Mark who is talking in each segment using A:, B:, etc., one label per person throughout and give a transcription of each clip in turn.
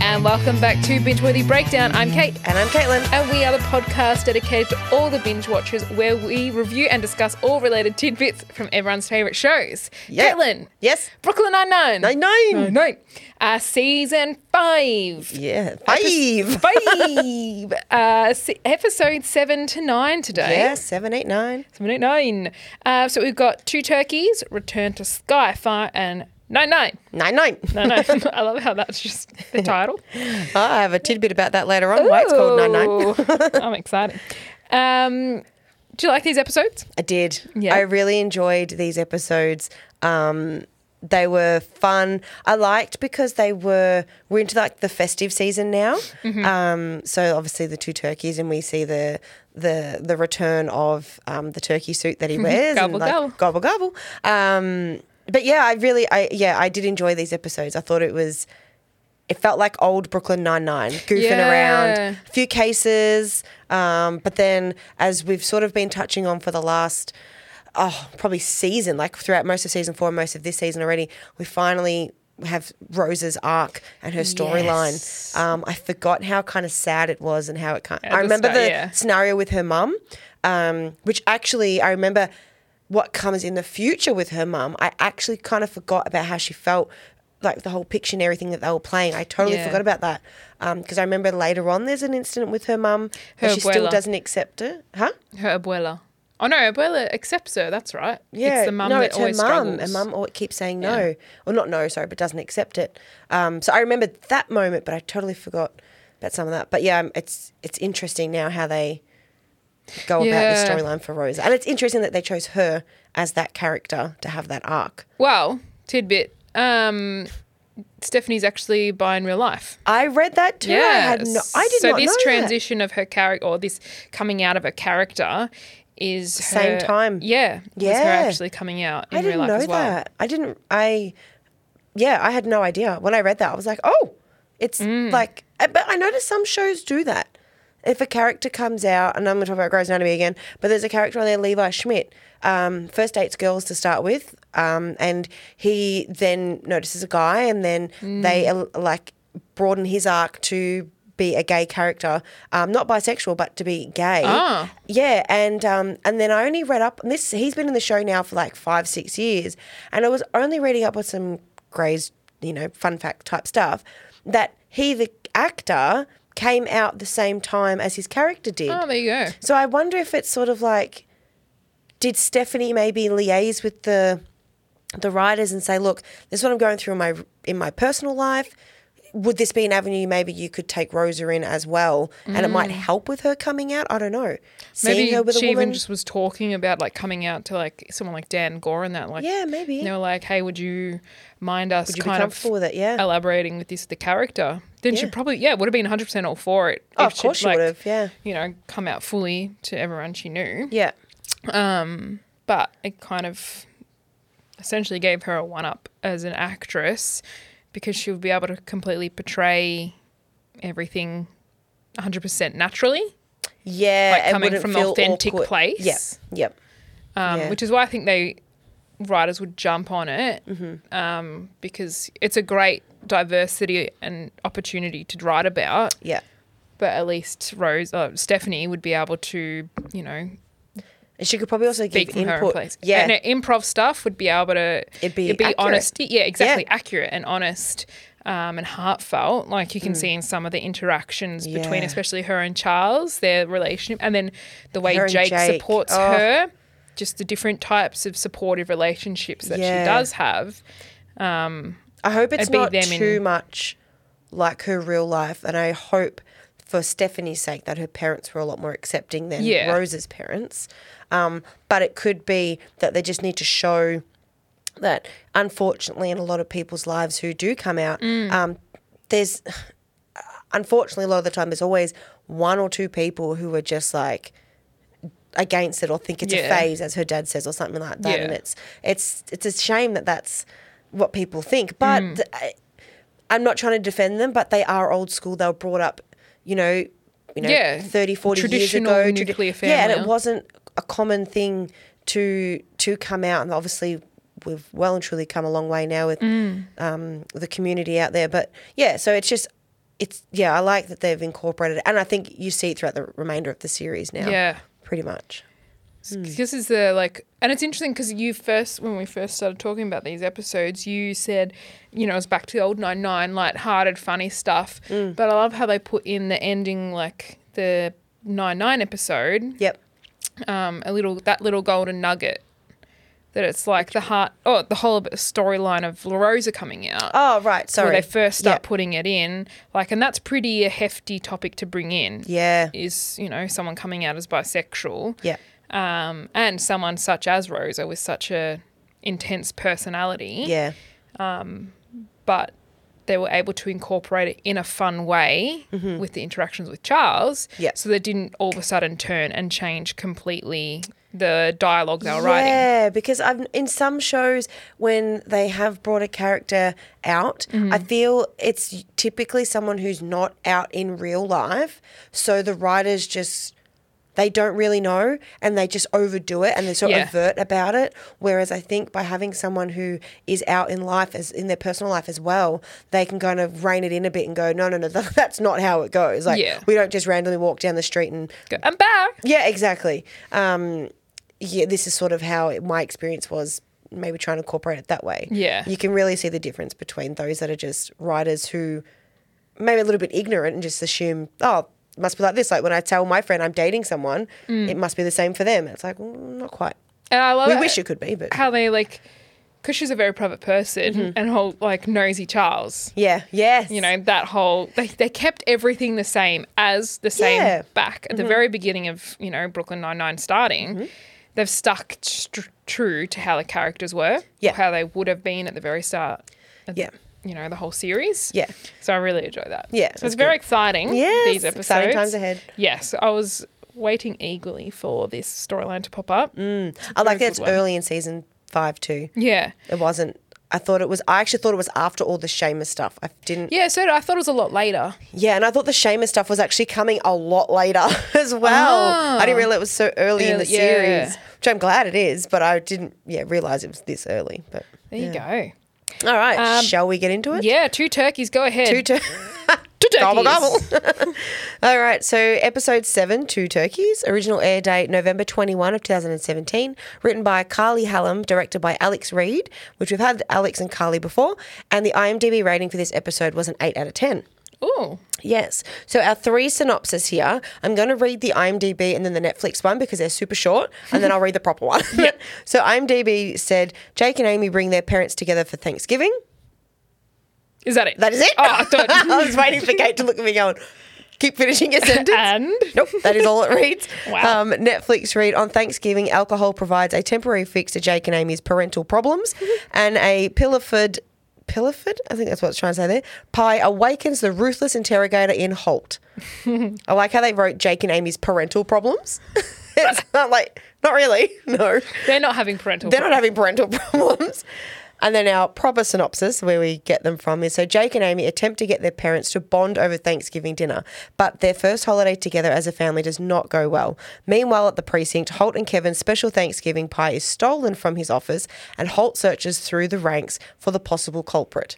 A: and welcome back to Bingeworthy Breakdown. I'm Kate,
B: And I'm Caitlin.
A: and we are the podcast dedicated to all the binge watchers, where we review and discuss all related tidbits from everyone's favourite shows.
B: Yeah.
A: Caitlin,
B: Yes.
A: Brooklyn Nine Nine,
B: Nine nine.
A: Nine Nine, uh, season five.
B: Yeah. Five.
A: Five. uh, se- episode seven to nine today.
B: Yeah. Seven, eight, nine.
A: Seven, eight, nine. Uh, so we've got two turkeys, Return to Skyfire, and Nine Nine.
B: Nine nine.
A: No, no, I love how that's just the title.
B: I have a tidbit about that later on. Why it's called nine nine.
A: Ooh, I'm excited. Um, do you like these episodes?
B: I did.
A: Yeah.
B: I really enjoyed these episodes. Um, they were fun. I liked because they were we're into like the festive season now.
A: Mm-hmm.
B: Um, so obviously the two turkeys, and we see the the the return of um, the turkey suit that he wears. and,
A: Gobble,
B: like,
A: gobble.
B: gobble gobble. Um, but yeah, I really, I yeah, I did enjoy these episodes. I thought it was. It felt like old Brooklyn Nine Nine, goofing
A: Yeah.
B: around, a few cases. Um, but then, as we've sort of been touching on for the last, oh, probably season, like throughout most of season four, most of this season already, we finally have Rose's arc and her storyline.
A: Yes.
B: Um, I forgot how kind of sad it was and how it kind.
A: the
B: I remember
A: start,
B: the
A: yeah.
B: scenario with her mum, um, which actually I remember what comes in the future with her mum. I actually kind of forgot about how she felt, like the whole Pictionary thing that they were playing. I totally
A: Yeah.
B: forgot about that because I remember later on there's an incident with her mum
A: Her
B: that she still
A: abuela.
B: doesn't accept it, huh?
A: Her abuela. Oh no, abuela accepts her. That's right.
B: Yeah,
A: it's the mum
B: no,
A: that
B: it's
A: always
B: her mum.
A: struggles.
B: And mum al- keeps saying no, or not no, sorry, but doesn't accept it. Um, so I remember that moment, but I totally forgot about some of that. But yeah, um, it's it's interesting now how they go
A: Yeah.
B: about the storyline for Rosa, and it's interesting that they chose her as that character to have that arc.
A: Well, tidbit. Um, Stephanie's actually bi in real life.
B: I read that too. I had no,
A: Yes.
B: I did
A: so
B: not
A: this
B: know that.
A: transition of her character or this coming out of her character is
B: Same
A: her-
B: time.
A: Yeah, yeah. Her
B: Yeah.
A: actually coming out in
B: I didn't
A: real life
B: know
A: as well.
B: that. I didn't. I yeah, I had no idea when I read that. I was like, oh, it's
A: Mm.
B: like. I- But I noticed some shows do that. If a character comes out, and I'm going to talk about Grey's Anatomy again, but there's a character on there, Levi Schmidt. Um, first dates girls to start with, um, and he then notices a guy, and then
A: Mm.
B: they el- like broaden his arc to be a gay character, um, not bisexual, but to be gay.
A: Ah.
B: Yeah, and um, and then I only read up and this. He's been in the show now for like five, six years, and I was only reading up on some Grey's, you know, fun fact type stuff that he, the actor, came out the same time as his character did.
A: Oh, there you go.
B: So I wonder if it's sort of like, did Stephanie maybe liaise with the the writers and say, look, this is what I'm going through in my in my personal life. Would this be an avenue maybe you could take Rosa in as well, and it might help with her coming out? I don't know.
A: Mm. Maybe
B: Seeing her with
A: she
B: a woman,
A: even just was talking about like coming out to like someone like Dan Gore and that like
B: Yeah, maybe.
A: and they were like, hey, would you mind us
B: you be
A: kind of
B: comfortable with it? Yeah.
A: elaborating with this the character? Then she
B: Yeah.
A: probably yeah would have been hundred percent all for it.
B: Oh,
A: if
B: of course she would have, yeah.
A: you know come out fully to everyone she knew.
B: yeah,
A: but it kind of essentially gave her a one up as an actress because she would be able to completely portray everything 100% naturally,
B: yeah,
A: like
B: it
A: coming
B: wouldn't
A: from an
B: feel
A: authentic
B: awkward.
A: place.
B: Yep, yep.
A: Um,
B: Yeah.
A: Which is why I think they writers would jump on it um, because it's a great diversity and opportunity to write about.
B: Yeah.
A: But at least Rose, uh, Stephanie would be able to, you know,
B: And she could probably also
A: speak
B: give
A: from
B: input.
A: her own place.
B: Yeah.
A: and her improv stuff would be able to
B: It'd be accurate.
A: honest. Yeah, exactly, accurate and honest. Um, and heartfelt, like you can see in some of the interactions between,
B: Mm. Yeah.
A: especially her and Charles, their relationship, and then the way
B: Her and
A: Jake,
B: Jake.
A: supports
B: Oh.
A: her, just the different types of supportive relationships that she
B: Yeah.
A: does have.
B: I hope it's
A: It'd be
B: not
A: them in-
B: too much like her real life, and I hope for Stephanie's sake that her parents were a lot more accepting than
A: Yeah.
B: Rose's parents. Um, but it could be that they just need to show that, unfortunately, in a lot of people's lives who do come out,
A: Mm.
B: um, there's unfortunately a lot of the time there's always one or two people who are just like against it or think it's
A: Yeah.
B: a phase as her dad says or something like that and
A: Yeah.
B: it's it's it's a shame that that's what people think but
A: Mm.
B: th- I, i'm not trying to defend them but they are old school they were brought up you know you know
A: Yeah.
B: 30 40
A: Traditional
B: years ago tradi-
A: nuclear
B: yeah and
A: family.
B: it wasn't a common thing to to come out and obviously we've
A: Mm.
B: well and truly come a long way now with um, the community out there but yeah so it's just it's yeah, I like that they've incorporated, it. and I think you see it throughout the remainder of the series now.
A: Yeah.
B: pretty much. Hmm.
A: This is the like, and it's interesting because you first, when we first started talking about these episodes, you said, you know, it's back to the old nine nine, light-hearted, funny stuff.
B: Hmm.
A: But I love how they put in the ending, like the nine nine episode,
B: Yep.
A: um, a little that little golden nugget that it's like the heart, oh, the whole storyline of La Rosa coming out.
B: Oh right, sorry.
A: Where they first start
B: Yep.
A: putting it in, like, and that's pretty a hefty topic to bring in.
B: Yeah.
A: Is you know someone coming out as bisexual
B: Yeah.
A: um, and someone such as Rosa with such a intense personality,
B: Yeah.
A: but they were able to incorporate it in a fun way with the interactions with Charles,
B: Mm-hmm. Yeah.
A: so they didn't all of a sudden turn and change completely the dialogue they were writing.
B: Yeah, because I've in some shows when they have brought a character out,
A: Mm-hmm.
B: I feel it's typically someone who's not out in real life, so the writers just they don't really know and they just overdo it and they're so
A: Yeah.
B: overt about it. Whereas I think by having someone who is out in life as in their personal life as well, they can kind of rein it in a bit and go, no, no, no, that's not how it goes. Like
A: Yeah.
B: we don't just randomly walk down the street and
A: Go, I'm back.
B: yeah, exactly. Um, yeah, this is sort of how it, my experience was. Maybe trying to incorporate it that way.
A: Yeah.
B: you can really see the difference between those that are just writers who maybe a little bit ignorant and just assume, oh, it must be like this. Like when I tell my friend I'm dating someone,
A: Mm.
B: it must be the same for them. It's like mm, not quite.
A: And I love
B: We
A: it
B: wish it could be, but
A: how they like, because she's a very private person
B: Mm-hmm.
A: and whole like nosy Charles.
B: yeah, yes,
A: you know that whole they, they kept everything the same as the same
B: Yeah. Mm-hmm.
A: back at the very beginning of you know brooklyn 99 starting they've stuck tr- true to how the characters were
B: Yeah.
A: how they would have been at the very start of the-
B: Yeah.
A: you know the whole series
B: Yeah.
A: so i really enjoy that
B: Yeah,
A: so
B: that's
A: it's very exciting
B: Yes,
A: these episodes
B: exciting times ahead.
A: yes i was waiting eagerly for this storyline to pop up
B: Mm. I
A: very
B: like that it's
A: good one.
B: early in season five too.
A: yeah
B: It wasn't. I thought it was. I actually thought it was after all the Seamus stuff. I didn't.
A: yeah so i thought it was a lot later
B: Yeah, and I thought the Seamus stuff was actually coming a lot later as well. I didn't realize it was so early in
A: Early-
B: the
A: Oh. yeah.
B: series, which I'm glad it is, but I didn't yeah realize it was this early. But
A: there you
B: all right,
A: Um,
B: shall we get into
A: go
B: it?
A: yeah two turkeys go ahead
B: Two tur-
A: Two turkeys
B: gobble gobble. all right, so episode seven, two turkeys. Original air date November twenty one of two thousand and seventeen. Written by Carly Hallam, directed by Alex Reed, which we've had Alex and Carly before. And the IMDb rating for this episode was an eight out of ten.
A: Ooh.
B: Yes. So our three synopses here. I'm going to read the IMDb and then the Netflix one because they're super short, and then I'll read the proper one. so IMDb said Jake and Amy bring their parents together for Thanksgiving.
A: Is that it?
B: That is it.
A: Oh, I thought.
B: I was waiting for Kate to look at me going. Keep finishing your sentence.
A: And?
B: nope, that is all it reads.
A: Wow.
B: Um, Netflix read on Thanksgiving, alcohol provides a temporary fix to Jake and Amy's parental problems, and a Pilliford, Pilliford, I think that's what it's trying to say there. Pie awakens the ruthless interrogator in Holt. I like how they wrote Jake and Amy's parental problems. it's not like not really, no.
A: They're not having parental.
B: They're not having parental problems. And then our proper synopsis, where we get them from, is so Jake and Amy attempt to get their parents to bond over Thanksgiving dinner, but their first holiday together as a family does not go well. Meanwhile, at the precinct, Holt and Kevin's special Thanksgiving pie is stolen from his office, and Holt searches through the ranks for the possible culprit.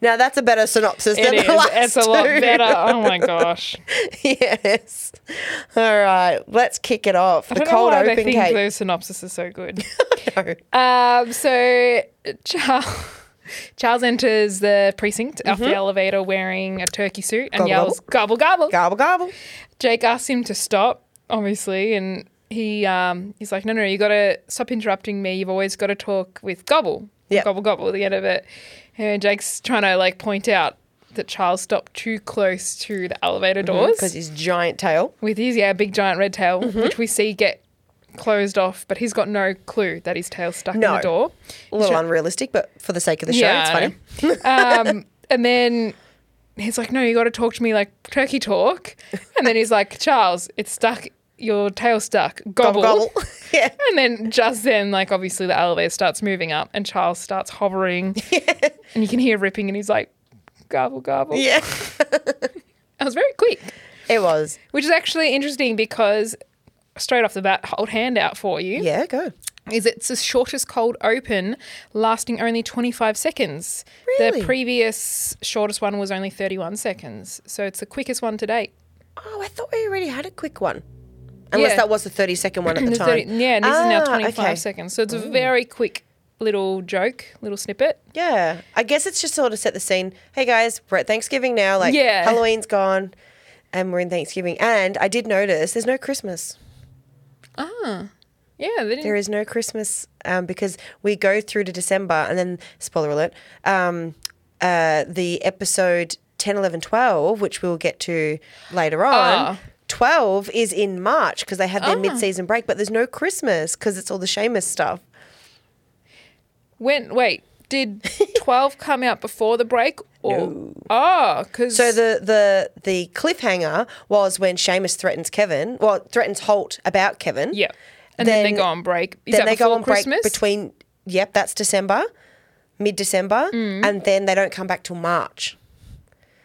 B: Now, that's a better synopsis
A: It
B: than
A: is.
B: the last
A: It's a lot
B: two.
A: better. Oh my gosh.
B: yes. All right, let's kick it off.
A: I
B: The
A: don't know
B: cold
A: why they
B: open
A: think
B: cake.
A: those synopsis are so good.
B: No.
A: um, so Charles, Charles enters the precinct off the elevator wearing a turkey suit and
B: Mm-hmm. Gobble,
A: yells gobble gobble.
B: Gobble, gobble.
A: Jake asks him to stop, obviously, and he um, he's like, no, no, you got to stop interrupting me. You've always got to talk with gobble,
B: Yep.
A: gobble, gobble at the end of it. And Jake's trying to like point out that Charles stopped too close to the elevator doors
B: Because his giant tail.
A: with his yeah big giant red tail, which we see get closed off, but he's got no clue that his tail's stuck in
B: No.
A: the door.
B: A little unrealistic, but for the sake of the show, it's
A: I
B: funny.
A: know. um, and then he's like, "No, you got to talk to me like turkey talk." And then he's like, "Charles, it's stuck. Your tail stuck. Gobble."
B: Gobble, gobble. yeah.
A: And then just then, like obviously the elevator starts moving up, and Charles starts hovering, and you can hear ripping, and he's like, "Gobble, gobble."
B: Yeah.
A: I was very quick,
B: It was.
A: which is actually interesting because straight off the bat, hold hand out for you.
B: Yeah, good.
A: is it's the shortest cold open, lasting only 25 seconds.
B: Really?
A: The previous shortest one was only 31 seconds. So it's the quickest one to date.
B: Oh, I thought we already had a quick one. Unless
A: Yeah.
B: that was the 30 second one at the
A: The
B: time.
A: 30 yeah, and this is now
B: Ah,
A: 25
B: okay. Mm.
A: seconds. So it's a very quick little joke, little snippet.
B: Yeah. I guess it's just sort of set the scene. Hey guys, we're at Thanksgiving now. Like
A: Yeah.
B: Halloween's gone and we're in Thanksgiving. And I did notice there's no Christmas.
A: Ah. Yeah, they didn't.
B: There is no Christmas um, because we go through to December and then, spoiler alert, um, uh, the episode 10, 11, 12, which we'll get to later on.
A: Ah.
B: 12 is in March because they have their mid season break, but there's no Christmas because it's all the Seamus stuff.
A: When wait, did twelve come out before the break? Or oh, because
B: So the the the cliffhanger was when Seamus threatens Kevin, well threatens Holt about Kevin.
A: yeah, and then,
B: then-
A: they go on break. Is
B: then
A: that
B: they go
A: before
B: on
A: Christmas?
B: break between. Yep, that's December, mid December,
A: Mm.
B: and then they don't come back till March.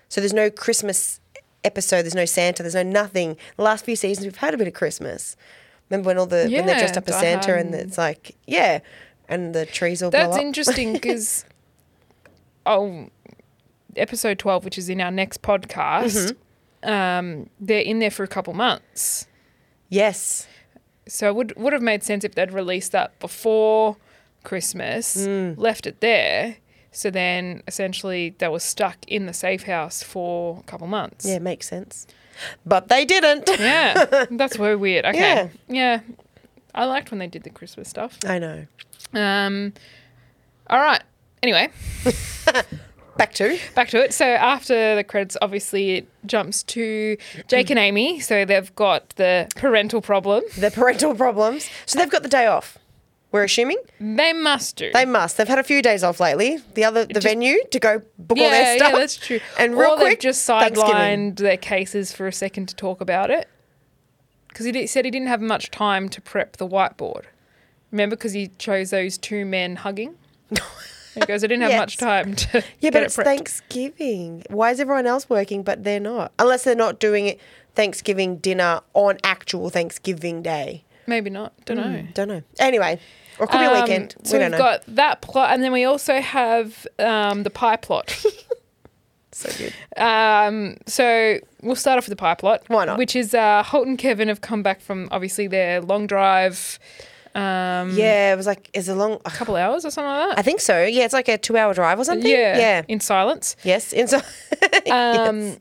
B: So there's no Christmas episode. There's no Santa. There's no nothing. The last few seasons we've had a bit of Christmas. Remember when all the when they're
A: Yeah,
B: dressed up as
A: Die
B: Santa
A: Hard
B: and it's like yeah, and the trees all blow
A: That's
B: up.
A: interesting because oh, episode twelve, which is in our next podcast,
B: Mm-hmm.
A: um, they're in there for a couple months.
B: yes,
A: So it would would have made sense if they'd released that before Christmas,
B: Mm.
A: left it there. So then essentially they were stuck in the safe house for a couple months.
B: yeah, makes sense. But they didn't.
A: Yeah. That's way weird. Okay. Yeah. I liked when they did the Christmas stuff.
B: I know.
A: Um all right. Anyway,
B: Back to
A: back to it. So after the credits, obviously it jumps to Jake and Amy. So they've got the parental problem.
B: the parental problems. So they've got the day off. We're assuming
A: They must do.
B: they must. They've had a few days off lately. The other, the venue to go book all their stuff.
A: Yeah, that's true.
B: And
A: or
B: real
A: they've
B: quick,
A: just
B: Thanksgiving.
A: sidelined their cases for a second to talk about it. Because he did, said he didn't have much time to prep the whiteboard. Remember, because he chose those two men hugging. He goes, I didn't have much
B: Yes.
A: time to.
B: Yeah,
A: get
B: but
A: it
B: it's
A: prepped."
B: Thanksgiving. Why is everyone else working but they're not? Unless they're not doing it Thanksgiving dinner on actual Thanksgiving day.
A: Maybe not. Don't know.
B: Don't know. Anyway, or it Hmm. could be a
A: Um,
B: weekend.
A: So
B: we
A: we have
B: don't know.
A: got that plot, and then we also have um, the pie plot.
B: so good.
A: Um, so we'll start off with the pie plot.
B: Why not?
A: Which is uh, Holt and Kevin have come back from obviously their long drive, um,
B: Yeah, it was like it's a long.
A: a couple hours or something like that.
B: I think so. Yeah, it's like a two-hour drive or something.
A: yeah,
B: Yeah.
A: in silence.
B: Yes. Inside
A: Um,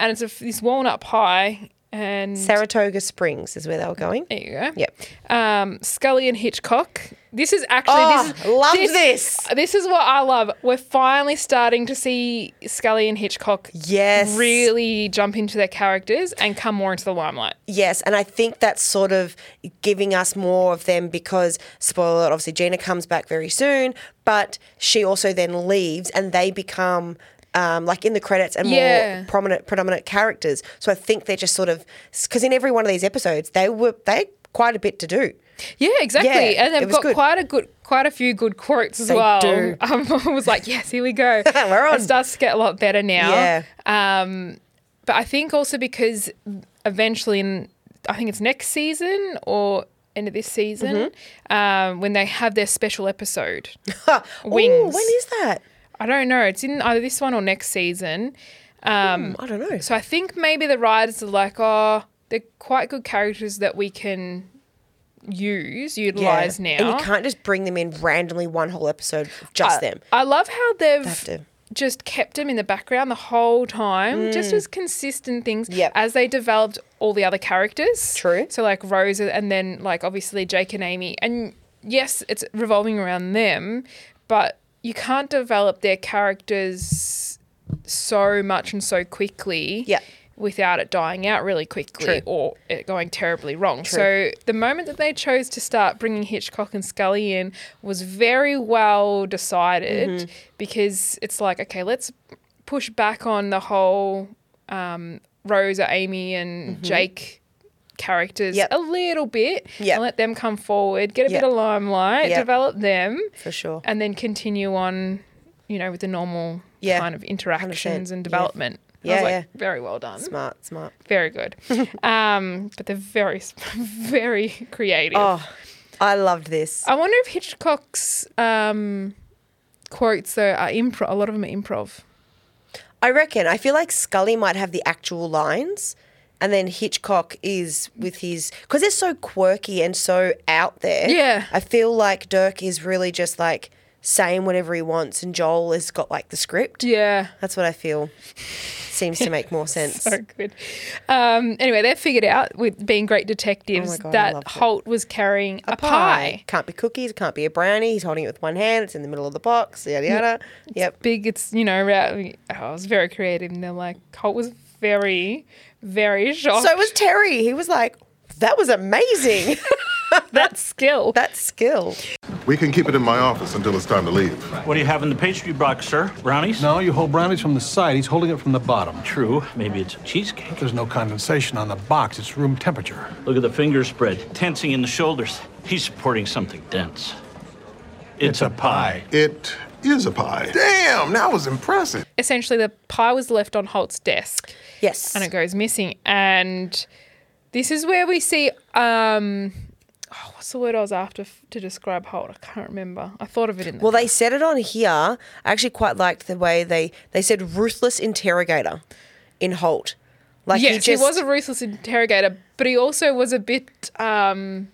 A: and it's a, f- this walnut pie, and
B: Saratoga Springs is where they were going.
A: there you go.
B: Yep.
A: Um, Scully and Hitchcock. This is actually
B: Oh,
A: this is,
B: love this.
A: This is what I love. We're finally starting to see Scully and Hitchcock
B: Yes.
A: really jump into their characters and come more into the limelight.
B: Yes, and I think that's sort of giving us more of them because spoiler alert, obviously Gina comes back very soon, but she also then leaves and they become um, like in the credits and
A: Yeah.
B: more prominent predominant characters. So I think they're just sort of because in every one of these episodes they were they had quite a bit to do.
A: Yeah, exactly.
B: Yeah,
A: and
B: it
A: they've
B: was
A: got
B: good.
A: quite a good, quite a few good quotes as
B: They
A: well.
B: do.
A: Um, I was like, yes, here we go.
B: We're on.
A: It starts to get a lot better now.
B: Yeah.
A: Um, but I think also because eventually, in, I think it's next season or end of this season,
B: Mm-hmm.
A: um, when they have their special episode.
B: Oh,
A: Wings.
B: when is that?
A: I don't know. It's in either this one or next season. Um,
B: Mm, I don't know.
A: so I think maybe the writers are like, oh, they're quite good characters that we can use, utilize now. Uh,
B: And you can't just bring them in randomly one whole episode of just them.
A: I love how they've
B: have to.
A: just kept them in the background the whole time, just as consistent things
B: Mm. Yep.
A: as they developed all the other characters.
B: True.
A: So like Rose and then like obviously Jake and Amy. And yes, it's revolving around them, but you can't develop their characters so much and so quickly.
B: Yeah.
A: Without it dying out really quickly
B: True.
A: or it going terribly wrong.
B: True.
A: So the moment that they chose to start bringing Hitchcock and Scully in was very well decided
B: Mm-hmm.
A: because it's like, okay, let's push back on the whole um, Rosa, Amy, and Jake characters
B: Mm-hmm. Yep.
A: a little bit
B: Yep.
A: and let them come forward, get a
B: Yep.
A: bit of limelight,
B: Yep.
A: develop them,
B: For sure.
A: and then continue on, you know, with the normal
B: Yeah.
A: kind of interactions and
B: Yeah.
A: development. I
B: Yeah,
A: was like,
B: yeah.
A: very well done.
B: Smart, smart.
A: Very good. um, but they're very, very creative.
B: Oh, I loved this.
A: I wonder if Hitchcock's um, quotes though are improv. A lot of them are improv.
B: I reckon. I feel like Scully might have the actual lines, and then Hitchcock is with his because they're so quirky and so out there.
A: Yeah.
B: I feel like Dirk is really just like saying whatever he wants, and Joel has got like the script.
A: Yeah.
B: That's what I feel. Seems to make more sense.
A: So good. Um, anyway, they figured out with being great detectives
B: Oh God, I
A: that
B: loved it.
A: Holt was carrying a, pie.
B: Can't be cookies. Can't be a brownie. He's holding it with one hand. It's in the middle of the box. Yada yada. Yep.
A: Big, it's you know, ra- oh, I was very creative, and they're like Holt was very, very shocked.
B: So it was Terry. He was like, "That was amazing.
A: that skill.
B: that skill."
C: We can keep it in my office until it's time to leave.
D: What do you have in the pastry box, sir? Brownies?
E: No, you hold brownies from the side. He's holding it from the bottom.
D: True. Maybe it's cheesecake.
E: There's no condensation on the box. It's room temperature.
D: Look at the finger spread, tensing in the shoulders. He's supporting something dense. It's, a pie.
C: It is a pie. Damn, that was impressive.
A: Essentially, the pie was left on Holt's desk.
B: Yes.
A: and it goes missing. And this is where we see um, oh, what's the word I was after f- to describe Holt? I can't remember. I thought of it in the
B: Well, they said it on here. I actually quite liked the way they they said ruthless interrogator in Holt. Like
A: yes,
B: he
A: he,
B: just
A: was a ruthless interrogator, but he also was a bit um,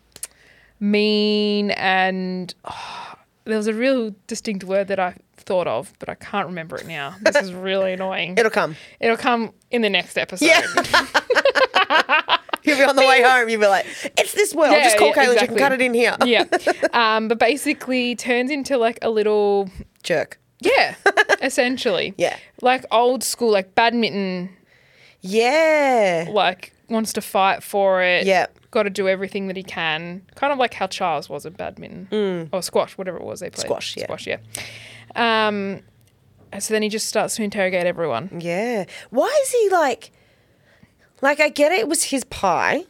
A: mean and oh, there was a real distinct word that I thought of, but I can't remember it now. This is really annoying.
B: it'll come.
A: It'll come in the next episode.
B: Yeah. You'll be on the way home. You'll be like, it's this world.
A: Yeah,
B: just call
A: yeah,
B: Kayla. She can
A: exactly.
B: cut it in here.
A: yeah. Um, but basically turns into like a little
B: Jerk.
A: Yeah, essentially.
B: Yeah.
A: Like old school, like badminton,
B: Yeah.
A: like wants to fight for it.
B: Yeah.
A: Got to do everything that he can. Kind of like how Charles was at badminton or squash, whatever it was they played.
B: Mm. Squash, yeah.
A: Squash, yeah. Um, and so then he just starts to interrogate everyone.
B: Yeah. Why is he like, like, I get it, it was his pie.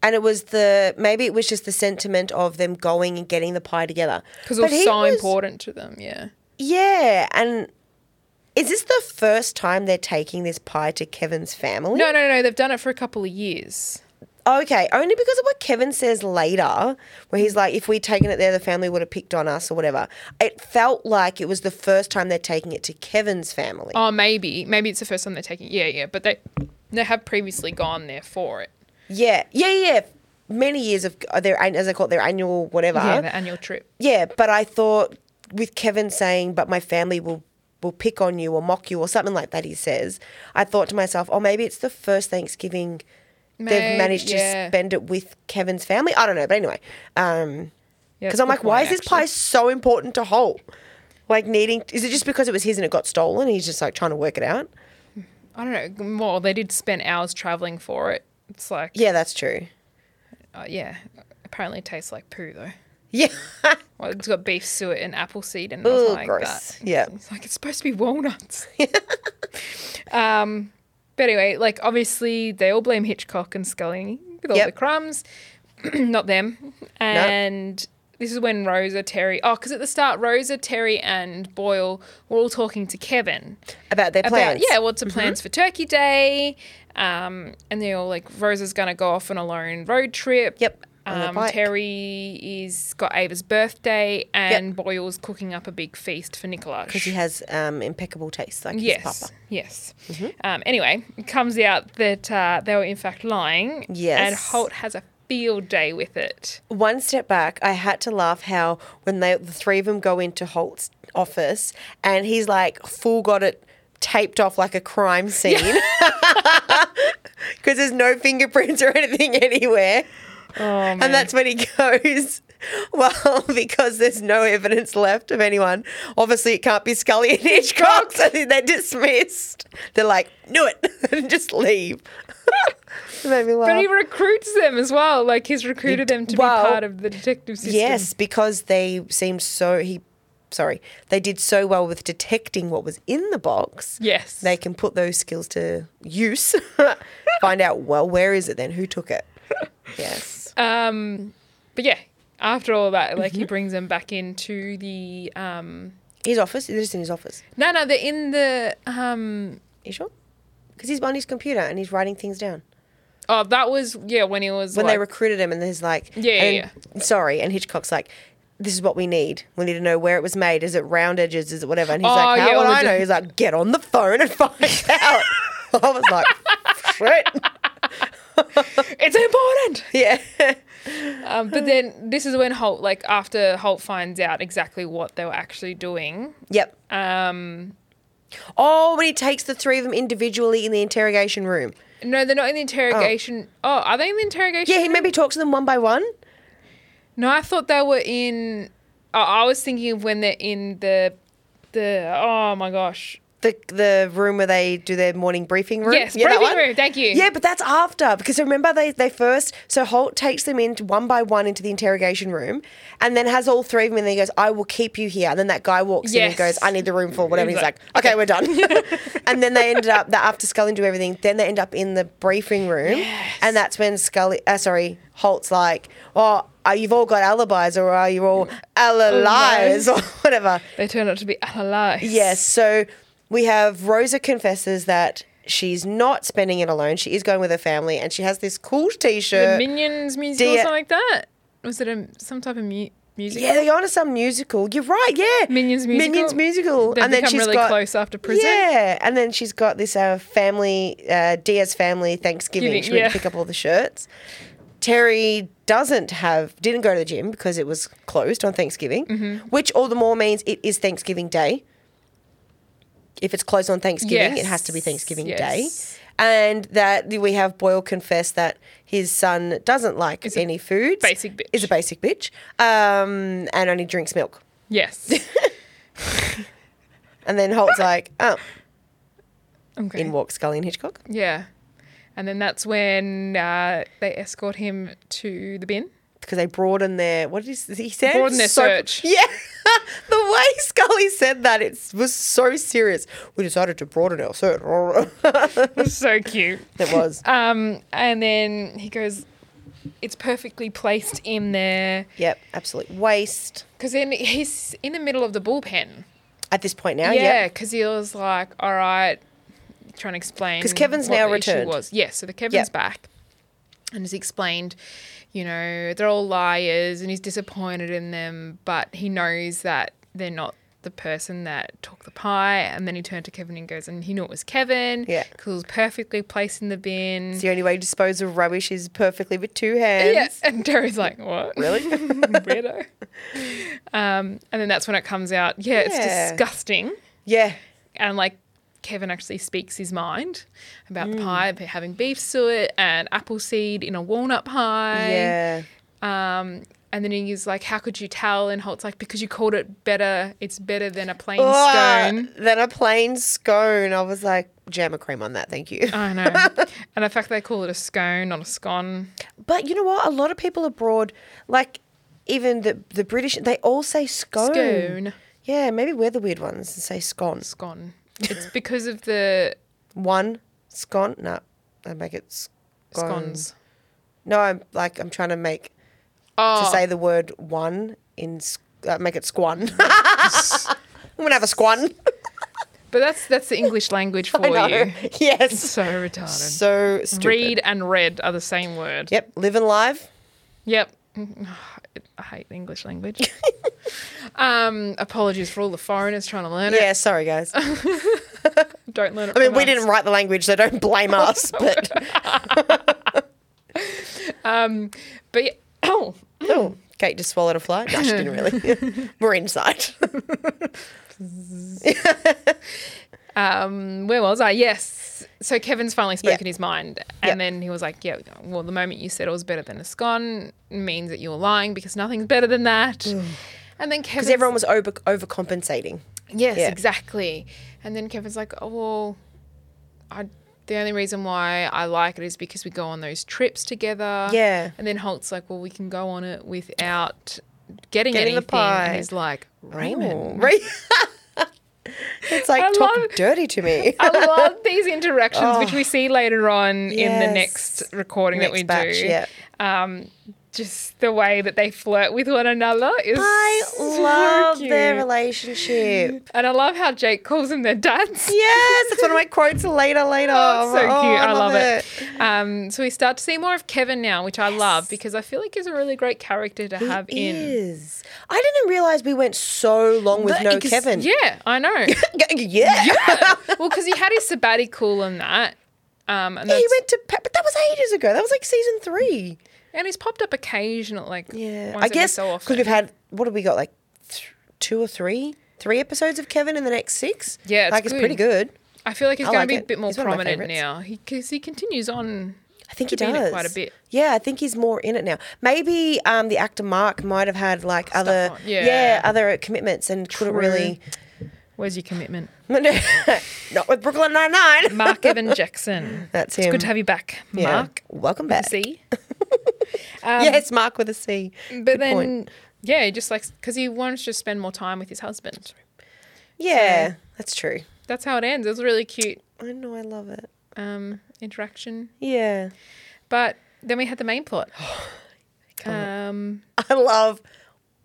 B: And it was the, maybe it was just the sentiment of them going and getting the pie together.
A: Because it
B: But
A: was
B: he
A: so important to them, yeah.
B: Yeah. And is this the first time they're taking this pie to Kevin's family?
A: No, no, no, they've done it for a couple of years.
B: Okay, only because of what Kevin says later, where
A: Mm.
B: he's like, if we'd taken it there, the family would have picked on us or whatever. It felt like it was the first time they're taking it to Kevin's family.
A: Oh, maybe. Maybe it's the first time they're taking Yeah, yeah. But they, they have previously gone there for it.
B: Yeah, yeah, yeah. Many years of uh, their, as I call it, their annual whatever.
A: Yeah, the annual trip.
B: Yeah, but I thought with Kevin saying, "But my family will will pick on you or mock you or something like that," he says. I thought to myself, "Oh, maybe it's the first Thanksgiving
A: May-
B: they've managed
A: yeah.
B: to spend it with Kevin's family." I don't know, but anyway, because
A: Yeah,
B: I'm
A: good
B: like, why is
A: point,
B: this pie so important to Holt? Like needing is it just because it was his and it got stolen? And he's just like trying to work it out.
A: I don't know. Well, they did spend hours traveling for it. It's like, yeah,
B: Yeah, that's true.
A: uh, yeah. Apparently, it tastes like poo though.
B: Yeah,
A: Well, it's got beef suet and apple seed and I was
B: Ugh,
A: like
B: gross.
A: that.
B: Yeah.
A: it's like it's supposed to be walnuts. um, but anyway, like obviously they all blame Hitchcock and Scully with all
B: Yep.
A: the crumbs, not them. And this is when Rosa, Terry, oh, because at the start Rosa, Terry, and Boyle were all talking to Kevin.
B: about their plans.
A: About, yeah, what's the
B: Mm-hmm.
A: plans for Turkey Day? Um, and they're all like, Rosa's going to go off on a lone road trip.
B: Yep, on a
A: Um,
B: bike.
A: Terry is got Ava's birthday, and Boyle's cooking up a big feast for Nicola.
B: because he has um, impeccable taste, like his
A: yes,
B: papa. Mm-hmm.
A: yes. Um, anyway, it comes out that uh, they were in fact lying.
B: Yes.
A: and Holt has a field day with it.
B: one step back, I had to laugh how when they the three of them go into Holt's office and he's like full got it taped off like a crime scene because there's no fingerprints or anything
A: Oh,
B: anywhere. And that's when he goes, Well, because there's no evidence left of anyone, obviously it can't be Scully and Hitchcock. So they're dismissed. They're like, Knew it, and just leave. It made me laugh.
A: But he recruits them as well. Like he's recruited them to
B: well,
A: be part of the detective system.
B: Yes, because they seemed so he sorry, they did so well with detecting what was in the box.
A: Yes.
B: They can put those skills to use. Find out well where is it then? Who took it? Yes.
A: But yeah, after all that, like
B: Mm-hmm.
A: he brings them back into the um
B: his office. They're just in his office.
A: no no they're in the um
B: You sure? Because he's on his computer and he's writing things down.
A: Oh, that was yeah when he was
B: when
A: like,
B: they recruited him and he's like
A: Yeah, yeah,
B: and- sorry and hitchcock's like this is what we need we need to know where it was made is it round edges is it whatever and he's
A: Oh,
B: like how
A: yeah,
B: would
A: all the
B: i know
A: di-
B: he's like get on the phone and find out i was like shit
A: it's important.
B: yeah
A: Um, but then this is when Holt like after Holt finds out exactly what they were actually doing.
B: yep
A: Um,
B: oh when he takes the three of them individually in the interrogation room
A: no, they're not in the interrogation. Oh, are they in the interrogation?
B: yeah he
A: room?
B: maybe talks to them one by one
A: No, I thought they were in. Oh, I was thinking of when they're in the, the. Oh my gosh.
B: the the room where they do their morning briefing room.
A: Yes,
B: that
A: briefing
B: one?
A: room, thank you.
B: Yeah, but that's after because remember they they first so Holt takes them in one by one into the interrogation room, and then has all three of them and then he goes, "I will keep you here." And then that guy walks in and
A: Yes.
B: goes, "I need the room for whatever."
A: He's
B: He's like,
A: like,
B: "Okay, we're done." and then they ended up that after Scully do everything, then they end up in the briefing room, and that's when Scully, uh, sorry, Holt's like, "Oh." Are you've all got alibis, or are you all alibis, or whatever?
A: They turn out to be allies.
B: Yes. So we have Rosa confesses that she's not spending it alone. She is going with her family, and she has this cool
A: The
B: T-shirt.
A: Minions musical or
B: dear-
A: something like that. Was it a, some type of mu- music?
B: yeah, they go on to some musical. You're right. Yeah,
A: Minions musical.
B: Minions musical.
A: They
B: and then
A: become
B: she's
A: really
B: got
A: close after prison.
B: Yeah, and then she's got this uh, family uh, Diaz family Thanksgiving.
A: Giving-
B: she went
A: yeah.
B: to pick up all the shirts. Terry doesn't have didn't go to the gym because it was closed on Thanksgiving,
A: Mm-hmm.
B: which all the more means it is Thanksgiving Day. If it's closed on Thanksgiving, it has to be
A: Yes,
B: Thanksgiving
A: yes.
B: Day. And that we have Boyle confess that his son doesn't like
A: Is a
B: any foods.
A: basic bitch.
B: Is a basic bitch. Um, and only drinks milk.
A: Yes.
B: And then Holt's like, oh,
A: Okay.
B: in walks Scully and Hitchcock.
A: Yeah. And then that's when uh, they escort him to the bin.
B: because they broaden their what is he said
A: Broaden their
B: So-
A: search.
B: Yeah, the way Scully said that it was so serious. We decided to broaden our search.
A: so cute.
B: it was
A: Um, and then he goes, it's perfectly placed in there.
B: yep, absolute waste
A: Because then he's in the middle of the bullpen.
B: at this point now.
A: yeah,
B: Yeah,
A: because he was like, all right, trying to explain.
B: 'Cause Kevin's
A: what
B: now
A: the issue
B: returned.
A: Was. Yeah, so the Kevin's
B: Yeah.
A: back and has explained, you know, they're all liars and he's disappointed in them, but he knows that they're not the person that took the pie. And then he turned to Kevin and goes, and he knew it was Kevin.
B: Yeah.
A: Because it was perfectly placed in the bin.
B: it's the only way to dispose of rubbish is perfectly with two hands.
A: Yeah, and Terry's like, "What? Really, weirdo?" Um, and then that's when it comes out. Yeah, it's
B: Yeah.
A: disgusting.
B: Yeah,
A: And like, Kevin actually speaks his mind about
B: Mm.
A: the pie, but having beef suet and appleseed in a walnut pie.
B: yeah.
A: Um, and then he's like, "How could you tell?" And Holt's like, "Because you called it better. It's better than a plain
B: Ugh,
A: stone."
B: Then a plain scone. I was like, jam a cream on that, thank you.
A: I know. and the fact they call it a scone, not a scone.
B: But you know what? A lot of people abroad, like even the the British, they all say scone.
A: Scone.
B: Yeah, maybe we're the weird ones and say scone.
A: Scone. It's because of the
B: One scone. No, I make it scone.
A: scones.
B: No, I'm like I'm trying to make
A: Oh,
B: to say the word one in s- uh, make it squan. I'm gonna have a squan.
A: But that's that's the English language for
B: I know.
A: you.
B: Yes.
A: So retarded.
B: So stupid.
A: Read and read are the same word.
B: Yep. Live and live.
A: Yep. I hate the English language. um, apologies for all the foreigners trying to learn
B: Yeah. Sorry, guys. I
A: it. Don't learn it.
B: mean, we didn't write the language, so don't blame us. But
A: But yeah- oh,
B: oh, Kate just swallowed a fly. No, she didn't really. We're inside.
A: um, where was I? Yes. So Kevin's finally spoken
B: Yeah.
A: his mind, and
B: Yeah.
A: then he was like, "Yeah, well, the moment you said it was better than a scone means that you were lying because nothing's better than that." and then
B: Because
A: Kevin,
B: everyone was over overcompensating.
A: Yes,
B: Yeah.
A: exactly. And then Kevin's like, oh, well, I, the only reason why I like it is because we go on those trips together.
B: Yeah.
A: And then Holt's like, well, we can go on it without getting,
B: Getting the
A: anything.
B: pie.
A: And he's like,
B: Oh,
A: Raymond.
B: right. it's like
A: I
B: talk
A: love-
B: dirty to me.
A: I love these interactions, which we see later on in the
B: Oh. Yes.
A: next recording
B: Next
A: that we
B: batch,
A: do.
B: yeah.
A: Um, just the way that they flirt with one another is
B: I
A: so
B: love their
A: cute.
B: relationship.
A: and I love how Jake calls them their dads.
B: Yes, that's one of my quotes later, later.
A: Oh, so cute.
B: Oh,
A: I, love, it. Um, so we start to see more of Kevin now, which I love because I feel like he's a really great character to have
B: He
A: in.
B: is. I didn't realize we went so long with
A: But
B: no
A: ex-
B: Kevin.
A: Yeah, I know.
B: yeah.
A: well, because he had his sabbatical and that. Um, and,
B: he
A: that's-
B: went to, Pa- but that was ages ago. That was like season three.
A: and he's popped up occasionally, like
B: Yeah,
A: once
B: I
A: every
B: guess
A: so
B: because
A: often.
B: we've had what have we got like th- two or three, three episodes of Kevin in the next six.
A: Yeah, it's
B: like it's pretty good.
A: I feel like he's
B: I
A: going
B: like
A: to be a
B: it.
A: bit more
B: He's one of my
A: prominent
B: favourites.
A: now because he, continues on.
B: I think
A: to
B: he
A: be in it
B: does
A: quite a bit.
B: Yeah, I think he's more in it now. Maybe um, the actor Mark might have had like other
A: on.
B: yeah.
A: Yeah.
B: other commitments and couldn't
A: True.
B: really.
A: Where's your commitment,
B: Not with Brooklyn Nine Nine.
A: Mark Evan Jackson?
B: That's
A: It's
B: him.
A: good to have you back,
B: Yeah.
A: Mark.
B: welcome back.
A: See, Um,
B: yes, Mark with a C.
A: but
B: Good
A: then
B: point.
A: yeah, he just likes because he wants to spend more time with his husband.
B: yeah, that's true.
A: That's how it ends. It was a really cute
B: I know, I love it.
A: um, interaction.
B: Yeah,
A: But then we had the main plot. um,
B: I love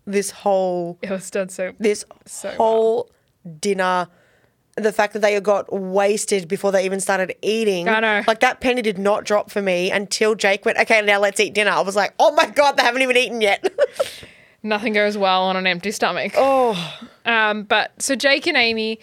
B: this whole
A: it was done so.
B: this
A: So
B: whole dinner. The fact that they got wasted before they even started eating.
A: I know.
B: Like that penny did not drop for me until Jake went, okay, now let's eat dinner. I was like, oh my God, they haven't even eaten yet.
A: nothing goes well on an empty stomach.
B: oh,
A: Um, but so Jake and Amy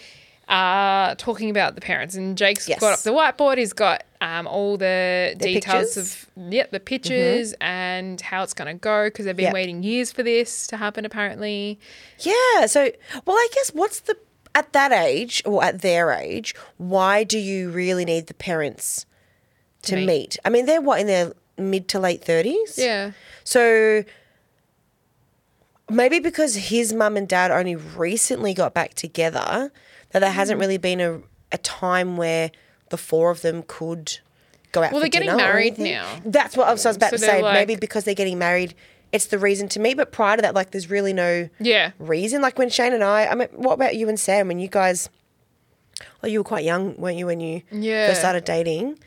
A: are talking about the parents, and Jake's
B: Yes.
A: got up the whiteboard. He's got um, all the Mm-hmm. details
B: pictures?
A: of yeah, the pictures and how it's going to go because they've been
B: Yep.
A: waiting years for this to happen. Apparently,
B: yeah. So, well, I guess what's the, at that age or at their age, why do you really need the parents to
A: meet.
B: meet? I mean, they're what, in their mid to late 30s?
A: yeah,
B: So maybe because his mum and dad only recently got back together, that there
A: Mm.
B: hasn't really been a, a time where the four of them could go out.
A: Well,
B: for
A: they're getting
B: dinner or
A: married
B: anything.
A: now.
B: That's what I was, I was about
A: So
B: to
A: they're
B: say. maybe
A: like-
B: because they're getting married, it's the reason to me. But prior to that, like, there's really no
A: yeah.
B: reason. Like when Shane and I, I mean, what about you and Sam? When you guys, well, you were quite young, weren't you, when you
A: Yeah.
B: first started dating?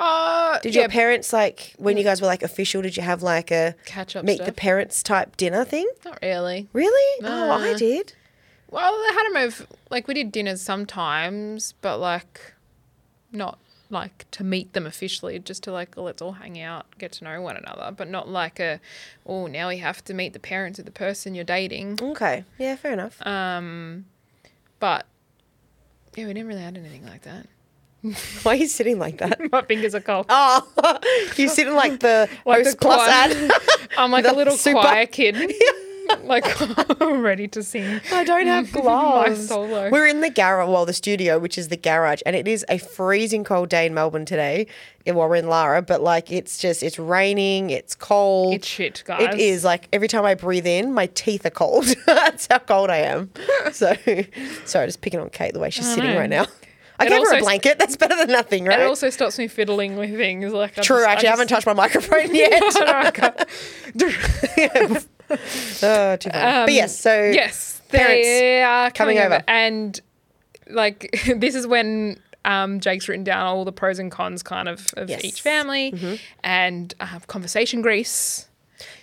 A: Uh,
B: Did
A: yeah, Mm.
B: your parents like when you guys were like official? Did you have like a
A: Catch up
B: meet the
A: stuff?
B: parents type dinner thing?
A: Not really.
B: Really? oh, I
A: Nah.
B: did.
A: Well, I had them over. Like we did dinners sometimes, but like not like to meet them officially, just to like let's all hang out, get to know one another, but not like a oh now we have to meet the parents of the person you're dating.
B: Okay. Yeah, fair enough.
A: Uh. But yeah, we didn't really have anything like that.
B: Why are you sitting like that?
A: My fingers are cold.
B: Oh, you're sitting like the
A: Like the
B: host plus
A: choir.
B: ad.
A: I'm like a
B: the
A: little
B: super-
A: choir kid. like I'm ready to sing.
B: I don't have gloves.
A: solo.
B: We're in the garage, well, the studio, which is the garage, and it is a freezing cold day in Melbourne today. Yeah, Well, we're in Lara, but like it's just it's raining, it's cold.
A: It's shit, guys.
B: It is like every time I breathe in, my teeth are cold. That's how cold I am. So, sorry, just picking on Kate the way she's
A: I
B: sitting
A: know.
B: right now. I
A: It
B: gave her
A: also
B: a
A: s-
B: blanket. That's better than nothing, right?
A: It also stops me fiddling with things. Like I
B: True,
A: just-
B: actually, I, haven't touched my microphone yet.
A: just- I can't-
B: Oh, too funny. but yes, so
A: Yes,
B: Parents
A: they are coming,
B: coming
A: over.
B: over.
A: and like this is when um, Jake's written down all the pros and cons, kind of, of
B: Yes. Mm-hmm.
A: each family, and uh, conversation grease.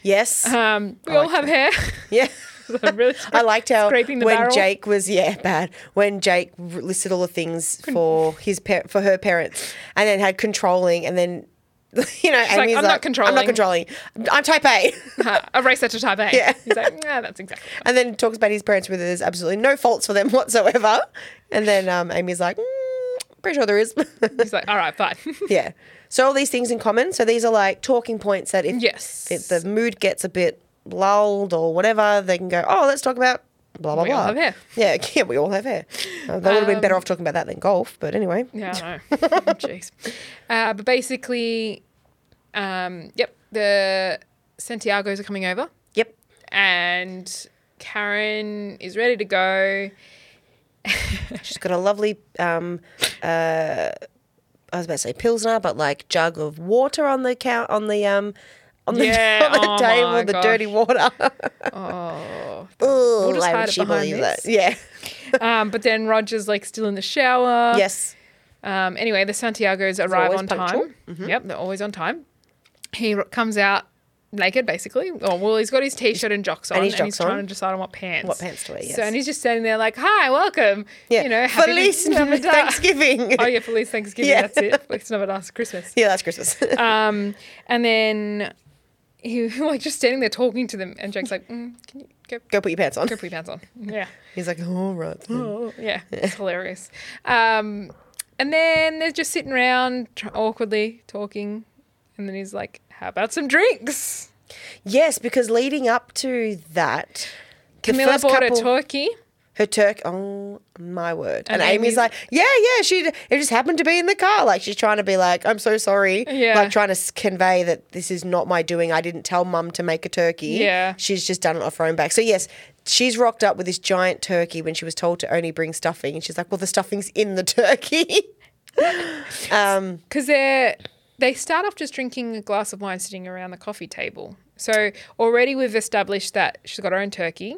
B: yes,
A: Um, we all have hair.
B: yeah.
A: So I'm really
B: I liked how
A: scraping
B: when
A: the barrel.
B: Jake was yeah bad when Jake r- listed all the things for his par- for her parents and then had controlling and then you know
A: like,
B: Amy's
A: "I'm not
B: I'm not controlling I'm type A
A: Uh, a race set to type A.
B: Yeah.
A: He's like, nah, that's exactly. Right.
B: and then talks about his parents where there's absolutely no faults for them whatsoever and then um, Amy's like mm, pretty sure there is
A: He's like, all right, fine.
B: yeah so all these things in common so these are like talking points that if
A: yes.
B: if the mood gets a bit lulled or whatever, they can go, oh, let's talk about blah, blah,
A: We
B: blah.
A: all have hair. Um,
B: Yeah, yeah, we all have hair. Uh, they would have been better off talking about that than golf, but anyway.
A: yeah, I know. Jeez. Uh, but basically, um, yep, the Santiago's are coming over.
B: Yep.
A: and Karen is ready to go.
B: She's got a lovely, um, uh, I was about to say pilsner, but like jug of water on the count on the um on the,
A: Yeah,
B: on the
A: oh my
B: table, the dirty
A: gosh.
B: water.
A: Oh.
B: Ooh,
A: just
B: why
A: hide
B: would
A: it
B: she
A: behind
B: believe
A: this.
B: that? Yeah.
A: Um, but then Roger's like still in the shower.
B: yes.
A: Um, anyway, the Santiago's arrive
B: always
A: on
B: punctual. Mm-hmm.
A: time. Yep, they're always on time. He r- comes out naked basically. Oh well, he's got his t-shirt and jocks on,
B: And
A: and
B: his
A: he's,
B: jocks
A: trying
B: on.
A: to decide on what pants,
B: What pants to wear, yes.
A: So and he's just standing there like, "Hi, welcome."
B: Yeah.
A: you know, happy
B: Feliz
A: Navidad.
B: Thanksgiving.
A: oh yeah, Feliz Thanksgiving.
B: Yeah.
A: That's it. Feliz Navidad, Christmas.
B: Yeah, that's Christmas.
A: Um, and then he like just standing there talking to them, and Jake's like, mm, "Can you go
B: Go put your pants on. Oh.
A: go put your pants on?" Yeah.
B: He's like, all right. then."
A: Yeah, it's hilarious. Um, and then they're just sitting around tr- awkwardly talking, and then he's like, "How about some drinks?"
B: Yes, because leading up to that, the
A: Camilla
B: first
A: bought
B: couple-
A: a turkey.
B: her Turk. Oh my word!
A: And
B: And, Amy's
A: Amy's-
B: like, yeah, yeah. She it just happened to be in the car. Like she's trying to be like, I'm so sorry.
A: Yeah.
B: Like trying to s- convey that this is not my doing. I didn't tell mum to make a turkey.
A: Yeah.
B: She's just done it off her own back. So yes, she's rocked up with this giant turkey when she was told to only bring stuffing, and she's like, well, the stuffing's in the turkey. um.
A: because they're they start off just drinking a glass of wine sitting around the coffee table. So already we've established that she's got her own turkey,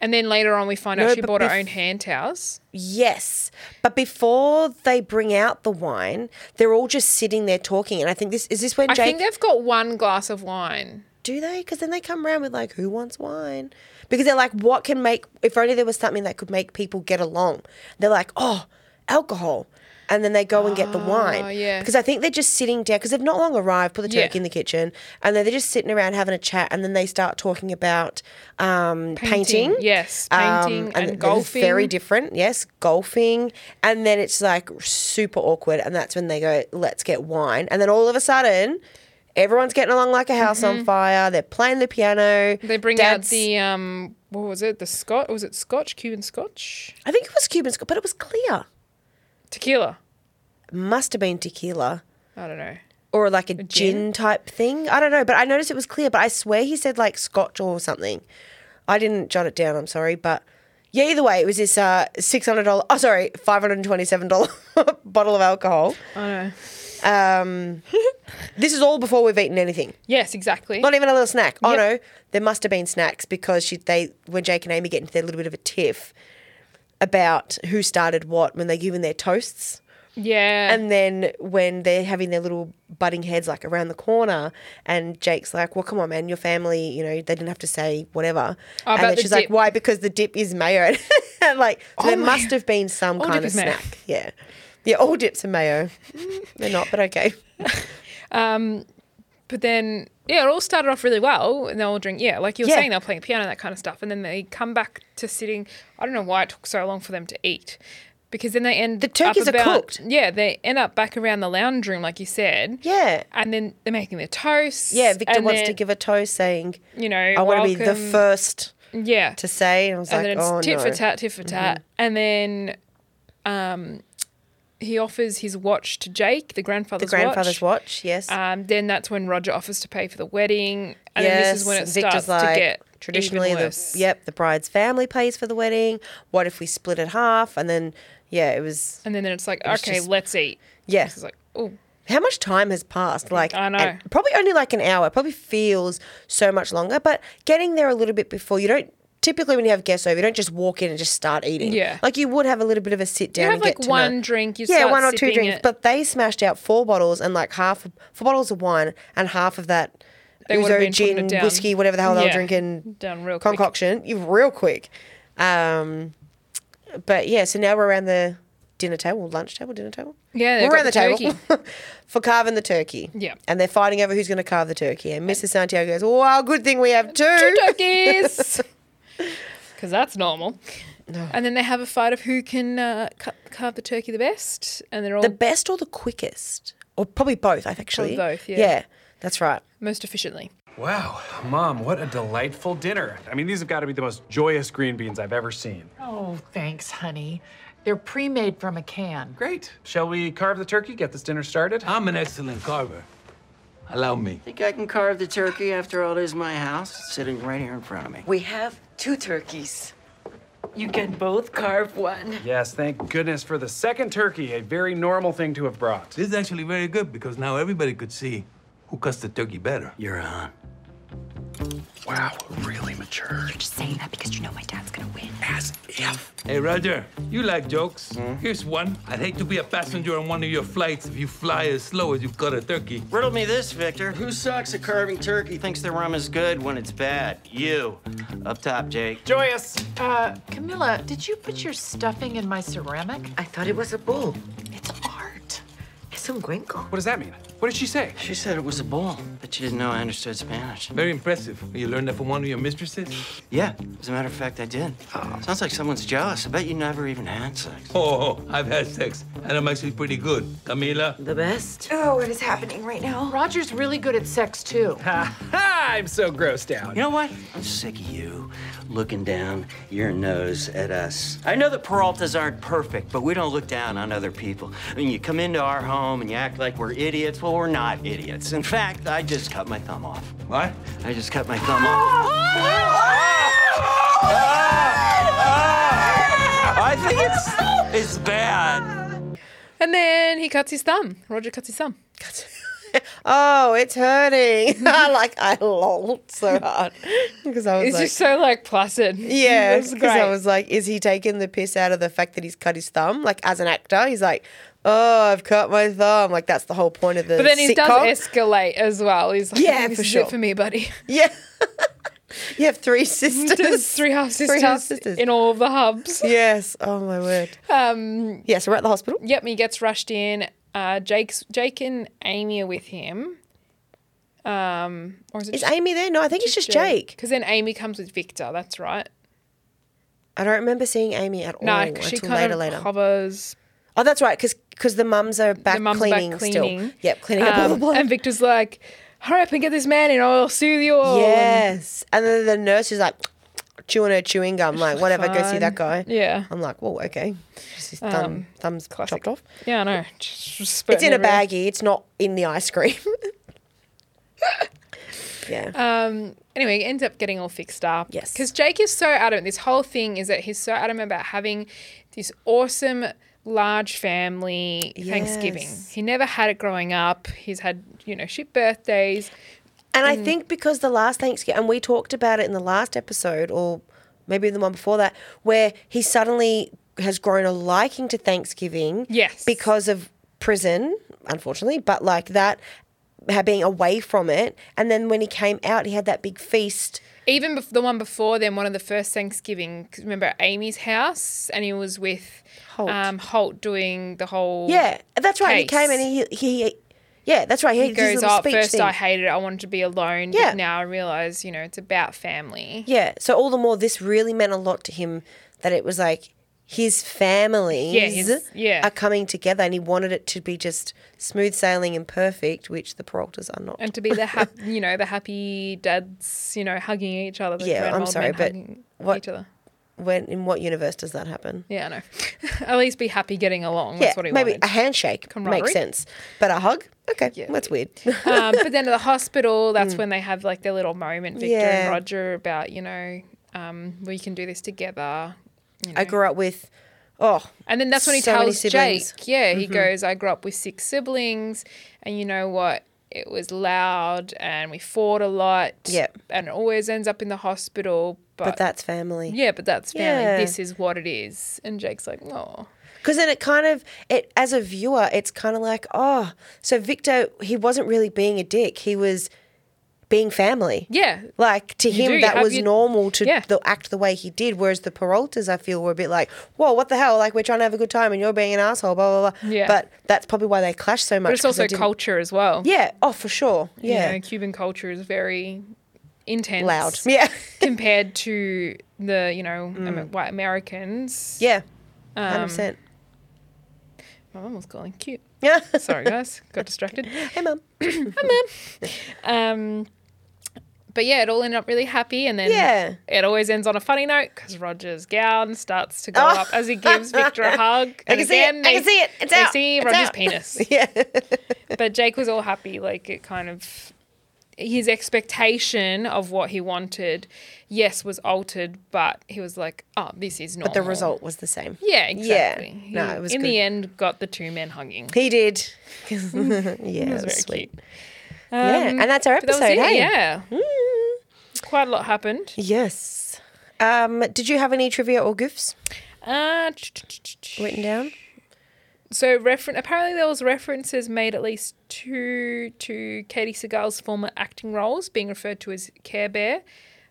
A: and then later on we find
B: No,
A: out she
B: but
A: bought her
B: bef-
A: own hand towels.
B: Yes. But before they bring out the wine, they're all just sitting there talking. And I think this is this when
A: I
B: Jake
A: think they've got one glass of wine.
B: do they? Because then they come around with like, who wants wine? Because they're like, what can make? If only there was something that could make people get along. They're like, oh, alcohol, and then they go and get the wine.
A: Oh, yeah.
B: Because I think they're just sitting down because they've not long arrived. Put the turkey
A: Yeah.
B: in the kitchen, and then they're just sitting around having a chat, and then they start talking about um, painting. Um,
A: Painting, yes, painting and
B: they're Very
A: golfing.
B: different. Yes, golfing, and then it's like super awkward, and that's when they go, let's get wine, and then all of a sudden. Everyone's getting along like a house on fire. They're playing the piano.
A: Mm-hmm. They bring
B: Dad's-
A: out the um, what was it? The Scot was it Scotch? Cuban Scotch?
B: I think it was Cuban, sc- but it was clear.
A: Tequila.
B: Must have been tequila
A: I don't know.
B: or like a, gin?
A: gin?
B: type thing. I don't know, but I noticed it was clear. But I swear he said like Scotch or something. I didn't jot it down. I'm sorry, but yeah. Either way, it was this uh, six hundred dollar. Oh, sorry, five hundred twenty-seven dollar bottle of alcohol.
A: I know.
B: Um, this is all before we've eaten anything.
A: Yes, exactly.
B: Not even a little snack. Oh
A: Yep.
B: no, there must have been snacks because she they when Jake and Amy get into their little bit of a tiff about who started what when they're given their toasts.
A: Uh-huh. yeah.
B: And then when they're having their little butting heads like around the corner, and Jake's like, "Well, come on, man, your family, you know, they didn't have to say whatever."
A: Oh, about
B: and then
A: the
B: she's like,
A: dip. Oh
B: "Why? Because the dip is mayo." and like, so there
A: my-
B: must have been some
A: All
B: kind
A: dip
B: of
A: is mayo.
B: snack. Yeah, yeah, all dips are mayo. they're not, but okay.
A: but then yeah, it all started off really well, and they all drink. Yeah, like you were
B: Yeah.
A: saying, they're playing piano, and that kind of stuff, and then they come back to sitting. I don't know why it took so long for them to eat, because then they end the
B: turkeys are
A: up about,
B: cooked.
A: Yeah, they end up back around the lounge room, like you said.
B: Yeah.
A: and then they're making their toasts.
B: Yeah, Victor
A: and
B: wants to
A: then,
B: give a toast saying,
A: you know.
B: "I want to be the
A: welcome-
B: first
A: Yeah,
B: to say," and I was
A: and
B: like,
A: then it's
B: "Oh
A: tit
B: no." Mm-hmm.
A: for tat, tit for tat, and then um, he offers his watch to Jake, the
B: the
A: grandfather's watch.
B: grandfather's watch. Yes.
A: Um, then that's when Roger offers to pay for the wedding, and then this is when it starts to get
B: traditionally
A: even
B: the
A: worse.
B: yep the bride's family pays for the wedding. What if we split it half? And then yeah, it was
A: And then it's like,
B: was
A: okay,
B: just-
A: let's eat.
B: Yeah.
A: It's like, oh,
B: how much time has passed? Like
A: I know.
B: and probably only like an hour. Probably feels so much longer. But getting there a little bit before you don't. Typically, when you have guests over, you don't just walk in and just start eating.
A: Yeah.
B: like you would have a little bit of a sit down.
A: have,
B: and
A: like,
B: get to
A: one
B: know-
A: drink, you
B: yeah,
A: start
B: one or two
A: sipping
B: drinks.
A: it.
B: But they smashed out four bottles and like half four bottles of wine and half of that
A: They would've
B: ouzo
A: been putting
B: gin,
A: it down.
B: whiskey, whatever the hell they were
A: Yeah.
B: drinking.
A: Down real quick.
B: concoction you real quick. Um, but yeah, so now we're around the dinner table, lunch table, dinner table.
A: Yeah, they've
B: we're around the,
A: got the
B: table for carving the turkey.
A: Yeah.
B: and they're fighting over who's going to carve the turkey. And Mrs. Santiago goes, "Wow, good thing we have two."
A: two turkeys. Because that's normal. And then they have a fight of who can uh, cut, carve the turkey the best, and they're all
B: The best or the quickest, or probably both. I actually
A: Probably both, yeah.
B: that's right.
A: most efficiently.
F: Wow, Mom, what a delightful dinner. I mean, these have got to be the most joyous green beans I've ever seen.
G: Oh, thanks, honey. They're pre made from a can.
F: Great. Shall we carve the turkey, get this dinner started?
H: I'm an excellent carver. Allow me.
I: Think I can carve the turkey after all this is my house? It's sitting right here in front of me.
J: We have two turkeys. You can both carve one.
F: Yes, thank goodness for the second turkey, a very normal thing to have brought.
H: This is actually very good because now everybody could see who cuts the turkey better.
I: You're on.
C: Wow, we're really mature.
K: Just saying that because you know my dad's gonna win.
H: As if. Hey, Roger, you like jokes. Here's one. I'd hate to be a passenger on one of your flights if you fly as slow as you cut a turkey.
I: Riddle me this, Victor. Who sucks at carving turkey thinks their rum is good when it's bad? You. Up top, Jake.
F: Joyous.
G: Uh, Camilla, did you put your stuffing in my ceramic?
K: I thought it was a bull. It's art. It's un cuenco.
F: What does that mean? What did she say?
I: She said it was a bull, but she didn't know I understood Spanish.
H: Very impressive. You learned that from one of your mistresses?
I: Yeah, as a matter of fact, I did. Sounds like someone's jealous. I bet you never even had sex.
H: Oh, I've had sex, and I'm actually pretty good. Camila?
K: The best.
J: Oh, what is happening right now?
G: Roger's really good at sex, too.
F: I'm so grossed out.
I: You know what? I'm sick of you looking down your nose at us. I know that Peraltas aren't perfect, but we don't look down on other people. I mean, you come into our home and you act like we're idiots. Well, we're not idiots. In fact, I just cut my thumb off.
H: What?
I: I just cut my thumb off. I think it's it's bad.
A: And then he cuts his thumb. Roger cuts his thumb.
B: Oh, it's hurting. I like I lolled so hard because I was
A: It's
B: like,
A: just so like placid.
B: yeah,
A: It's
B: because I was like, is he taking the piss out of the fact that he's cut his thumb? Like as an actor, he's like, oh, I've cut my thumb. Like that's the whole point of the.
A: But then he
B: sitcom.
A: does escalate as well. He's like,
B: Yeah,
A: yeah, this
B: for
A: is
B: sure.
A: it for me, buddy.
B: yeah. you have three sisters.
A: There's three half sisters,
B: Three half sisters.
A: in all of the hubs.
B: yes. Oh my word. Um. Yes, we're at the hospital.
A: Yep, he gets rushed in. Uh, Jake's Jake and Amy are with him. Um, or is it
B: Is Amy there? No, I think it's just Jake. Oh,
A: Because then Amy comes with Victor. That's right.
B: I don't remember seeing Amy at all
A: No, she
B: until
A: kind
B: later.
A: of
B: Later.
A: hovers.
B: Oh, that's right, because the mums are back
A: The mum's back
B: cleaning still.
A: cleaning.
B: Yep, cleaning up all the
A: Um,
B: blood.
A: and Victor's like, "Hurry up and get this man in, or I'll soothe you all." And
B: Yes. And then the nurse is like chewing her chewing gum, like, whatever, go see that guy.
A: fine. Yeah. Um,
B: I'm like, whoa, okay. Just his thumb, thumb's chopped off.
A: Yeah, I know. Just- just
B: It's
A: spurting
B: in a
A: everywhere.
B: baggie, it's not in the ice cream. yeah.
A: Anyway, it ends up getting all fixed up.
B: Yes.
A: Because Jake is so adamant. This whole thing is that he's so adamant about having this awesome large family Thanksgiving.
B: Yes.
A: He never had it growing up. He's had, you know, shit birthdays.
B: And
A: Mm.
B: I think because the last Thanksgiving, and we talked about it in the last episode, or maybe the one before that, where he suddenly has grown a liking to Thanksgiving.
A: Yes.
B: Because of prison, unfortunately, but like that, ha- being away from it. And then when he came out, he had that big feast.
A: Even bef- the one before then, one of the first Thanksgiving, 'cause remember at Amy's house, and he was with
B: Holt.
A: Um, Holt doing the whole
B: Yeah, that's right. He came
A: Case.
B: and he, he, he yeah, that's right.
A: He
B: He, did his
A: goes,
B: little
A: "Oh, at
B: speech
A: first
B: thing.
A: I hated it. I wanted to be alone,
B: Yeah.
A: but now I realize, you know, it's about family."
B: Yeah. So all the more, this really meant a lot to him that it was like his families
A: his- yeah.
B: are coming together, and he wanted it to be just smooth sailing and perfect, which the Peraltas are not.
A: and to be the hap- you know the happy dads you know hugging each other the
B: Yeah,
A: grown
B: I'm
A: old
B: sorry,
A: men
B: but
A: hugging
B: what-
A: each other
B: when in what universe does that happen?
A: yeah I know at least be happy getting along that's what he
B: maybe
A: wanted
B: a handshake makes
A: Camaraderie?
B: sense, but a hug, okay, that's weird.
A: um, but then at the hospital that's when they have like their little moment Victor
B: Mm. Yeah.
A: and Roger about you know um, we can do this together
B: I grew up with, oh,
A: and then that's when he
B: So many
A: tells Jake
B: siblings. Mm-hmm.
A: yeah he goes I grew up with six siblings and you know what it was loud and we fought a lot
B: Yep.
A: and it always ends up in the hospital
B: but that's family.
A: Yeah, but that's family.
B: Yeah.
A: This is what it is. And Jake's like, oh.
B: Because then it kind of it as a viewer, it's kind of like oh, so Victor he wasn't really being a dick. He was being family.
A: Yeah.
B: Like to
A: You
B: him,
A: do, you
B: that
A: have
B: was
A: your-
B: normal to
A: Yeah.
B: the, act the way he did. Whereas the Peraltas, I feel, were a bit like, "Whoa, what the hell? Like we're trying to have a good time, and you're being an asshole." Blah blah blah.
A: Yeah.
B: But that's probably why they clash so much.
A: But it's
B: 'cause they
A: also
B: didn't-
A: culture as well.
B: Yeah. Oh, for sure.
A: You
B: Yeah.
A: know, Cuban culture is very intense.
B: Loud. Yeah. Mm.
A: compared to the, you know, Amer- white Americans.
B: yeah.
A: Um,
B: Hundred percent.
A: My mum was calling cute.
B: Yeah.
A: Sorry, guys. Got distracted.
B: hey, mum.
A: Um, but yeah, it all ended up really happy, and then
B: Yeah.
A: it always ends on a funny note because Roger's gown starts to go
B: Oh.
A: up as he gives Victor a hug.
B: I
A: and
B: can see it.
A: again
B: I
A: they-
B: can see it. It's
A: they
B: out.
A: see
B: It's
A: Roger's
B: out.
A: penis.
B: Yeah.
A: but Jake was all happy. Like it kind of his expectation of what he wanted, yes, was altered, but he was like, "Oh, this is normal."
B: But the result was the same.
A: yeah, exactly. He,
B: No, it was
A: in
B: good.
A: the end, got the two men hugging.
B: He did. yeah, it was
A: very
B: sweet.
A: cute. Um,
B: yeah, and that's our
A: But that was
B: episode. Mm.
A: it,
B: hey,
A: yeah. quite a lot happened.
B: Yes. Um, did you have any trivia or goofs
A: Uh,
B: written down?
A: So reference. Apparently, there was references made at least two to Katie Seagal's former acting roles, being referred to as Care Bear,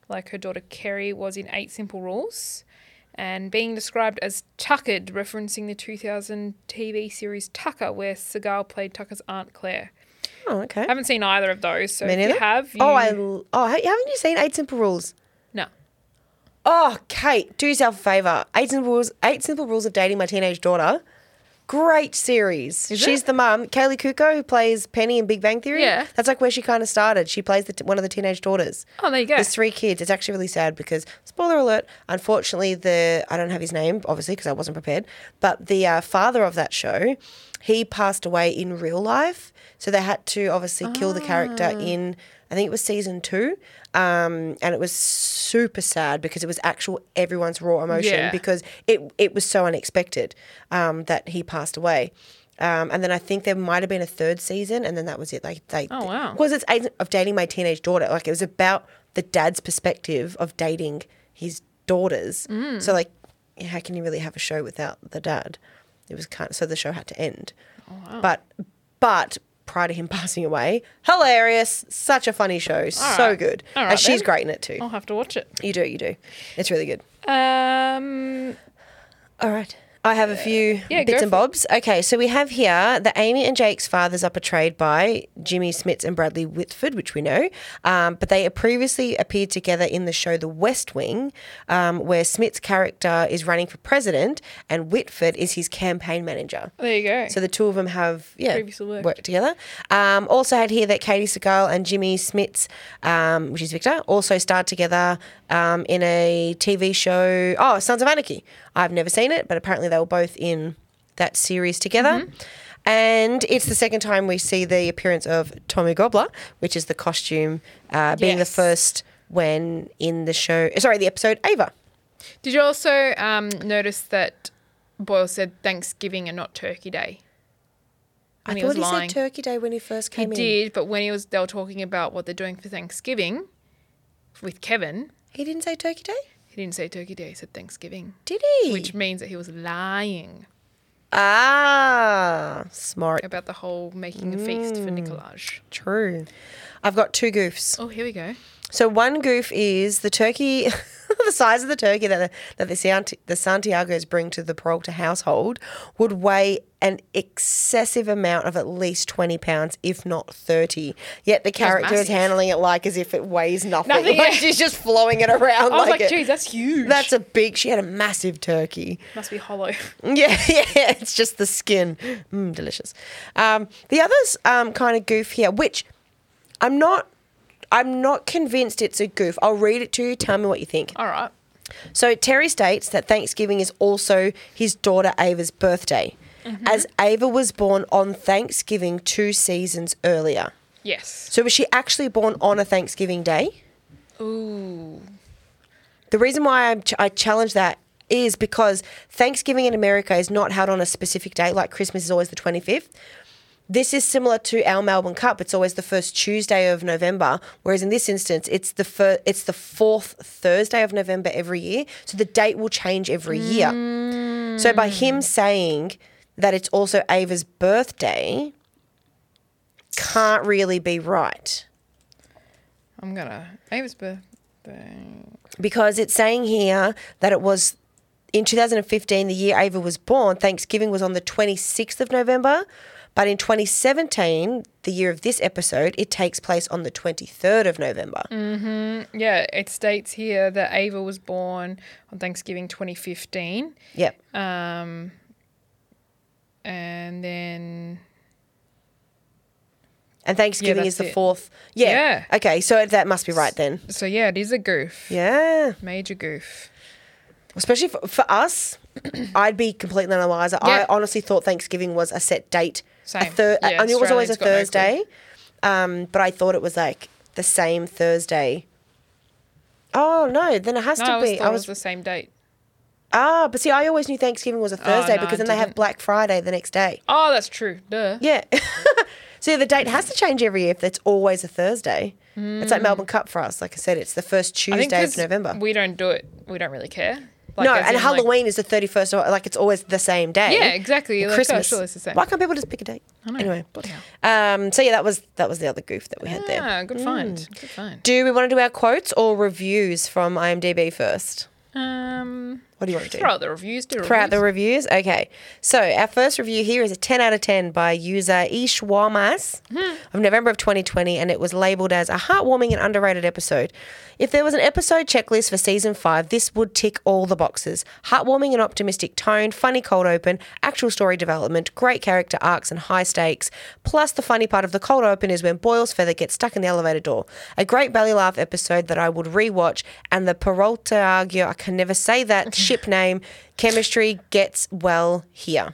A: like her daughter Kerry was in Eight Simple Rules, and being described as Tuckered, referencing the 2000 TV series Tucker, where Seagal played Tucker's aunt Claire.
B: Oh, okay.
A: I haven't seen either of those, so
B: Me
A: if you
B: neither.
A: have, you...
B: Oh, I l- oh, ha- haven't you seen Eight Simple Rules?
A: No.
B: Oh, Kate, do yourself a favor. Eight Simple Rules, Eight Simple Rules of Dating My Teenage Daughter. Great series.
A: Is
B: She's
A: it?
B: the mum, Kaylee Kuko, who plays Penny in Big Bang Theory.
A: Yeah.
B: that's like where she kind of started. She plays the t- one of the teenage daughters.
A: Oh, there you go.
B: There's three kids. It's actually really sad because spoiler alert. Unfortunately, the I don't have his name obviously because I wasn't prepared. But the uh, father of that show, he passed away in real life, so they had to obviously kill the character in. I think it was season two, um, and it was super sad because it was actual everyone's raw emotion
A: Yeah.
B: because it it was so unexpected um, that he passed away. Um, and then I think there might have been a third season, and then that was it. Like they,
A: Oh, wow.
B: because it's eight of dating my teenage daughter. Like it was about the dad's perspective of dating his daughters.
A: Mm.
B: So like, how can you really have a show without the dad? It was kind of so the show had to end.
A: Oh,
B: But but prior to him passing away, hilarious, such a funny show, so
A: right.
B: good,
A: All
B: and
A: right then.
B: she's
A: Oh.
B: great in it too.
A: I'll have to watch it.
B: You do, you do. It's really good.
A: Um,
B: All right. I have a few
A: yeah, go
B: bits
A: for
B: and
A: it.
B: bobs. Okay, so we have here that Amy and Jake's fathers are portrayed by Jimmy Smits and Bradley Whitford, which we know, um, but they previously appeared together in the show The West Wing, um, where Smits' character is running for president and Whitford is his campaign manager.
A: there you go.
B: So the two of them have yeah
A: Previously worked.
B: together. Um, also had here that Katie Seagal and Jimmy Smits, um, which is Victor, also starred together um, in a TV show. Oh, Sons of Anarchy. I've never seen it, but apparently they were both in that series together.
A: Mm-hmm.
B: And it's the second time we see the appearance of Tommy Gobbler, which is the costume uh, being
A: Yes.
B: the first when in the show. Sorry, the episode Ava.
A: Did you also um, notice that Boyle said Thanksgiving and not Turkey Day?
B: I thought he said Turkey Day when he first
A: He
B: came in.
A: did, but when he was, they were talking about what they're doing for Thanksgiving with Kevin.
B: He didn't say Turkey Day,
A: He didn't say Turkey Day. He said Thanksgiving,
B: did he?
A: which means that he was lying
B: Ah, smart.
A: about the whole making a feast for
B: Mm.
A: Nicolaj.
B: True. I've got two goofs.
A: Oh, here we go.
B: So one goof is the turkey, the size of the turkey that the, that the, Sant- the Santiago's bring to the Peralta household would weigh an excessive amount of at least 20 pounds, if not 30. Yet the character is
A: massive.
B: handling it like as if it weighs nothing.
A: Nothing,
B: Like
A: yeah.
B: She's just flowing it around.
A: I was like,
B: it-
A: geez, that's huge.
B: That's a big, she had a massive turkey.
A: Must be hollow.
B: Yeah, yeah, yeah, it's just the skin. Mm, delicious. Um, the other's um, kind of goof here, which I'm not. I'm not convinced it's a goof. I'll read it to you. Tell me what you think.
A: All right.
B: So Terry states that Thanksgiving is also his daughter Ava's birthday, as Ava was born on Thanksgiving two seasons earlier.
A: Yes.
B: So was she actually born on a Thanksgiving day?
A: Ooh.
B: The reason why I'm ch- I challenge that is because Thanksgiving in America is not held on a specific date, like Christmas is always the 25th. This is similar to our Melbourne Cup. It's always the first Tuesday of November, whereas in this instance, it's the fir- it's the fourth Thursday of November every year. So the date will change every year. So by him saying that it's also Ava's birthday, can't really be right.
A: I'm gonna. Ava's birthday.
B: because it's saying here that it was in 2015, the year Ava was born, Thanksgiving was on the 26th of November. But in 2017, the year of this episode, it takes place on the 23rd of November.
A: Mm. Yeah, it states here that Ava was born on Thanksgiving 2015.
B: Yep.
A: Um, and then
B: And Thanksgiving
A: that's
B: is the
A: it.
B: fourth. Yeah.
A: Yeah.
B: Okay. So that must be right then.
A: so yeah, it is a goof.
B: Yeah.
A: Major goof.
B: Especially for, for us, I'd be completely none the wiser.
A: Yeah.
B: I honestly thought Thanksgiving was a set date. A
A: Same.
B: thir-
A: Yeah,
B: I knew it was always a
A: Australians got no clue.
B: Thursday, um, but I thought it was like the same Thursday. Oh no! Then it has
A: No, I
B: to
A: always
B: be.
A: thought
B: I
A: it was
B: was
A: the same date.
B: ah, but see, I always knew Thanksgiving was a Thursday
A: Oh, no,
B: because
A: I
B: then they have
A: didn't.
B: Black Friday the next day.
A: Oh, that's true. Duh.
B: Yeah. So yeah, the date has to change every year if it's always a Thursday. It's like
A: Mm.
B: Melbourne Cup for us. Like I said, it's the first
A: I think
B: Tuesday of
A: 'cause
B: November.
A: We don't do it. We don't really care.
B: no,
A: as
B: and
A: in, like-
B: Halloween is the 31st, or like it's always the same day.
A: Yeah, exactly.
B: And
A: Like, oh,
B: Christmas.
A: sure, it's the same.
B: Why can't people just pick a date?
A: I know.
B: Anyway.
A: Bloody hell.
B: Um, so yeah, that was that was the other goof that we had there.
A: Ah, good
B: Mm.
A: find. Good find.
B: Do we want to do our quotes or reviews from IMDb first?
A: Um,
B: What do you want to do?
A: Throw out the reviews. Do
B: Throughout the
A: reviews.
B: reviews? Okay. So our first review here is a 10 out of 10 by user Ishwamas
A: Hmm.
B: of November of 2020, and it was labeled as a heartwarming and underrated episode. If there was an episode checklist for season five, this would tick all the boxes. Heartwarming and optimistic tone, funny cold open, actual story development, great character arcs and high stakes. Plus the funny part of the cold open is when Boyle's feather gets stuck in the elevator door. A great belly laugh episode that I would rewatch and the Peralta argue I can never say that ship name chemistry gets well here.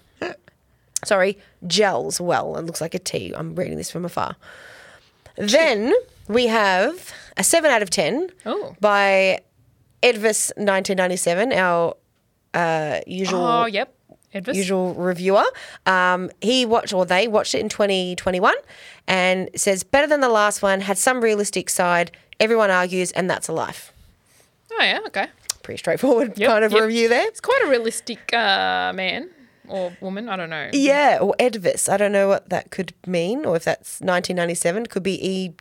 B: Sorry, gels well and looks like a T. I'm reading this from afar. Then we have a 7 out of 10
A: Oh.
B: by Edvis1997, our uh, usual
A: Oh, yep. Edvis.
B: usual reviewer. Um, he watched or they watched it in 2021 and says better than the last one, had some realistic side, everyone argues, and that's a life.
A: Oh yeah. Okay.
B: Pretty straightforward kind of
A: yep.
B: review there.
A: It's quite a realistic uh, man or woman. I don't know.
B: Yeah, or Edvis. I don't know what that could mean, or if that's 1997. Could be E.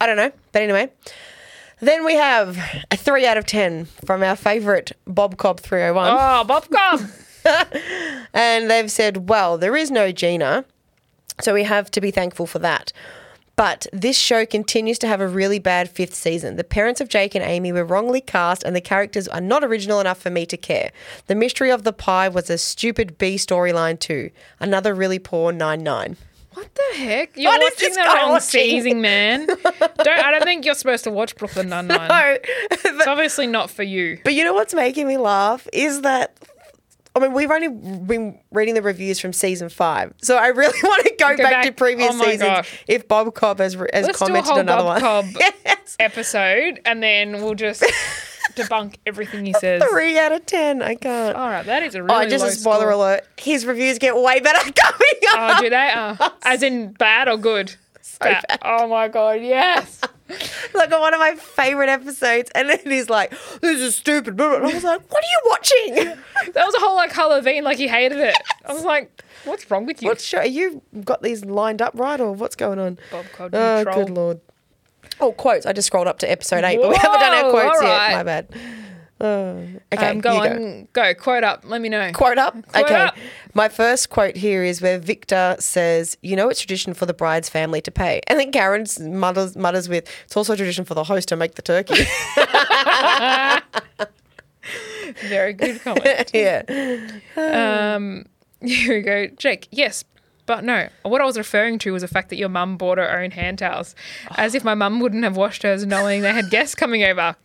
B: I don't know. But anyway. Then we have a 3 out of 10 from our favourite Bob Cobb 301.
A: Oh, Bob Cobb!
B: and they've said, well, there is no Gina, so we have to be thankful for that. But this show continues to have a really bad fifth season. The parents of Jake and Amy were wrongly cast, and the characters are not original enough for me to care. The mystery of the pie was a stupid B storyline, too. Another really poor 9 9.
A: What the heck? You're
B: What is
A: watching
B: this
A: the
B: guy
A: wrong
B: watching?
A: season, man. don't. I don't think you're supposed to watch Brooklyn Nine Nine.
B: No,
A: it's obviously not for you.
B: But you know what's making me laugh is that I mean we've only been reading the reviews from season five, so I really want to go,
A: Go
B: back, to
A: back.
B: previous
A: Oh my
B: seasons.
A: gosh.
B: If Bob Cobb has, has
A: Let's do a
B: commented
A: whole
B: another
A: Bob
B: one,
A: Cobb episode, and then we'll just debunk everything he says.
B: three out of ten. I can't.
A: All right, that is a
B: oh,
A: really
B: just
A: low
B: a spoiler
A: score.
B: alert: his reviews get way better coming up.
A: Oh, do they? Oh, as in bad or good? Bad. Oh my god, yes.
B: like on one of my favorite episodes, and then he's like, "This is stupid." blah, blah, blah." I was like, "What are you watching?
A: That was a whole like Halloween, like he hated it. I was like, what's wrong with you?
B: What show? Are you got these lined up right, or what's going on?"
A: Bob Cobb, you
B: Oh,
A: troll.
B: good lord. Oh, quotes. I just scrolled up to episode eight, but we haven't done our
A: Whoa,
B: quotes
A: alright.
B: yet. My bad. Oh, okay,
A: um, go
B: you
A: on, go. quote up. Let me know.
B: Quote up.
A: Quote
B: okay.
A: up.
B: My first quote here is where Victor says, "You know, it's tradition for the bride's family to pay," and then Karen mutters, mutters with, "It's also tradition for the host to make the turkey."
A: Very good comment.
B: yeah.
A: Um, here we go, Jake. Yes. But no, what I was referring to was the fact that your mum bought her own hand towels, as if my mum wouldn't have washed hers knowing they had guests coming over.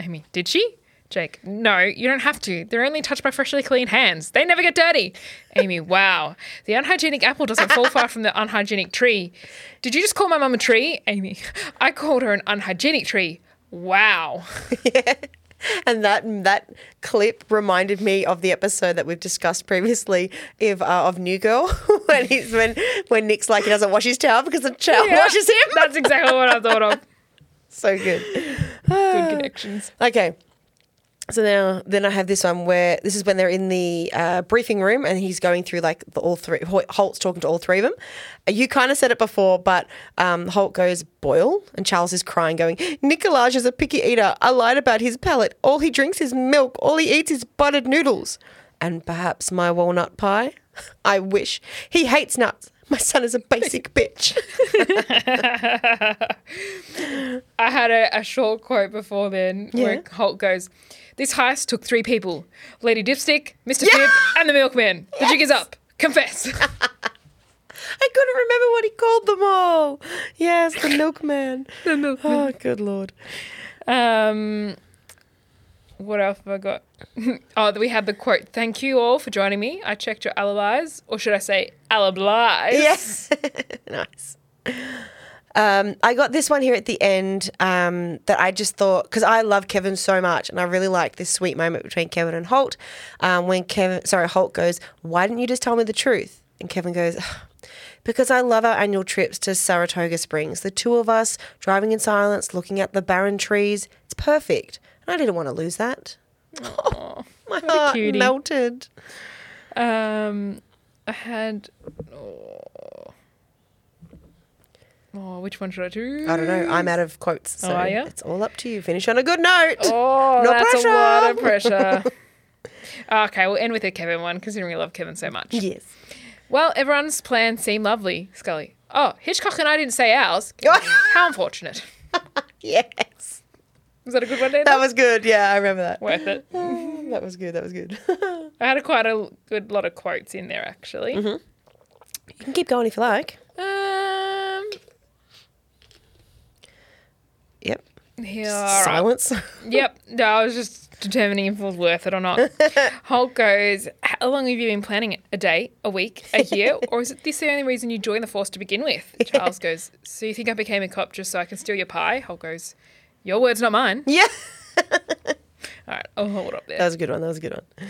A: Amy, did she? Jake, no, you don't have to. They're only touched by freshly clean hands. They never get dirty. Amy, wow. The unhygienic apple doesn't fall far from the unhygienic tree. Did you just call my mum a tree? Amy, I called her an unhygienic tree. Wow.
B: And that that clip reminded me of the episode that we've discussed previously of, uh, of New Girl when he's when when Nick's like he doesn't wash his towel because the towel
A: Yeah,
B: washes him.
A: That's exactly what I thought of.
B: So good.
A: Good connections.
B: Okay. So now, then I have this one where this is when they're in the uh, briefing room and he's going through like the all three. Hol- Holt's talking to all three of them. Uh, You kind of said it before, but um, Holt goes boil, and Charles is crying, going, "Nicolaj is a picky eater. I lied about his palate. All he drinks is milk. All he eats is buttered noodles, and perhaps my walnut pie. I wish he hates nuts. My son is a basic bitch."
A: I had a, a short quote before then where Holt goes, This heist took three people Lady Dipstick, Mr. Pip, and the milkman. The jig is up. Confess.
B: I couldn't remember what he called them all. Yes, the milkman.
A: the milkman.
B: Oh, good lord.
A: Um, what else have I got? oh, we had the quote. Thank you all for joining me. I checked your alibis, or should I say alibis?
B: Yes. nice. Um, I got this one here at the end um, that I just thought because I love Kevin so much, and I really like this sweet moment between Kevin and Holt um, when Kevin, sorry, Holt goes, "Why didn't you just tell me the truth?" And Kevin goes, "Ugh, because I love our annual trips to Saratoga Springs. The two of us driving in silence, looking at the barren trees. It's perfect. And I didn't want to lose that. my
A: What a
B: heart
A: cutie.
B: melted.
A: Um, I had. Oh, Oh, which one should I do?
B: I don't know. I'm out of quotes. So
A: Oh, are ya?
B: it's all up to you. Finish on a good note.
A: Oh,
B: No
A: that's
B: pressure.
A: a lot of pressure. okay, we'll end with a Kevin one, considering we love Kevin so much.
B: Yes.
A: Well, everyone's plans seem lovely, Scully. Oh, Hitchcock and I didn't say ours. How unfortunate.
B: yes.
A: Was that a good one, Dan?
B: That was good. Yeah, I remember that.
A: Worth it.
B: that was good. That was good.
A: I had a quite a good lot of quotes in there, actually.
B: Mm-hmm. You can keep going if you like.
A: Um,
B: Yep.
A: yeah, all right.
B: Silence.
A: yep. No, I was just determining if it was worth it or not. Hulk goes, How long have you been planning it? A day? A week? A year? Or is it this the only reason you joined the force to begin with? Charles goes, So you think I became a cop just so I can steal your pie? Hulk goes, Your words, not mine.
B: Yeah.
A: All right, I'll hold up there.
B: That was a good one. That was a good one.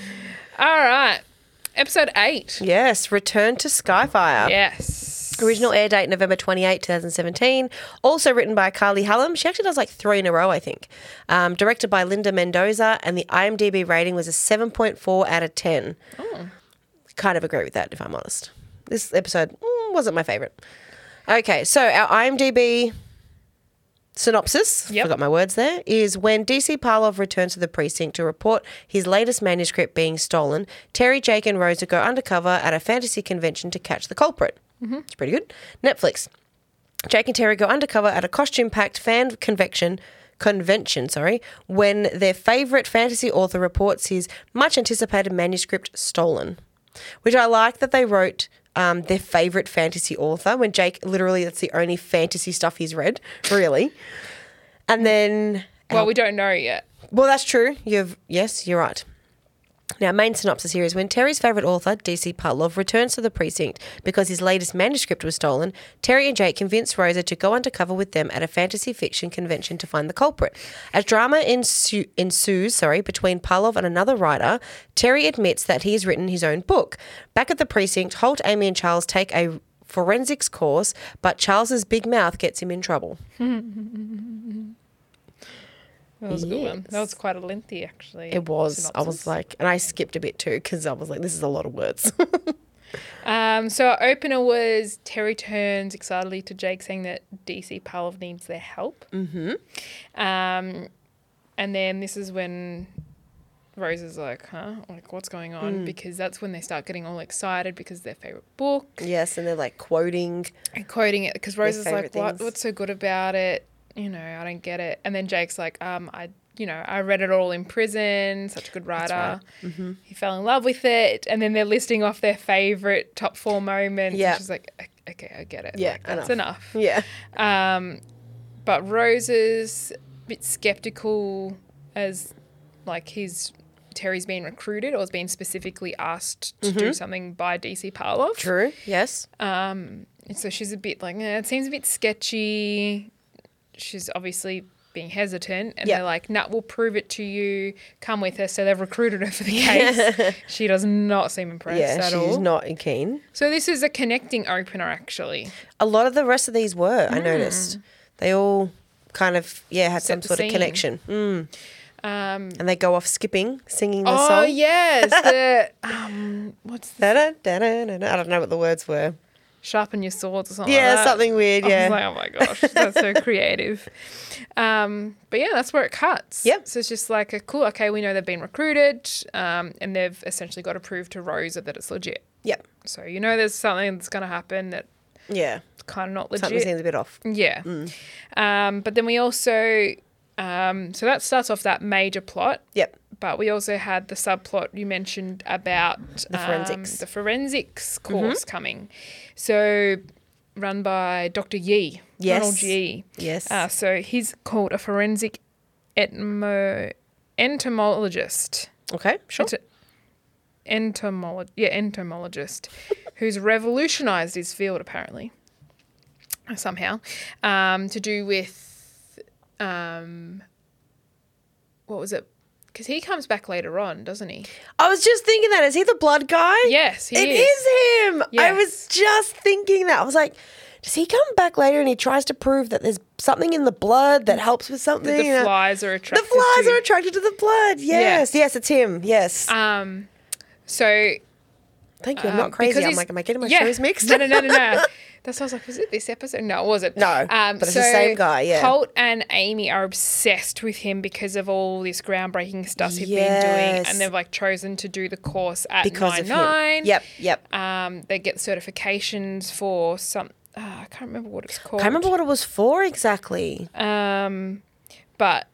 A: All right. Episode eight.
B: Yes. Return to Skyfire.
A: Yes.
B: Original air date November 28, 2017. Also written by Carly Hallam. She actually does like three in a row, I think. Um, directed by Linda Mendoza, and the IMDb rating was a 7.4 out of 10. Kind of agree with that, if I'm honest. This episode mm, wasn't my favorite. Okay, so our IMDb synopsis,
A: Yep.
B: forgot my words there, is when DC Parlov returns to the precinct to report his latest manuscript being stolen, Terry, Jake, and Rosa go undercover at a fantasy convention to catch the culprit. It's pretty good. Netflix. Jake and Terry go undercover at a costume-packed fan convection convention, sorry, when their favorite fantasy author reports his much-anticipated manuscript stolen, which I like that they wrote um, their favorite fantasy author when Jake literally that's the only fantasy stuff he's read, really. And then,
A: Well, we don't know yet.
B: well, that's true. You've yes, you're right. Now, main synopsis here is when Terry's favourite author, D.C. Partlove, returns to the precinct because his latest manuscript was stolen, Terry and Jake convince Rosa to go undercover with them at a fantasy fiction convention to find the culprit. As drama ensu- ensues sorry, between Parlov and another writer, Terry admits that he has written his own book. Back at the precinct, Holt, Amy, and Charles take a forensics course, but Charles's big mouth gets him in trouble.
A: That was a good one. That was quite a lengthy, actually.
B: It was. I
A: synopsis.
B: was like, and I skipped a bit too because I was like, this is a lot of words.
A: Um, so our opener was Terry turns excitedly to Jake saying that DC Palov needs their help. Mm-hmm. Um, and then this is when Rose is like, huh? Like, what's going on? Because that's when they start getting all excited because their favorite book
B: yes, and they're like quoting.
A: and quoting it. Because Rose is like,
B: favourite
A: what,
B: things.
A: what's so good about it? You know, I don't get it. And then Jake's like, um, I, you know, I read it all in prison. Such a good writer. He fell in love with it. And then they're listing off their favorite top four moments.
B: Yeah.
A: And she's like, "O- okay, I get it.
B: Yeah,
A: Like, that's enough.
B: Yeah.
A: Um, but Rose's a bit skeptical as like his Terry's been recruited or has been specifically asked to
B: Mm-hmm.
A: do something by DC Parlov.
B: True. Yes.
A: And so she's a bit like, eh, it seems a bit sketchy. She's obviously being hesitant. And
B: Yeah.
A: they're like, Nat, we'll prove it to you. Come with us. So they've recruited her for the case. she does not seem impressed
B: yeah,
A: at
B: she's
A: all.
B: not keen.
A: so this is a connecting opener, actually.
B: A lot of the rest of these were. I noticed they all kind of yeah had some
A: the
B: sort
A: scene.
B: of connection, Mm,
A: Um,
B: and they go off skipping, singing the
A: oh,
B: song.
A: yes. The, um, what's the,
B: Da-da-da-da-da-da. I don't know what the words were.
A: sharpen your swords or something
B: Yeah,
A: like that.
B: something weird.
A: I
B: Yeah.
A: was like, oh my gosh, that's so creative. Um, but yeah, that's where it cuts.
B: Yep.
A: So it's just like a cool, okay, we know they've been recruited, um, and they've essentially got to prove to Rosa that it's legit.
B: yep.
A: So you know there's something that's gonna happen that's
B: Yeah.
A: kind of not
B: Something
A: legit.
B: seems a bit off.
A: Yeah.
B: Mm.
A: Um, but then we also um, so that starts off that major plot.
B: Yep.
A: But we also had the subplot you mentioned about the
B: forensics. Mm-hmm.
A: the forensics course coming. So run by Dr. Yee, Ronald
B: Yes.
A: Yee.
B: Yes.
A: Uh, so he's called a forensic etmo- entomologist.
B: Okay. Sure.
A: It's a- entomolo- yeah, entomologist who's revolutionized his field apparently somehow um, to do with um, what was it? Because he comes back later on, doesn't he?
B: I was just thinking that. Is he the blood guy?
A: Yes, he
B: It
A: is.
B: is him. I
A: Yes.
B: was just thinking that. I was like, does he come back later and he tries to prove that there's something in the blood that helps with something? Uh,
A: The flies are
B: The
A: attracted.
B: flies
A: to-
B: are attracted to the blood. Yes, yes, it's him. Yes.
A: Um, so
B: Thank you. I'm
A: Um,
B: not crazy.
A: because
B: I'm
A: he's-
B: like, am I getting my
A: yeah.
B: shows mixed?
A: No, no, no, no, no. That's why I was like, was it this episode? No, it wasn't.
B: No, but it's the same guy, yeah.
A: Holt and Amy are obsessed with him because of all this groundbreaking stuff he's been doing,
B: Yes.
A: and they've like chosen to do the course at
B: Because
A: nine
B: of him.
A: nine.
B: Yep, yep.
A: Um, they get certifications for some. Uh, I can't remember what it's called.
B: I remember what it was for exactly.
A: Um, but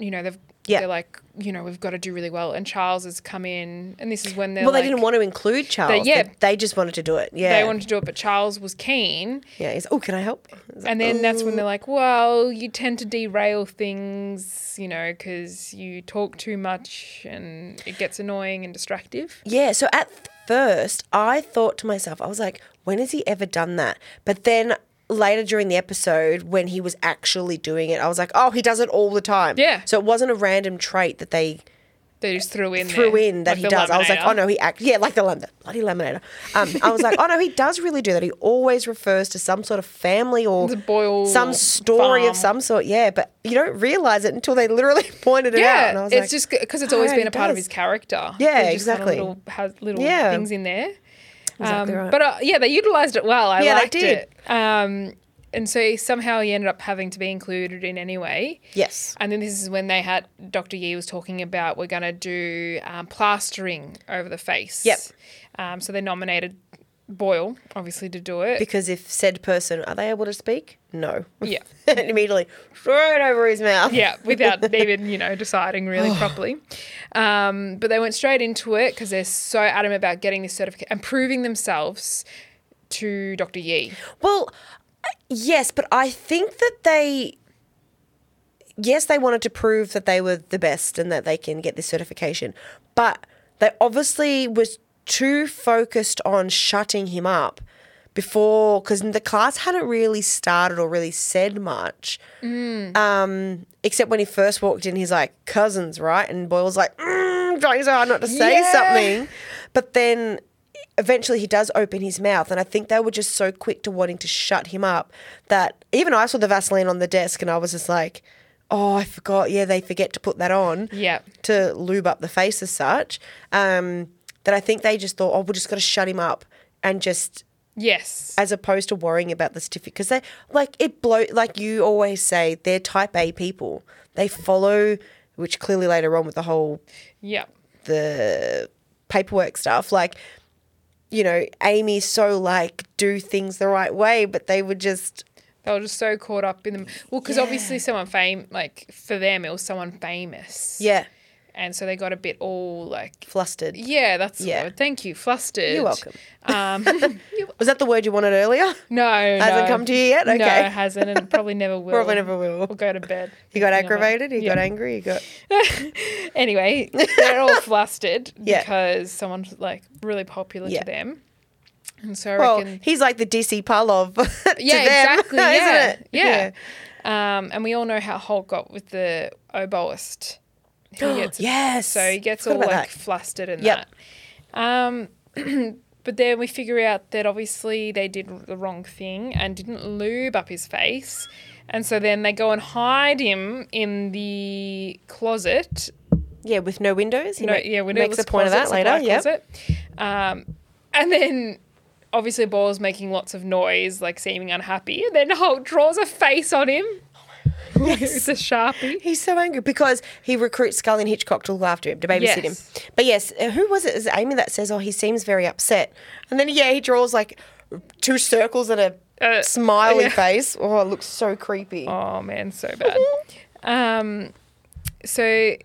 A: you know they've.
B: Yeah.
A: They're like, you know, we've got to do really well. And Charles has come in, and this is when they're
B: well,
A: like,
B: they didn't want to include Charles.
A: yeah.
B: They, they just wanted to do it. Yeah.
A: they wanted to do it, but Charles was keen.
B: yeah. He's, oh, can I help? He's like,
A: And then that's when
B: "Oh."
A: they're like, well, you tend to derail things, you know, because you talk too much and it gets annoying and distractive.
B: Yeah. So at first, I thought to myself, I was like, when has he ever done that? But then later during the episode, when he was actually doing it, I was like, oh, he does it all the time.
A: Yeah.
B: So it wasn't a random trait that they
A: They just threw in
B: threw
A: there,
B: in that
A: like
B: he
A: the
B: does. I was like,
A: laminator.
B: oh no, he act yeah, like the lam- bloody laminator. Um, I was like, oh no, he does really do that. He always refers to some sort of family or
A: The Boyle
B: some story of
A: farm.
B: some sort. Yeah, but you don't realize it until they literally pointed it out.
A: yeah,
B: And I was
A: it's
B: like,
A: just because it's
B: "Oh,
A: always
B: yeah,
A: been
B: he
A: a part of
B: does."
A: his character.
B: Yeah,
A: He just kinda
B: exactly.
A: Little, has little
B: Yeah.
A: things in there.
B: Exactly
A: um,
B: right.
A: But uh, yeah, they utilized it well. I
B: Yeah, they
A: liked
B: did.
A: it. Um, and so somehow he ended up having to be included in anyway.
B: Yes.
A: And then this is when they had Dr. Yee was talking about we're going to do um, plastering over the face.
B: Yep.
A: Um, so they nominated Boyle obviously to do it.
B: because if said person are they able to speak? No.
A: Yeah.
B: and immediately straight over his mouth.
A: yeah, without even you know deciding really
B: Oh.
A: properly. Um, but they went straight into it because they're so adamant about getting this certificate and proving themselves to Dr. Yee.
B: Well, yes, but I think that they, yes, they wanted to prove that they were the best and that they can get this certification, but they obviously was too focused on shutting him up before because the class hadn't really started or really said much um, except when he first walked in he's like cousins right and boyle's like mm, trying so hard not to say
A: Yeah.
B: something but then eventually he does open his mouth and i think they were just so quick to wanting to shut him up that even i saw the vaseline on the desk and i was just like oh i forgot yeah they forget to put that on
A: Yeah.
B: to lube up the face as such um, that i think they just thought oh we're just going to shut him up and just
A: Yes.
B: as opposed to worrying about the certificate because they like it blow like you always say they're type a people they follow which clearly later on with the whole
A: Yeah.
B: the paperwork stuff. Like, you know, Amy's so like do things the right way, but they were just
A: They were just so caught up in them. Well, because obviously someone fame like for them it was someone famous.
B: yeah
A: And so they got a bit all like.
B: flustered.
A: Yeah, that's the
B: Yeah.
A: word. Thank you. Flustered.
B: You're welcome.
A: Um,
B: Was that the word you wanted earlier?
A: no,
B: Hasn't
A: no.
B: come to you yet?
A: No,
B: Okay.
A: it hasn't, and it probably never will.
B: Probably never will.
A: We'll go to bed.
B: You got
A: thinking of it.
B: aggravated. You got
A: Yeah.
B: angry. You got
A: anyway, they're all flustered
B: Yeah.
A: because someone's like really popular
B: Yeah.
A: to them. And so I
B: well.
A: reckon
B: He's like the DC Palov. to
A: yeah,
B: them,
A: exactly.
B: isn't
A: yeah.
B: it?
A: Yeah. Um, and we all know how Hulk got with the oboist. He gets
B: Yes.
A: So he gets
B: Forgot
A: all like
B: about that.
A: flustered and
B: Yep.
A: that. Um, but then we figure out that obviously they did the wrong thing and didn't lube up his face. And so then they go and hide him in the closet
B: Yeah, with no windows. He
A: no,
B: ma-
A: yeah, we
B: makes a point of that later. Yeah.
A: "Oh, Um, and then obviously Boyle's making lots of noise, like seeming unhappy, and then Hulk draws a face on him. it's a sharpie.
B: He's so angry because he recruits Scully and Hitchcock to look after him, to babysit
A: Yes.
B: him. But yes, uh, who was it? Is it Amy that says, "Oh, he seems very upset," and then yeah, he draws like two circles and a
A: Uh,
B: smiley
A: yeah.
B: face. Oh, it looks so creepy.
A: Oh man, so bad. um, so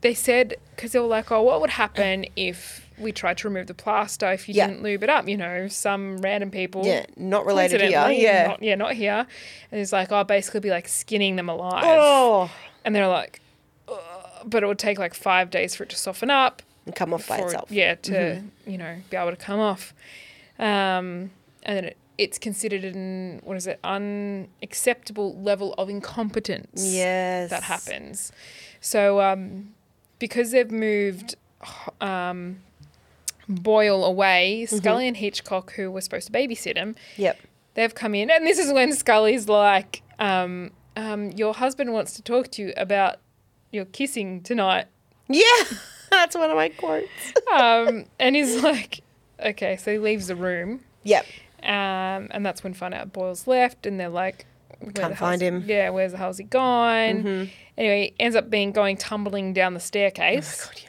A: they said because they were like, "Oh, what would happen if we tried to remove the plaster if you
B: Yeah.
A: didn't lube it up?" You know, some random people.
B: Yeah, not related here.
A: coincidentally,
B: Yeah.
A: not, yeah, not here. And it's like, "Oh, basically, be like skinning them alive."
B: Oh,
A: and they're like, "Ugh," but it would take like five days for it to soften up.
B: and come off by
A: for it-
B: itself. Mm-hmm.
A: yeah, to you know be able to come off. Um, and then it, it's considered an what is it unacceptable level of incompetence
B: Yes.
A: that happens. So um, because they've moved um, Boyle away,
B: Mm-hmm.
A: Scully and Hitchcock, who were supposed to babysit him,
B: Yep.
A: they've come in, and this is when Scully's like, um, um, "Your husband wants to talk to you about your kissing tonight."
B: Yeah, that's one of my quotes.
A: um, and he's like, "Okay," so he leaves the room.
B: Yep.
A: Um, and that's when find out Boyle's left, and they're like, "Where
B: can't
A: the hell's-
B: find him.
A: Yeah, where's the hell's he gone?
B: Mhm.
A: Anyway, he ends up being going tumbling down the staircase.
B: Oh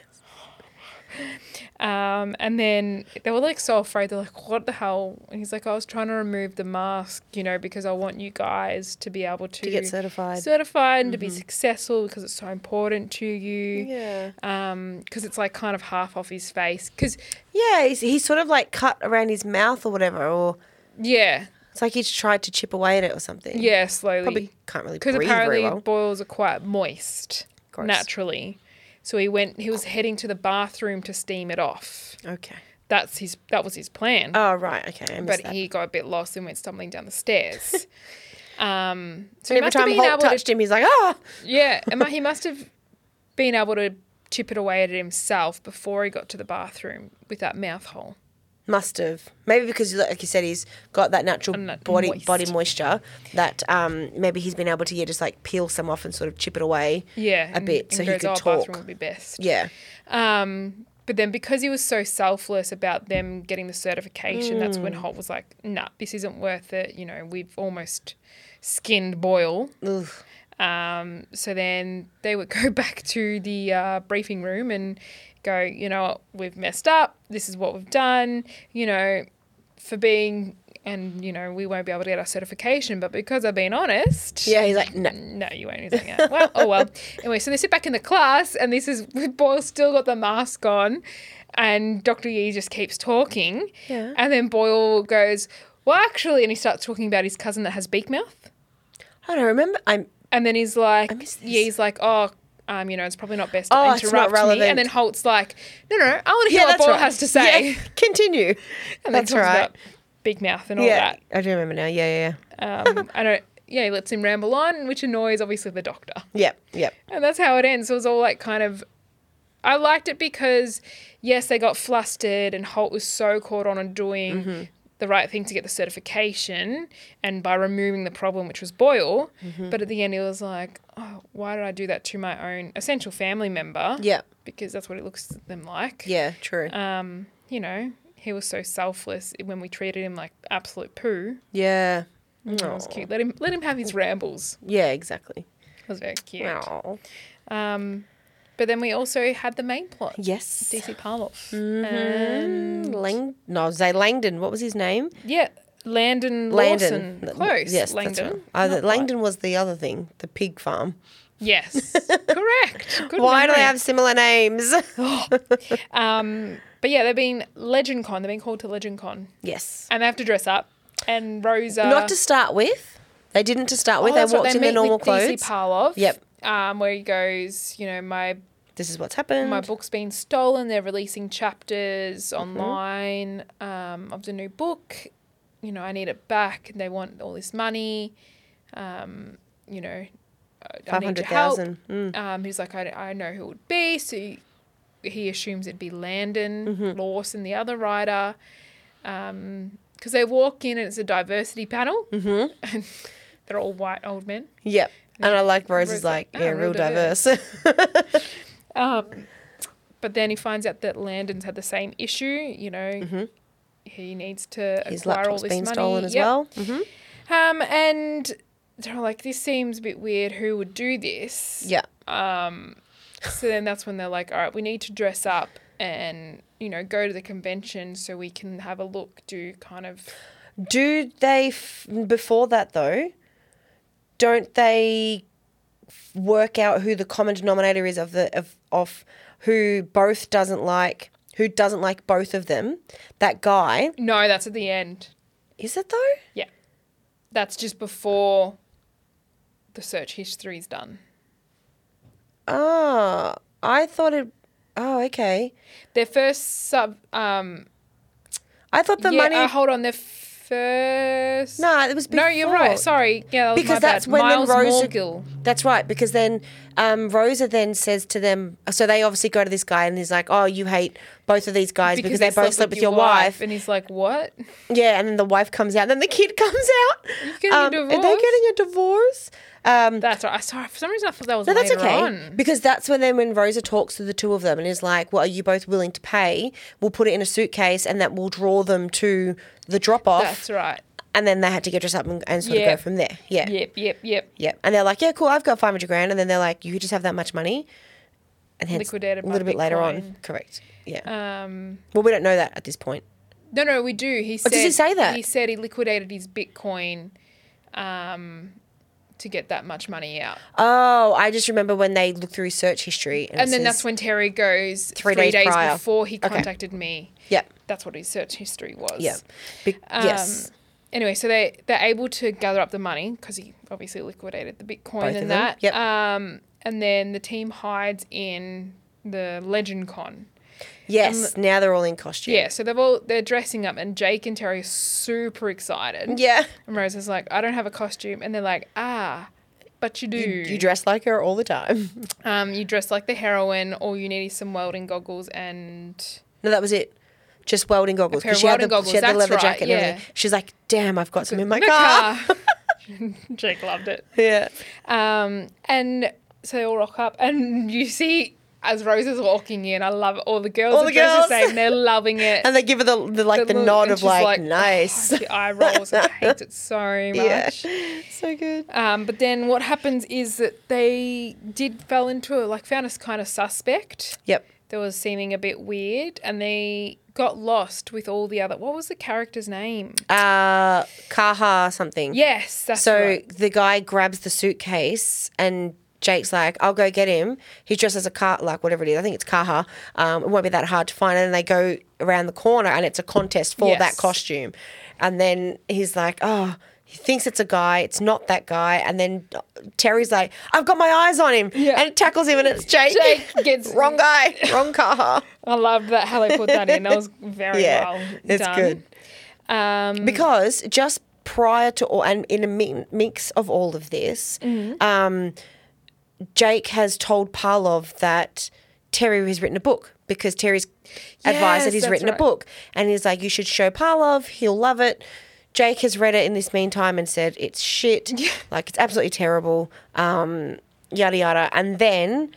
A: Um, and then they were like so afraid. They're like, "What the hell?" And he's like, "I was trying to remove the mask, you know, because I want you guys to be able to,
B: To get certified.
A: certified, and to be
B: Mhm.
A: successful because it's so important to you."
B: Yeah.
A: Um, because it's like kind of half off his face. Because
B: Yeah, he's, he's sort of like cut around his mouth or whatever, or
A: yeah,
B: it's like he's tried to chip away at it or something.
A: Yeah, slowly.
B: Probably can't really
A: Because
B: breathe
A: apparently
B: very well.
A: boils are quite moist naturally. So he went. He was heading to the bathroom to steam it off.
B: Okay.
A: That's his. That was his plan.
B: Oh right, okay. I missed
A: but
B: that.
A: he got a bit lost and went stumbling down the stairs. um. So
B: And every time Holt touched him, he's like, ah.
A: Yeah, and mu- he must have been able to chip it away at it himself before he got to the bathroom with that mouth hole.
B: Must have. Maybe because, like you said, he's got that natural body
A: moist.
B: body moisture that um, maybe he's been able to yeah, just like peel some off and sort of chip it away
A: Yeah,
B: a
A: and-
B: bit
A: and
B: so he
A: goes,
B: could
A: "Oh,
B: talk.
A: Bathroom would be best.
B: Yeah.
A: Um, but then because he was so selfless about them getting the certification, that's when
B: Mm.
A: Holt was like, nah, this isn't worth it. You know, we've almost skinned Boyle. Um, so then they would go back to the uh, briefing room and go, you know, we've messed up. This is what we've done, you know, for being, and, you know, we won't be able to get our certification. But because I've been honest.
B: Yeah, he's like, no.
A: No, you won't. He's like, yeah, well, oh well. Anyway, so they sit back in the class, and this is Boyle's still got the mask on, and Dr. Yee just keeps talking.
B: Yeah.
A: And then Boyle goes, well, actually, and he starts talking about his cousin that has beak mouth.
B: I don't remember. I'm.
A: And then he's like, Yee's like, oh, um, you know, it's probably not best to
B: Oh, it's not
A: interrupt me.
B: relevant.
A: And then Holt's like, no, no, I want to hear what Boyle has to say.
B: Yeah, continue.
A: And then
B: That's
A: talks
B: right.
A: about big mouth and all
B: yeah,
A: that.
B: I do remember now. Yeah, yeah,
A: Um, I don't. Yeah, he lets him ramble on, which annoys obviously the doctor.
B: yeah. Yep, yep.
A: And that's how it ends. It was all like kind of. I liked it because, yes, they got flustered, and Holt was so caught on on doing
B: Mhm.
A: the right thing to get the certification and by removing the problem, which was Boyle.
B: Mhm.
A: But at the end, he was like, oh, why did I do that to my own essential family member?
B: Yeah.
A: Because that's what it looks to them like.
B: Yeah, true.
A: Um, you know, he was so selfless when we treated him like absolute poo.
B: Yeah.
A: Mm, That was
B: Aw.
A: cute. Let him let him have his rambles.
B: Yeah, exactly.
A: That was very cute.
B: Aw.
A: Um, but then we also had the main plot.
B: Yes.
A: DC Parloff.
B: Mm-hmm. Lang- no, Zay Langdon. What was his name?
A: Yeah, Landon Lawson.
B: Langdon.
A: Close.
B: Yes, Langdon.
A: Langdon.
B: That's right. Oh, that- Langdon was the other thing, the pig farm.
A: Yes, correct. Good
B: Why do
A: memory.
B: they have similar names?
A: Um, but yeah, they've been Legend Con. They've been called to Legend Con,
B: yes.
A: and they have to dress up. And Rosa,
B: Not to start with. They didn't to start with. they
A: Oh, that's right,
B: walked in their
A: meet
B: normal
A: with
B: clothes.
A: DC Parloff.
B: Yep.
A: Um, where he goes, you know, my
B: This is what's happened.
A: My book's been stolen. They're releasing chapters online um, of the new book. You know, I need it back. And they want all this money. Um, you know, I need your help.
B: 500,000, mm.
A: Um, he's like, I, I know who it would be. So he, he assumes it'd be Landon, Lawson, the other writer. Because they walk in and it's a diversity panel.
B: Mhm.
A: And they're all white old men.
B: Yep. And I like Rose is
A: Rose's
B: like,
A: like,
B: yeah,
A: "Oh, real
B: real diverse.
A: Um, but then he finds out that Landon's had the same issue. You know, he needs to
B: Mm-hmm. His
A: acquire all
B: laptop's
A: this
B: been
A: money.
B: stolen as
A: Yep.
B: well. hmm
A: Um, and they're like, "This seems a bit weird. Who would do this?"
B: Yeah.
A: Um, so then that's when they're like, "All right, we need to dress up and you know go to the convention so we can have a look." Do kind of
B: Do they, f- before that though, don't they f- work out who the common denominator is of the of, of who both doesn't like, who doesn't like both of them? That guy,
A: no. That's at the end.
B: is it though?
A: Yeah, that's just before the search history is done.
B: Ah, I thought it, oh, okay.
A: Their first sub. Um,
B: I thought the
A: yeah,
B: money.
A: uh, hold on, their first.
B: No, it was
A: No, you're right.
B: before.
A: Sorry. Yeah, that was
B: because
A: my
B: that's
A: bad.
B: when
A: Miles
B: then Rose.
A: Morgill.
B: That's right. Because then Um, Rosa then says to them, so they obviously go to this guy and he's like, oh, you hate both of these guys because, they, both slept with your wife.
A: And he's like, what?
B: Yeah, and then the wife comes out, and then the kid comes out.
A: getting a
B: Um, Are they
A: divorce?
B: getting a divorce? Um,
A: that's right. I saw for some reason I thought that was
B: no, that's
A: later
B: okay
A: on.
B: because that's when then when Rosa talks to the two of them and is like, "Well, are you both willing to pay? We'll put it in a suitcase, and that will draw them to the drop off."
A: That's right.
B: And then they had to get dressed up and, and sort
A: Yeah.
B: of go from there. Yeah.
A: Yep, yep, yep.
B: Yep. And they're like, yeah, cool, I've got 500 grand. And then they're like, you just have that much money. And hence,
A: Liquidated
B: a
A: by
B: little bit later on.
A: Bitcoin.
B: Correct. Yeah.
A: Um,
B: well, we don't know that at this point.
A: no, no, we do. He
B: Oh,
A: said.
B: does he say that?
A: He said he liquidated his Bitcoin, um, to get that much money out.
B: Oh, I just remember when they look through search history.
A: And,
B: it
A: then
B: says-
A: that's when Terry goes
B: Three
A: three,
B: days
A: days,
B: prior."
A: before he
B: Okay.
A: contacted me.
B: Yep.
A: That's what his search history was.
B: Yep. Be-
A: Um,
B: yes.
A: Anyway, so they they're able to gather up the money because he obviously liquidated the Bitcoin
B: Both of them,
A: and that.
B: yep.
A: Um, and then the team hides in the Legend Con.
B: Yes. now they're all in costume.
A: Yeah, so they've all they're dressing up, and Jake and Terry are super excited.
B: Yeah.
A: and Rosa's like, I don't have a costume, and they're like, Ah, but you do.
B: You, you dress like her all the time.
A: Um, you dress like the heroine. All you need is some welding goggles and
B: No, that was it. Just welding goggles.
A: pair
B: 'cause
A: of
B: she had
A: welding
B: the,
A: goggles,
B: She had the
A: that's
B: leather
A: right,
B: jacket and
A: yeah.
B: everything. She's like, damn, I've got some in my
A: the
B: car.
A: car. Jake loved it.
B: Yeah.
A: Um, and so they all rock up, and you see as Rose is walking in, I love it. All the girls
B: All
A: are
B: the
A: dressed the
B: girls.
A: same. They're loving it.
B: And they give her the, the like the,
A: look,
B: nod
A: and
B: of
A: she's
B: like,
A: "Oh,"
B: nice.
A: the eye rolls. I hate it so
B: Yeah.
A: much.
B: so good.
A: Um, but then what happens is that they did fell into a, like found us kind of suspect.
B: Yep.
A: That was seeming a bit weird, and they got lost with all the other. What was the character's name?
B: Uh, Kaha something.
A: Yes, that's
B: so
A: right.
B: the guy grabs the suitcase and Jake's like, I'll go get him. He's dressed as a car, like whatever it is. I think it's Kaha. Um, it won't be that hard to find. And they go around the corner and it's a contest for that
A: Yes.
B: costume. And then he's like, oh, he thinks it's a guy. It's not that guy. And then Terry's like, I've got my eyes on him. And tackles him and it's Jake.
A: Jake gets Mm.
B: wrong guy, wrong Kaha.
A: I love that how they put that in. That was very
B: Yeah,
A: well
B: it's
A: done.
B: good.
A: Um,
B: because just prior to all and in a mi- mix of all of this um, jake has told parlov that terry has written a book because terry's advised
A: Yes,
B: that he's
A: that's
B: written a
A: right.
B: book and he's like you should show parlov he'll love it jake has read it in this meantime and said it's shit like it's absolutely terrible um, yada yada and then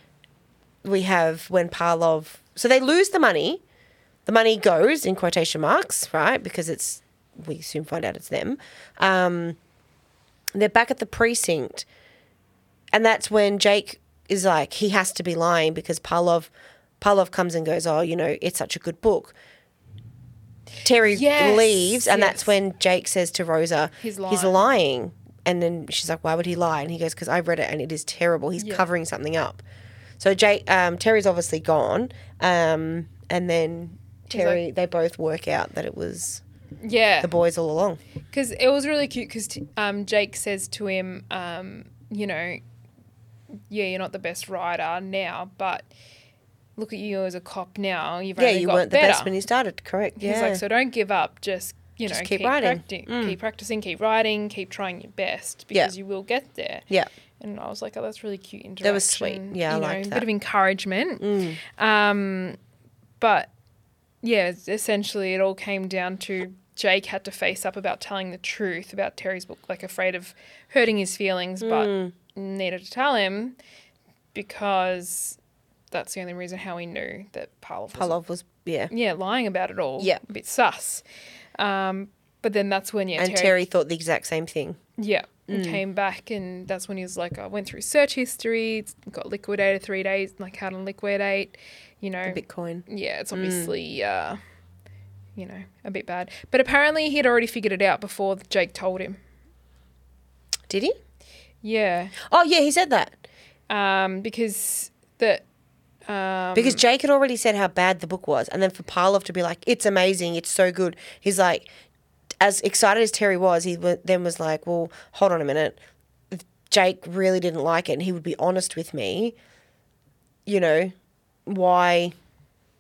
B: we have when Parlov. So they lose the money. The money goes in quotation marks, right? Because it's we soon find out it's them. Um, they're back at the precinct, and that's when Jake is like he has to be lying because Parlov Parlov comes and goes. Oh, you know, it's such a good book. Terry
A: Yes,
B: leaves, and
A: yes.
B: that's when Jake says to Rosa,
A: He's
B: He's
A: lying."
B: lying. And then she's like, "Why would he lie?" And he goes, "Because I read it, and it is terrible. He's
A: Yeah.
B: covering something up." So Jake, um, Terry's obviously gone, um, and then Terry, they both work out that it was
A: yeah.
B: the boys all along.
A: Because it was really cute because t- um, Jake says to him, um, you know, yeah, you're not the best rider now, but look at you as a cop now. You've
B: yeah,
A: only
B: you
A: got
B: weren't
A: better.
B: the best when you started, correct?
A: He's
B: yeah,
A: like, so don't give up. Just, you know,
B: Just keep
A: keep,
B: riding.
A: practi-
B: Mm.
A: keep practicing, keep riding, keep trying your best
B: Yeah.
A: because you will get there.
B: yeah,
A: And I was like, oh, that's really cute interaction.
B: That was sweet. Yeah, I
A: you know,
B: liked
A: a
B: that. Mm.
A: bit of encouragement. Um, but yeah, it's- essentially, it all came down to Jake had to face up about telling the truth about Terry's book, like afraid of hurting his feelings,
B: Mm.
A: but needed to tell him because that's the only reason how he knew that Parlov was
B: Palov was yeah,
A: yeah lying about it all.
B: Yeah.
A: a bit sus. Um, but then that's when yeah,
B: and Terry, thought the exact same thing.
A: yeah. And came back, and that's when he was like, I went through search history, it's got liquidated three days, like how to liquidate, you know.
B: Bitcoin.
A: yeah, it's obviously, uh, you know, a bit bad. But apparently he had already figured it out before Jake told him.
B: Did he?
A: Yeah.
B: Oh yeah, he said that
A: Um, because the. Um,
B: because Jake had already said how bad the book was, and then for Parlov to be like, "It's amazing, it's so good," he's like, as excited as Terry was, he w- then was like, "Well, hold on a minute, If Jake really didn't like it, and he would be honest with me. You know, why?"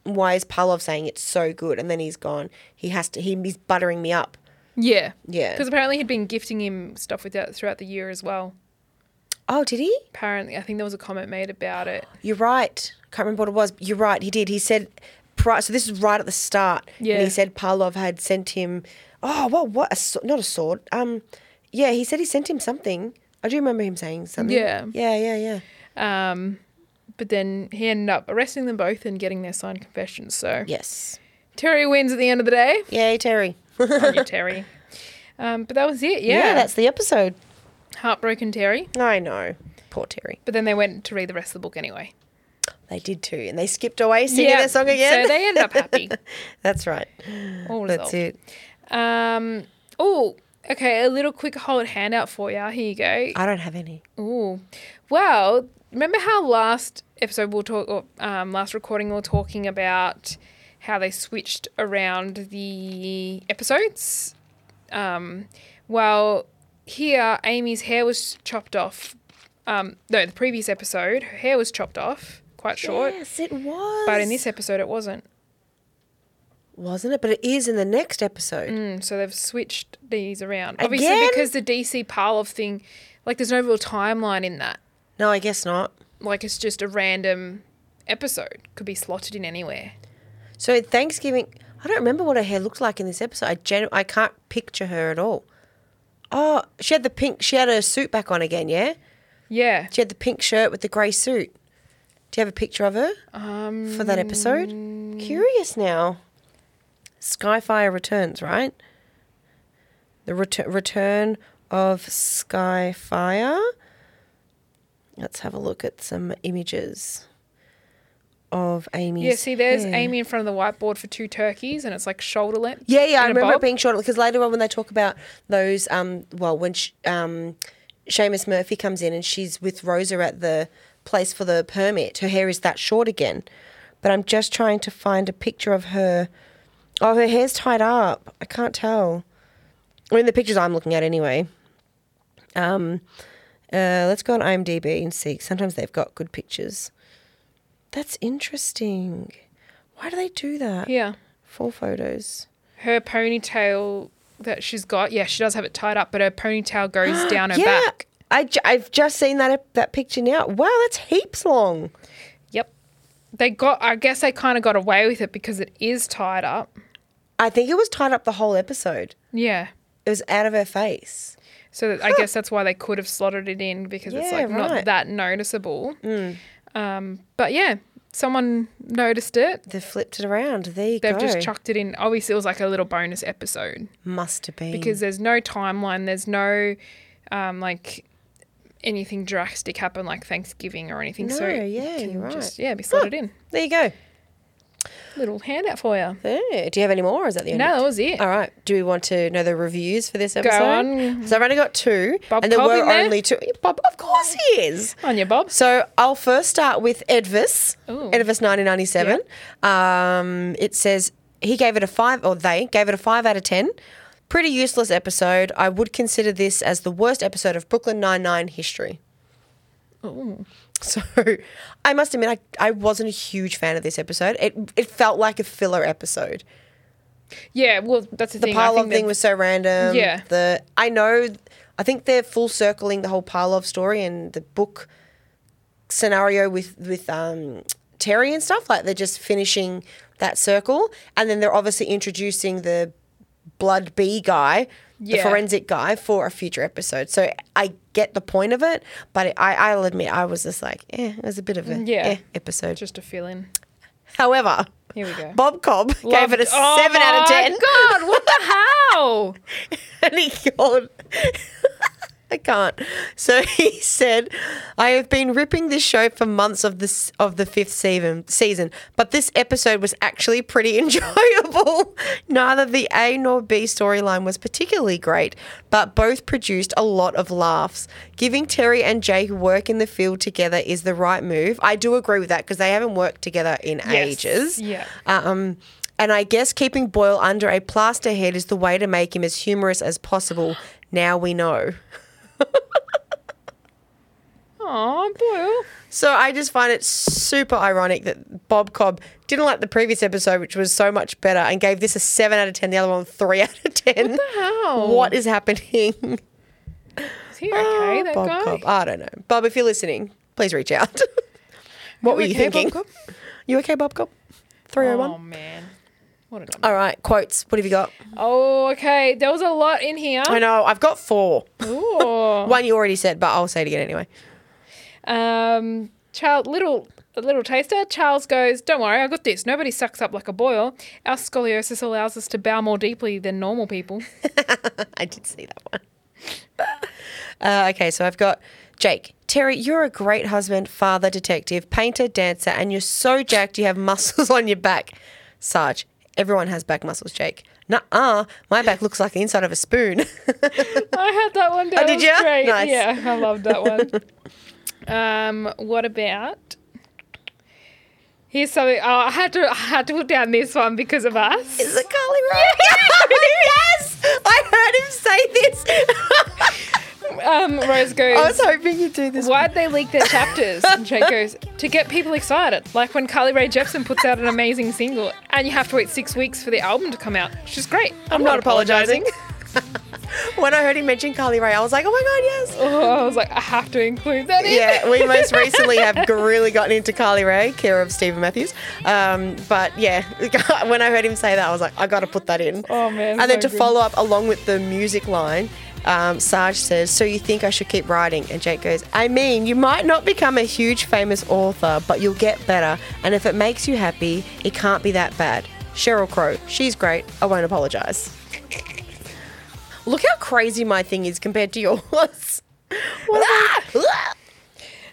B: Why is Parlov saying it's so good? And then he's gone. He has to. He, he's buttering me up.
A: yeah.
B: Yeah.
A: Because apparently he'd been gifting him stuff with that throughout the year as well.
B: Oh, did he?
A: Apparently, I think there was a comment made about it.
B: You're right. Can't remember what it was. But you're right. He did. He said, pri- so this is right at the start. And
A: Yeah.
B: he said Parlov had sent him, oh, what, what, a, sw- not a sword. Um, yeah, he said he sent him something. I do remember him saying something.
A: Yeah.
B: Yeah, yeah,
A: yeah. Um, but then he ended up arresting them both and getting their signed confessions. So
B: yes,
A: Terry wins at the end of the day.
B: Yay, Terry!
A: On you, Terry. Um, but that was it. Yeah.
B: Yeah, that's the episode.
A: heartbroken Terry.
B: I know. Poor Terry.
A: But then they went to read the rest of the book anyway.
B: They did too. And they skipped away singing
A: Yeah,
B: their song again.
A: So they ended up happy.
B: That's right.
A: All resolved.
B: That's it.
A: Um. Oh. Okay. A little quick hold handout for you. Here you go.
B: I don't have any.
A: Ooh. Well, remember how last episode we'll talk, or, um, last recording we were talking about how they switched around the episodes? Um, well, here Amy's hair was chopped off. Um, no, the previous episode, her hair was chopped off, quite short.
B: Yes, it was.
A: But in this episode, it wasn't.
B: Wasn't it? But it is in the next episode.
A: Mm, so they've switched these around. Obviously,
B: Again?
A: because the DC Parlov thing, like, there's no real timeline in that.
B: No, I guess not.
A: Like, it's just a random episode. Could be slotted in anywhere.
B: So at Thanksgiving, I don't remember what her hair looked like in this episode. I genu- I can't picture her at all. Oh, she had the pink. She had her suit back on again. Yeah.
A: Yeah.
B: She had the pink shirt with the grey suit. Do you have a picture of her
A: Um,
B: for that episode? Curious now. Skyfire returns, right? The ret- return of Skyfire. Let's have a look at some images of Amy's.
A: yeah, see, there's
B: hair.
A: Amy in front of the whiteboard for two turkeys, and it's like shoulder length.
B: Yeah, yeah, I
A: and a
B: remember
A: bob.
B: it being short because later on when they talk about those, um, well, when sh- um, Seamus Murphy comes in and she's with Rosa at the place for the permit, her hair is that short again. But I'm just trying to find a picture of her. Oh, her hair's tied up. I can't tell. I mean, the pictures I'm looking at anyway. Um, uh, let's go on IMDb and see. Sometimes they've got good pictures. That's interesting. Why do they do that?
A: Yeah.
B: Four photos.
A: Her ponytail that she's got, yeah, she does have it tied up, but her ponytail goes down her
B: yeah,
A: back.
B: I ju- I've just seen that that picture now. Wow, that's heaps long.
A: Yep. They got, I guess they kind of got away with it because it is tied up.
B: I think it was tied up the whole episode.
A: Yeah.
B: It was out of her face.
A: So that, I guess that's why they could have slotted it in because it's
B: Yeah,
A: like
B: right.
A: not that noticeable.
B: Mm.
A: Um, but yeah, someone noticed it.
B: They flipped it around. There you
A: They've
B: go.
A: just chucked it in. Obviously, it was like a little bonus episode
B: Must have been
A: because there's no timeline. There's no um, like anything drastic happen like Thanksgiving or anything. so
B: No,
A: it
B: yeah,
A: can
B: you're
A: just
B: right.
A: yeah be slotted in.
B: There you go.
A: Little handout for you.
B: Yeah. Do you have any more? Or is that the end?
A: No,
B: of
A: that was it.
B: All right. Do we want to know the reviews for this
A: Go
B: episode?
A: on.
B: So I've only got two,
A: Bob
B: and there
A: Cobb
B: were
A: in there?
B: only two. Bob, of course he is.
A: On your Bob.
B: So I'll first start with Edvis.
A: Ooh.
B: Edvis 1997. Um, it says he gave it a five, or they gave it a five out of ten. Pretty useless episode. I would consider this as the worst episode of Brooklyn Nine Nine history.
A: Ooh.
B: So I must admit, I, I wasn't a huge fan of this episode. It it felt like a filler episode.
A: Yeah, well that's the,
B: The
A: thing. I
B: Parlov
A: think
B: thing
A: that-
B: was so random.
A: Yeah.
B: The I know. I think they're full circling the whole Parlov story and the book scenario with with um, Terry and stuff. Like they're just finishing that circle, and then they're obviously introducing the blood B guy, the
A: Yeah.
B: forensic guy, for a future episode. So I get the point of it, but I, I'll admit I was just like, eh, it was a bit of a
A: Mm, Yeah.
B: eh episode.
A: just a fill in.
B: However,
A: Here we go.
B: Bob Cobb
A: Loved-
B: gave it a
A: Oh
B: seven out of
A: my
B: ten.
A: God, what the hell?
B: and he yawned. I can't. So he said, "I have been ripping this show for months of this of the fifth season, season, but this episode was actually pretty enjoyable. Neither the A nor B storyline was particularly great, but both produced a lot of laughs. Giving Terry and Jake work in the field together is the right move. I do agree with that because they haven't worked together in ages.
A: Yeah.
B: Um, and I guess keeping Boyle under a plaster head is the way to make him as humorous as possible. Now we know.
A: Oh boy.
B: So I just find it super ironic that Bob Cobb didn't like the previous episode, which was so much better, and gave this a 7 out of 10, the other one 3 out of 10. What
A: How?
B: is happening?
A: Is he okay, that
B: Ah, Bob
A: guy?
B: Cobb. I don't know. Bob, if you're listening, please reach out. what were you
A: okay, Bob
B: thinking?
A: Cobb?
B: You okay, Bob Cobb? 301.
A: Oh, man. What a dumb.
B: All right, quotes. What have you got?
A: Oh, okay. There was a lot in here.
B: I know. I've got four.
A: Oh. Ooh.
B: One you already said, but I'll say it again anyway.
A: Um, Charles, little a little taster. Charles goes, "Don't worry, I got this. Nobody sucks up like a boil. Our scoliosis allows us to bow more deeply than normal people."
B: I did see that one. Uh, okay, so I've got Jake. Terry, you're a great husband, father, detective, painter, dancer, and you're so jacked you have muscles on your back. Sarge, everyone has back muscles, Jake. Nuh uh, my back looks like the inside of a spoon.
A: I had that one down.
B: Oh, did
A: It was
B: ya?
A: Great.
B: Nice.
A: Yeah, I loved that one. um, what about? Here's something. Oh, I had to. I had to put down this one because of us.
B: Is it Carly Rae? yes! I heard him say this.
A: um, Rose goes.
B: I was hoping you'd do this.
A: Why'd they leak their chapters? And Jake goes, to get people excited. Like when Carly Rae Jepsen puts out an amazing single and you have to wait six weeks for the album to come out. She's great. I'm,
B: not apologising. when I heard him mention Carly Rae, I was like, oh my god, yes.
A: Oh, I was like, I have to include that in.
B: Yeah, we most recently have g- really gotten into Carly Rae, care of Stephen Matthews. Um, but yeah, when I heard him say that, I was like, I got to put that in.
A: Oh, man,
B: And then
A: so
B: to
A: good.
B: follow up along with the music line, um, Sarge says, "So you think I should keep writing?" And Jake goes, "I mean, you might not become a huge famous author, but you'll get better. And if it makes you happy, it can't be that bad." Cheryl Crow, she's great. I won't apologise. Look how crazy my thing is compared to yours. Ah!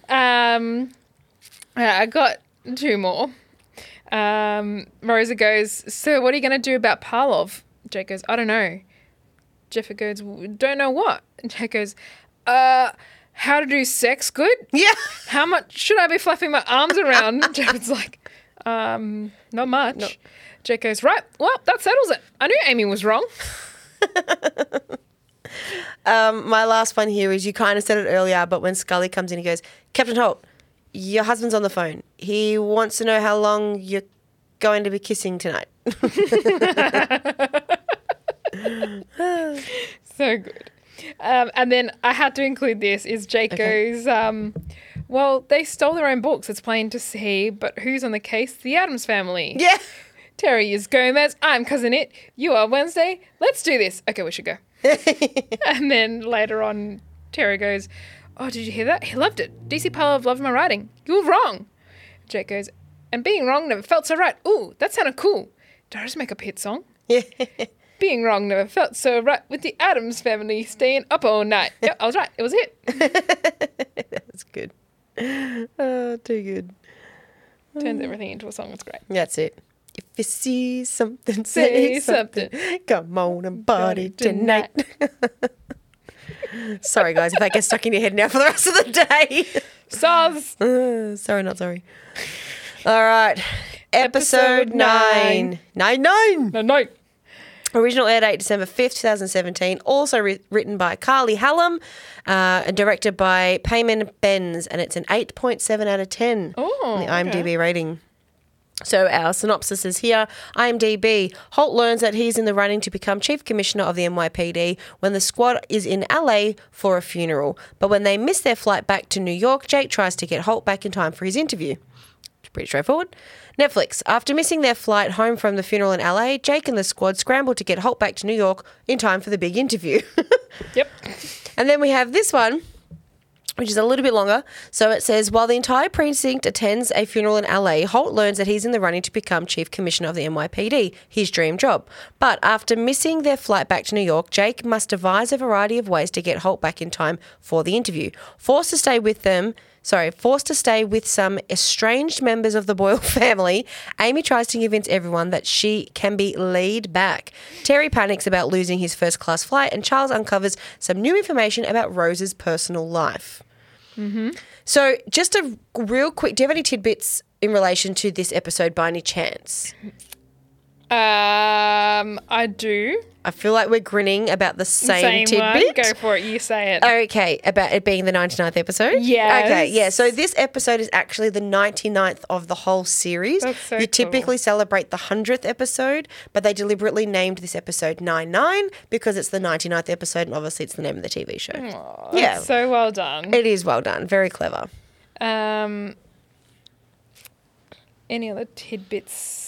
A: Um, uh, I got two more. Um, Rosa goes, So what are you going to do about Parlov? Jake goes, I don't know. Jeffer goes, "W- Don't know what? And Jake goes, Uh, how to do sex good?
B: Yeah.
A: How much should I be flapping my arms around? Jeff's like, Um, not much. Jake goes, Right, well, that settles it. I knew Amy was wrong.
B: Um, my last one here is you kind of said it earlier, but when Scully comes in, he goes, Captain Holt, your husband's on the phone. He wants to know how long you're going to be kissing tonight.
A: so good. Um, and then I had to include this is Jake
B: Okay.
A: goes, um, well, they stole their own books. It's plain to see, but who's on the case? The Adams family.
B: Yeah.
A: Terry is Gomez. I'm cousin it. You are Wednesday. Let's do this. Okay, we should go. and then later on, Terry goes, oh, did you hear that? He loved it. DC Parlov loved my writing. You were wrong. Jake goes, and being wrong never felt so right. Ooh, that sounded cool. Did I just make up a hit song? Being wrong never felt so right with the Adams family staying up all night. Yep, I was right. It was it.
B: That's good. Oh, too good.
A: Turns everything into a song. It's great.
B: That's it. If you see something,
A: Say
B: say, something. Come on and party tonight. sorry, guys, if that gets stuck in your head now for the rest of the day.
A: Soz.
B: Uh, sorry, not sorry. All right. Episode,
A: Episode
B: nine.
A: nine.
B: Nine, nine.
A: No, no.
B: Original air date December 5th, 2017. Also wri- written by Carly Hallam uh, and directed by Payman Benz. And it's an 8.7 out of 10 on
A: Oh,
B: the IMDb
A: okay.
B: rating. So our synopsis is here. IMDb. Holt learns that he's in the running to become chief commissioner of the NYPD when the squad is in LA for a funeral. But when they miss their flight back to New York, Jake tries to get Holt back in time for his interview. It's pretty straightforward. Netflix. After missing their flight home from the funeral in LA, Jake and the squad scramble to get Holt back to New York in time for the big interview.
A: Yep.
B: And then we have this one, which is a little bit longer. So it says While the entire precinct attends a funeral in LA, Holt learns that he's in the running to become chief commissioner of the NYPD, his dream job. But after missing their flight back to New York, Jake must devise a variety of ways to get Holt back in time for the interview. Forced to stay with them, sorry, forced to stay with some estranged members of the Boyle family, Amy tries to convince everyone that she can be laid back. Terry panics about losing his first class flight, and Charles uncovers some new information about Rose's personal life. So, just a real quick, do you have any tidbits in relation to this episode by any chance?
A: Um, I do.
B: I feel like we're grinning about the same,
A: one.
B: tidbit. Oh,
A: Go for it. You say it.
B: Okay, about it being the 99th episode?
A: Yes.
B: Okay, yeah. So this episode is actually the 99th of the whole series.
A: That's so
B: you
A: cool.
B: typically celebrate the 100th episode, but they deliberately named this episode 99 because it's the 99th episode and obviously it's the name of the TV show.
A: Aw,
B: yeah.
A: that's So well done.
B: it is well done. Very clever.
A: Um, any other tidbits?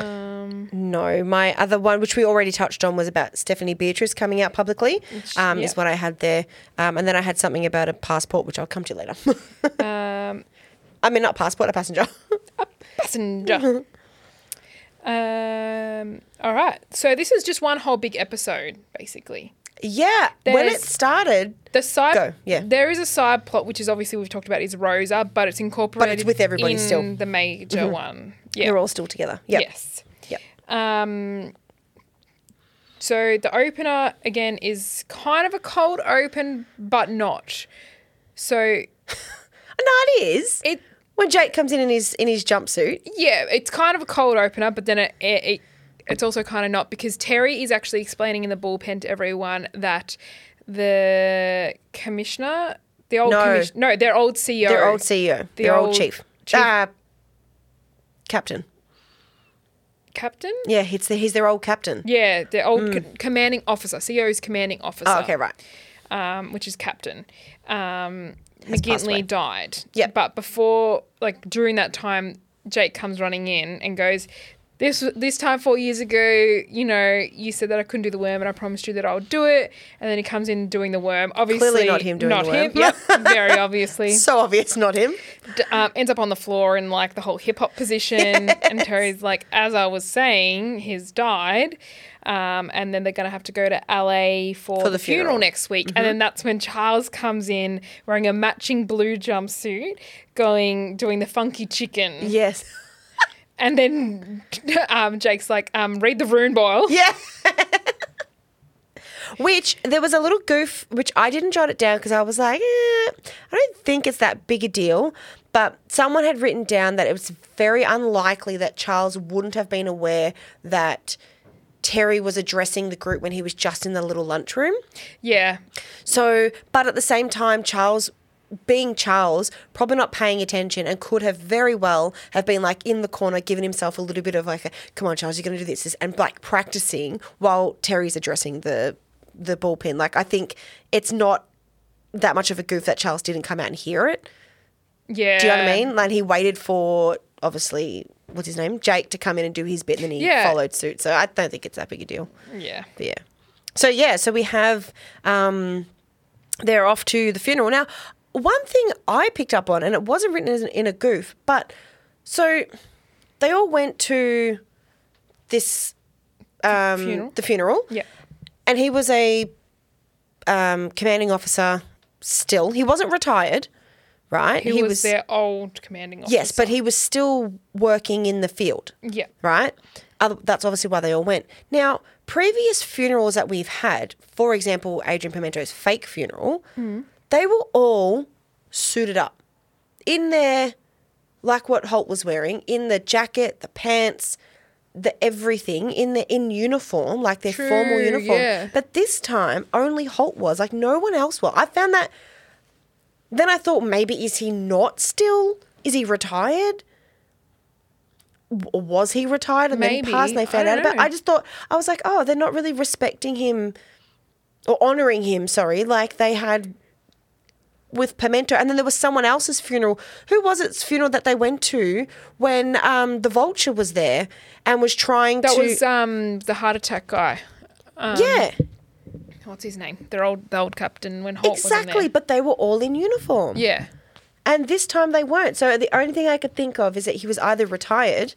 A: Um,
B: No, my other one, which we already touched on, was about Stephanie Beatrice coming out publicly,
A: Which-
B: um,
A: yeah.
B: is what I had there. Um, and then I had something about a passport, which I'll come to later.
A: um,
B: I mean, not passport, a passenger.
A: passenger. um, all right. So this is just one whole big episode, basically.
B: yeah, when it
A: There's-
B: started,
A: The side,
B: Go, yeah.
A: There is a side plot which is obviously we've talked about is Rosa, but it's incorporated
B: with everybody
A: in
B: still.
A: The major
B: Mhm.
A: one, yeah.
B: they're all still together. Yep.
A: Yes.
B: Yep.
A: Um, so the opener again is kind of a cold open, but not. So
B: No, it is.
A: it
B: When Jake comes in in his in his jumpsuit,
A: yeah, it's kind of a cold opener, but then it, it, it it's also kind of not because Terry is actually explaining in the bullpen to everyone that the commissioner, the old
B: No.
A: commis- no, their old E CEO,
B: their old E CEO,
A: The
B: their old
A: old
B: chief,
A: chief-
B: Uh, captain.
A: captain,
B: Yeah, it's the, he's their old captain.
A: yeah, their old co- commanding officer, CEO's commanding officer.
B: Hmm. Oh, okay, right.
A: um, which is Captain. Um,
B: Has passed away.
A: McGintley died.
B: Yeah.
A: But before, like during that time, Jake comes running in and goes, "This this time four years ago, you know, you said that I couldn't do the worm, and I promised you that I'll do it." And then he comes in doing the worm. Obviously,
B: not him doing
A: not
B: the worm.
A: him. Yep, very obviously.
B: So obvious, not him.
A: D- um, ends up on the floor in like the whole hip hop position, and Terry's like, "As I was saying, he's died." Um, and then they're going to have to go to LA for,
B: the
A: the, funeral.
B: funeral. Mm-hmm.
A: next week. And then that's when Charles comes in wearing a matching blue jumpsuit, going, doing the funky chicken.
B: Yes.
A: And then um, Jake's like, um, read the rune boil.
B: Yeah. Which there was a little goof, which I didn't jot it down because I was like, eh, I don't think it's that big a deal. But someone had written down that it was very unlikely that Charles wouldn't have been aware that Terry was addressing the group when he was just in the little lunchroom.
A: Yeah.
B: So, but at the same time, Charles, being Charles, probably not paying attention and could have very well have been like in the corner, giving himself a little bit of like, a, come on, Charles, you're going to do this, this," and like practicing while Terry's addressing the the bullpen. Like, I think it's not that much of a goof that Charles didn't come out and hear it.
A: Yeah.
B: Do you know what I mean? Like, he waited for obviously. What's his name? Jake to come in and do his bit, and then he
A: Yeah.
B: followed suit. So I don't think it's that big a deal.
A: Yeah.
B: But yeah. So yeah, so we have um, they're off to the funeral. Now, one thing I picked up on, and it wasn't written as in a goof, but so they all went to this um,
A: funeral?
B: the funeral,
A: Yeah.
B: and he was a um, commanding officer. Still, he wasn't retired, right?
A: He, was, their old commanding officer.
B: Yes, but he was still working in the field
A: Yeah.
B: right? Other, that's obviously why they all went. Now, previous funerals that we've had, for example, Adrian Pimento's fake funeral, they were all suited up in their, like what Holt was wearing, in the jacket, the pants, the everything, in the in uniform, like their formal
A: True,
B: uniform.
A: yeah.
B: But this time, only Holt was like no one else was. I found that. Then I thought maybe is he not still? Is he retired? w- was he retired and then he
A: Maybe.
B: passed and they
A: I
B: found out
A: don't
B: about
A: know.
B: I just thought I was like, oh, they're not really respecting him or honoring him, sorry, like they had with Pimento. And then there was someone else's funeral. Who was its funeral that they went to when um, the vulture was there and was trying
A: That
B: to
A: was um, the heart attack guy.
B: Yeah.
A: What's his name? Their old, the old captain when Holt
B: Exactly,
A: wasn't there.
B: but they were all in uniform.
A: Yeah.
B: And this time they weren't. So the only thing I could think of is that he was either retired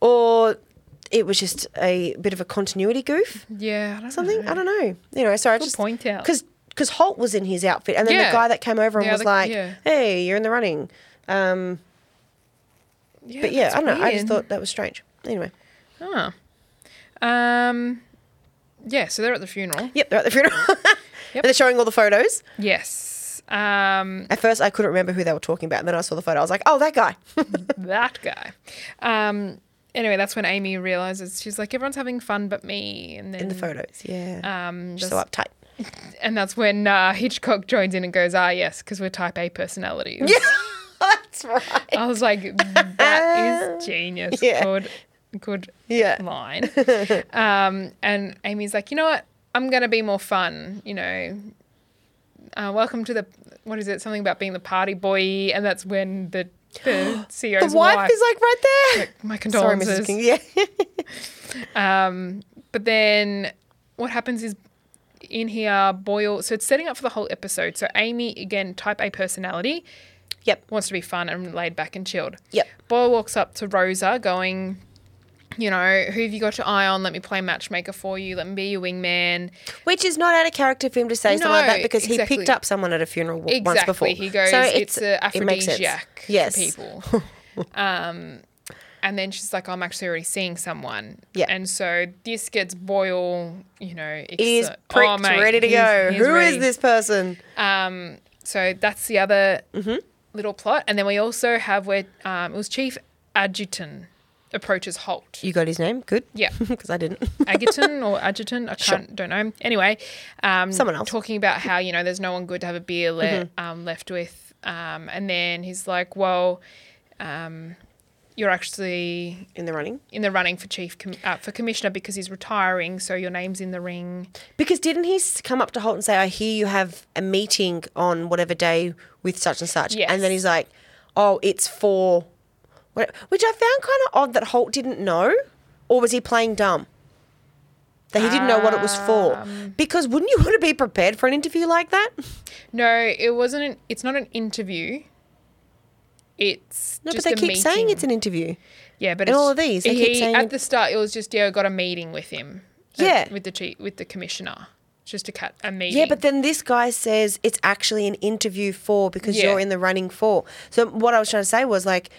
B: or it was just a bit of a continuity goof.
A: Yeah. I don't
B: something.
A: know.
B: I don't know. You know, so I
A: Mm-hmm. Good
B: just
A: point out.
B: because because Holt was in his outfit, and then
A: Yeah.
B: the guy that came over and
A: Yeah,
B: was
A: the-
B: like,
A: yeah.
B: "Hey, you're in the running." Um, but yeah,
A: that's
B: I don't know. I just
A: weird.
B: thought that was strange. Anyway,
A: Oh. Um, yeah, so they're at the funeral.
B: yep, they're at the funeral. And they're showing all the photos.
A: Yes. Um,
B: At first, I couldn't remember who they were talking about. And then I saw the photo. I was like, oh, that guy.
A: that guy. Um, Anyway, that's when Amy realizes she's like, everyone's having fun but me. And then
B: In the photos, yeah.
A: Um,
B: She's so
A: that's-
B: uptight.
A: And that's when uh, Hitchcock joins in and goes, ah, yes, because we're type A personalities. Yeah,
B: that's right.
A: I was like, that is genius.
B: Yeah.
A: Good, good
B: Yeah.
A: line. um, and Amy's like, you know what? I'm going to be more fun, you know. Uh, welcome to the, what is it? Something about being the party boy. And that's when the, E the
B: The
A: CEO's
B: wife, is like right there.
A: my
B: Sorry,
A: condolences.
B: Mrs. King. Yeah.
A: Um, but then what happens is in here, Boyle. So it's setting up for the whole episode. So Amy, again, type A personality.
B: Yep.
A: Wants to be fun and laid back and chilled.
B: Yep.
A: Boyle walks up to Rosa, going, you know, who have you got your eye on? Let me play matchmaker for you. Let me be your wingman.
B: Which is not out of character for him to say something like
A: No,
B: that because
A: exactly.
B: he picked up someone at a funeral w-
A: Exactly.
B: once before.
A: He goes, it's, a
B: it makes sense.
A: aphrodisiac
B: Yes.
A: for people. um, and then she's like, I'm actually already seeing someone.
B: Yeah.
A: And so this gets Boyle, you know, ex-
B: Ears pricked,
A: oh, mate,
B: ready to
A: he's-
B: go. Who
A: he's
B: is
A: ready.
B: this person?
A: Um, so that's the other
B: Mm-hmm.
A: little plot. And then we also have where um, it was Chief Adjutant approaches Holt.
B: You got his name? Good.
A: Yeah.
B: Because I didn't.
A: Adjutant or adjutant, I can't,
B: Sure.
A: don't know. Anyway, um,
B: Someone else. Mm-hmm.
A: talking about how you know there's no one good to have a beer le- um, left with, um, and then he's like, "Well, um, you're actually
B: In the running.
A: in the running for chief com- uh, for commissioner because he's retiring, so your name's in the ring."
B: Because didn't he s- come up to Holt and say, I hear you have a meeting on whatever day with such and such? And
A: Yes.
B: then he's like, oh, it's for. what- Which I found kind of odd that Holt didn't know. Or was he playing dumb? That he didn't know what it was for.
A: Um,
B: Because wouldn't you want to be prepared for an interview like that?
A: No, it wasn't. An, it's not an interview. It's
B: No,
A: just
B: but they
A: a
B: keep saying
A: meeting.
B: it's an interview.
A: Yeah, but
B: In
A: it's-
B: all of these, they
A: he,
B: keep saying
A: at
B: it-
A: the start it was just yeah, I got a meeting with him. uh,
B: Yeah.
A: with the chief, with the commissioner, just a cat a meeting.
B: Yeah, but then this guy says it's actually an interview for because
A: Yeah.
B: you're in the running for. So what I was trying to say was like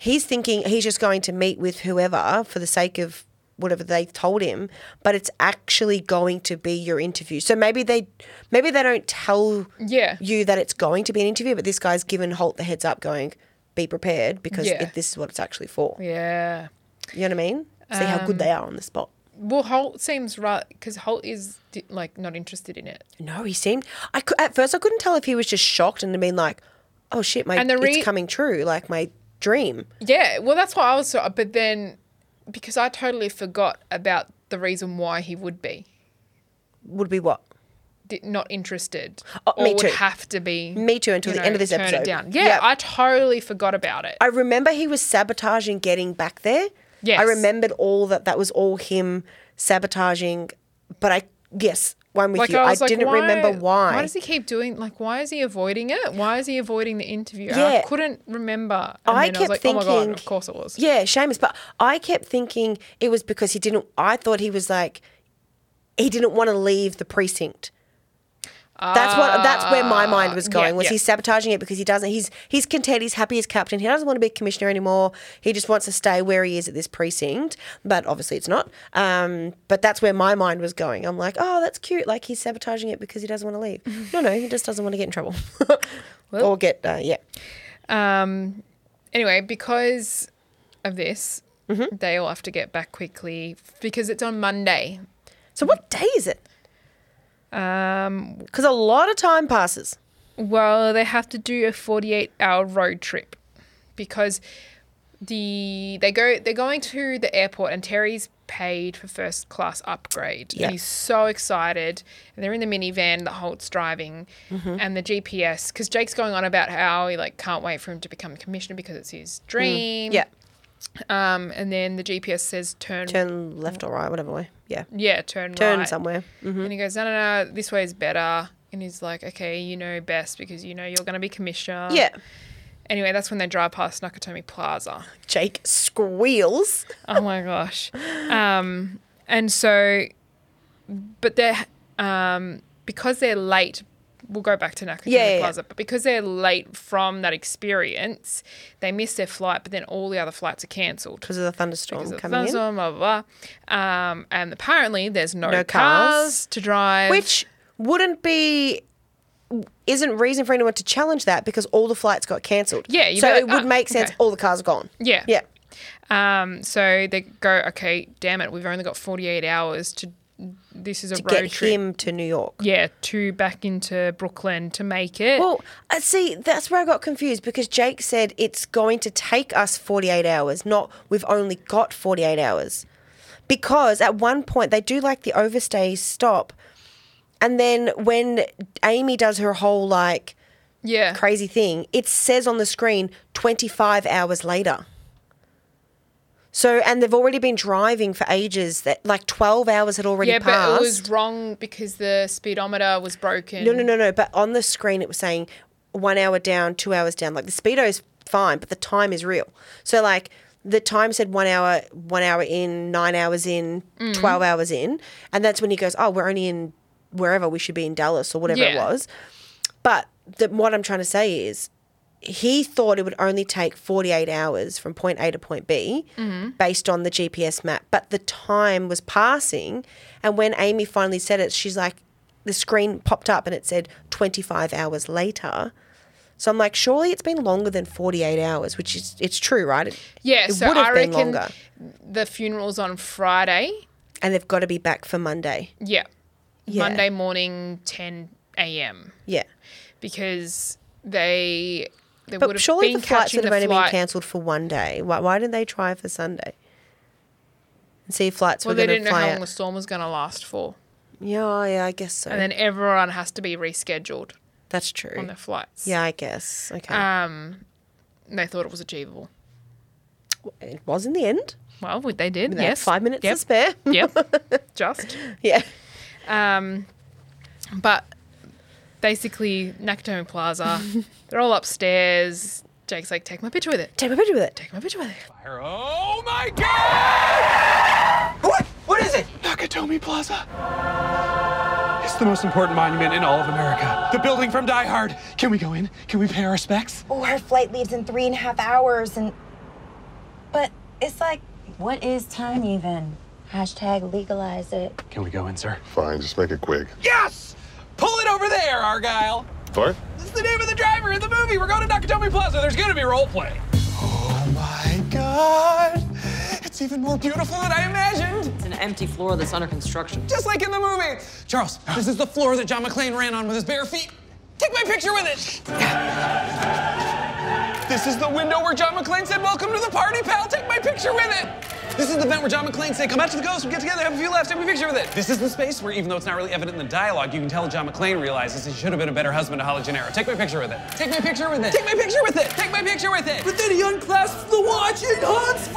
B: he's thinking he's just going to meet with whoever for the sake of whatever they told him, but it's actually going to be your interview. So maybe they maybe they don't tell
A: Yeah.
B: you that it's going to be an interview, but this guy's given Holt the heads up going be prepared because
A: Yeah.
B: it, this is what it's actually for.
A: yeah.
B: You know what I mean? See how
A: Um,
B: good they are on the spot.
A: Well, Holt seems right because Holt is di- like not interested in it,
B: No, he seemed. I cou- at first I couldn't tell if he was just shocked and had been like, "Oh shit, my
A: And the re-
B: it's coming true, like my dream."
A: Yeah, well, that's why I was so. But then, because I totally forgot about the reason why he would be
B: Would be what?
A: di- not interested,
B: Oh,
A: or
B: me
A: would
B: too.
A: have to be
B: Me too, until
A: you
B: the end
A: know,
B: of this
A: turn
B: episode.
A: It down. Yeah,
B: Yep.
A: I totally forgot about it.
B: I remember he was sabotaging getting back there.
A: Yes.
B: I remembered all that. That was all him sabotaging. But I yes, one with
A: like
B: you.
A: I
B: I,
A: was like,
B: didn't remember why.
A: Why does he keep doing? Like, why is he avoiding it? Why is he avoiding the interview? And I
B: Yeah.
A: couldn't remember. And
B: I
A: then
B: kept
A: I was like,
B: thinking,
A: oh my god, of course it was.
B: Yeah, Seamus. But I kept thinking it was because he didn't. I thought he was like, he didn't want to leave the precinct. That's what. That's where my mind was
A: Ah,
B: going.
A: yeah,
B: was
A: yeah.
B: he sabotaging it because he doesn't? He's he's content. He's happy as captain. He doesn't want to be commissioner anymore. He just wants to stay where he is at this precinct. But obviously, it's not. Um, but that's where my mind was going. I'm like, oh, that's cute. Like he's sabotaging it because he doesn't want to leave. no, no, he just doesn't want to get in trouble or get uh, yeah.
A: Um, anyway, because of this,
B: Mm-hmm.
A: they all have to get back quickly because it's on Monday.
B: So what day is it?
A: Um,
B: Because a lot of time passes.
A: well, they have to do a 48 hour road trip because the they go they're going to the airport and Terry's paid for first class upgrade
B: Yeah.
A: and he's so excited and they're in the minivan that Holt's driving
B: Mm-hmm.
A: and the GPS because Jake's going on about how he like can't wait for him to become commissioner because it's his dream
B: Mm. Yeah.
A: Um, and then the GPS says turn,
B: Turn left or right, whatever way. Yeah.
A: yeah, turn,
B: Turn
A: right.
B: somewhere. Mm-hmm.
A: And he goes, no, no, no, this way is better. And he's like, okay, you know best because you know you're going to be commissioner.
B: Yeah.
A: Anyway, that's when they drive past Nakatomi Plaza.
B: Jake squeals.
A: Oh my gosh. Um, and so, but they're, um, because they're late, we'll go back to Nakatomi
B: Yeah, yeah, yeah.
A: Plaza, but because they're late from that experience, they miss their flight, but then all the other flights are cancelled.
B: Because of the thunderstorm
A: because of
B: coming in.
A: thunderstorm, blah, blah, blah. Um, and apparently there's no,
B: No
A: cars.
B: cars.
A: to drive.
B: Which wouldn't be isn't reason for anyone to challenge that because all the flights got cancelled.
A: Yeah, you
B: so
A: better-
B: it would
A: ah,
B: make sense
A: okay.
B: all the cars are gone.
A: Yeah.
B: Yeah.
A: Um, so they go, okay, damn it, we've only got 48 hours to. This is a
B: to
A: road
B: get
A: trip.
B: him to New York.
A: Yeah, to back into Brooklyn to make it.
B: Well, uh, see, that's where I got confused because Jake said it's going to take us 48 hours, not we've only got 48 hours. Because at one point they do like the overstay stop. And then when Amy does her whole like
A: yeah.
B: crazy thing, it says on the screen 25 hours later. So, and they've already been driving for ages that like 12 hours had already
A: yeah,
B: passed.
A: but it was wrong because the speedometer was broken.
B: No, no, no, no. But on the screen, it was saying one hour down, two hours down. Like the speedo is fine, but the time is real. So like the time said one hour, one hour in, nine hours in,
K: Mm.
B: twelve hours in, and that's when he goes, "Oh, we're only in wherever we should be in Dallas or whatever it
K: Yeah.
B: was." But the, what I'm trying to say is, he thought it would only take 48 hours from point A to point B
A: Mm-hmm.
K: Mhm.
B: based on the GPS map. But the time was passing. And when Amy finally said it, she's like, the screen popped up and it said 25 hours later. So I'm like, surely it's been longer than 48 hours, which is, it's true, right? It,
A: Yeah,
B: it
A: so
B: would have
A: I
B: been
A: reckon
B: longer.
A: the funeral's on Friday.
B: And they've got to be back for Monday.
A: Yeah.
B: Yeah.
A: Monday morning, 10 a.m.
B: Yeah.
A: Because they they would
B: But
A: have
B: surely
A: been
B: the flights
A: catching
B: would have
A: the
B: only
A: flight.
B: been cancelled for one day. Why, why didn't they try for Sunday? And see if flights
A: Well,
B: were
A: they
B: going
A: didn't
B: to
A: know how
B: fly
A: long
B: out.
A: the storm was going to last for.
B: Yeah, oh, yeah, I guess so.
A: And then everyone has to be rescheduled
B: That's true.
A: on their flights.
B: Yeah, I guess. Okay.
A: Um, they thought it was achievable.
B: it was in the end.
A: Well, we- they did.
B: They had
A: yes,
B: five minutes to
A: Yep.
B: spare.
A: yep, just
B: yeah.
A: Um, but basically, Nakatomi Plaza. they're all upstairs. Jake's like, "Take my picture with it.
B: Take my picture with it.
A: Take my picture with it."
L: Oh my god! What? What is it?
F: Nakatomi Plaza. It's the most important monument in all of America. The building from Die Hard. Can we go in? Can we pay our respects?
M: Oh, her flight leaves in three and a half hours, and. But it's like, what is time even? Hashtag legalize it.
F: Can we go in, sir?
C: Fine, just make it quick.
L: Yes! Pull it over there, Argyle!
C: What?
L: This is the name of the driver in the movie. We're going to Nakatomi Plaza. There's gonna be role play. Oh
N: My God! It's even more beautiful than I imagined! It's an empty floor that's under construction.
L: Just like in the movie. Charles, this is the floor that John McClane ran on with his bare feet. Take my picture with it. This is the window where John McClane said, "Welcome to the party, pal. Take my picture with it." This is the event where John McClane said, "Come out to the coast, we get together, have a few laughs, take my picture with it." This is the space where, even though it's not really evident in the dialogue, you can tell John McClane realizes he should have been a better husband to Holly Gennaro. Take my picture with it. Take my picture with it. Take my picture with it. Take my picture with it. But then he unclasps the watch and Hans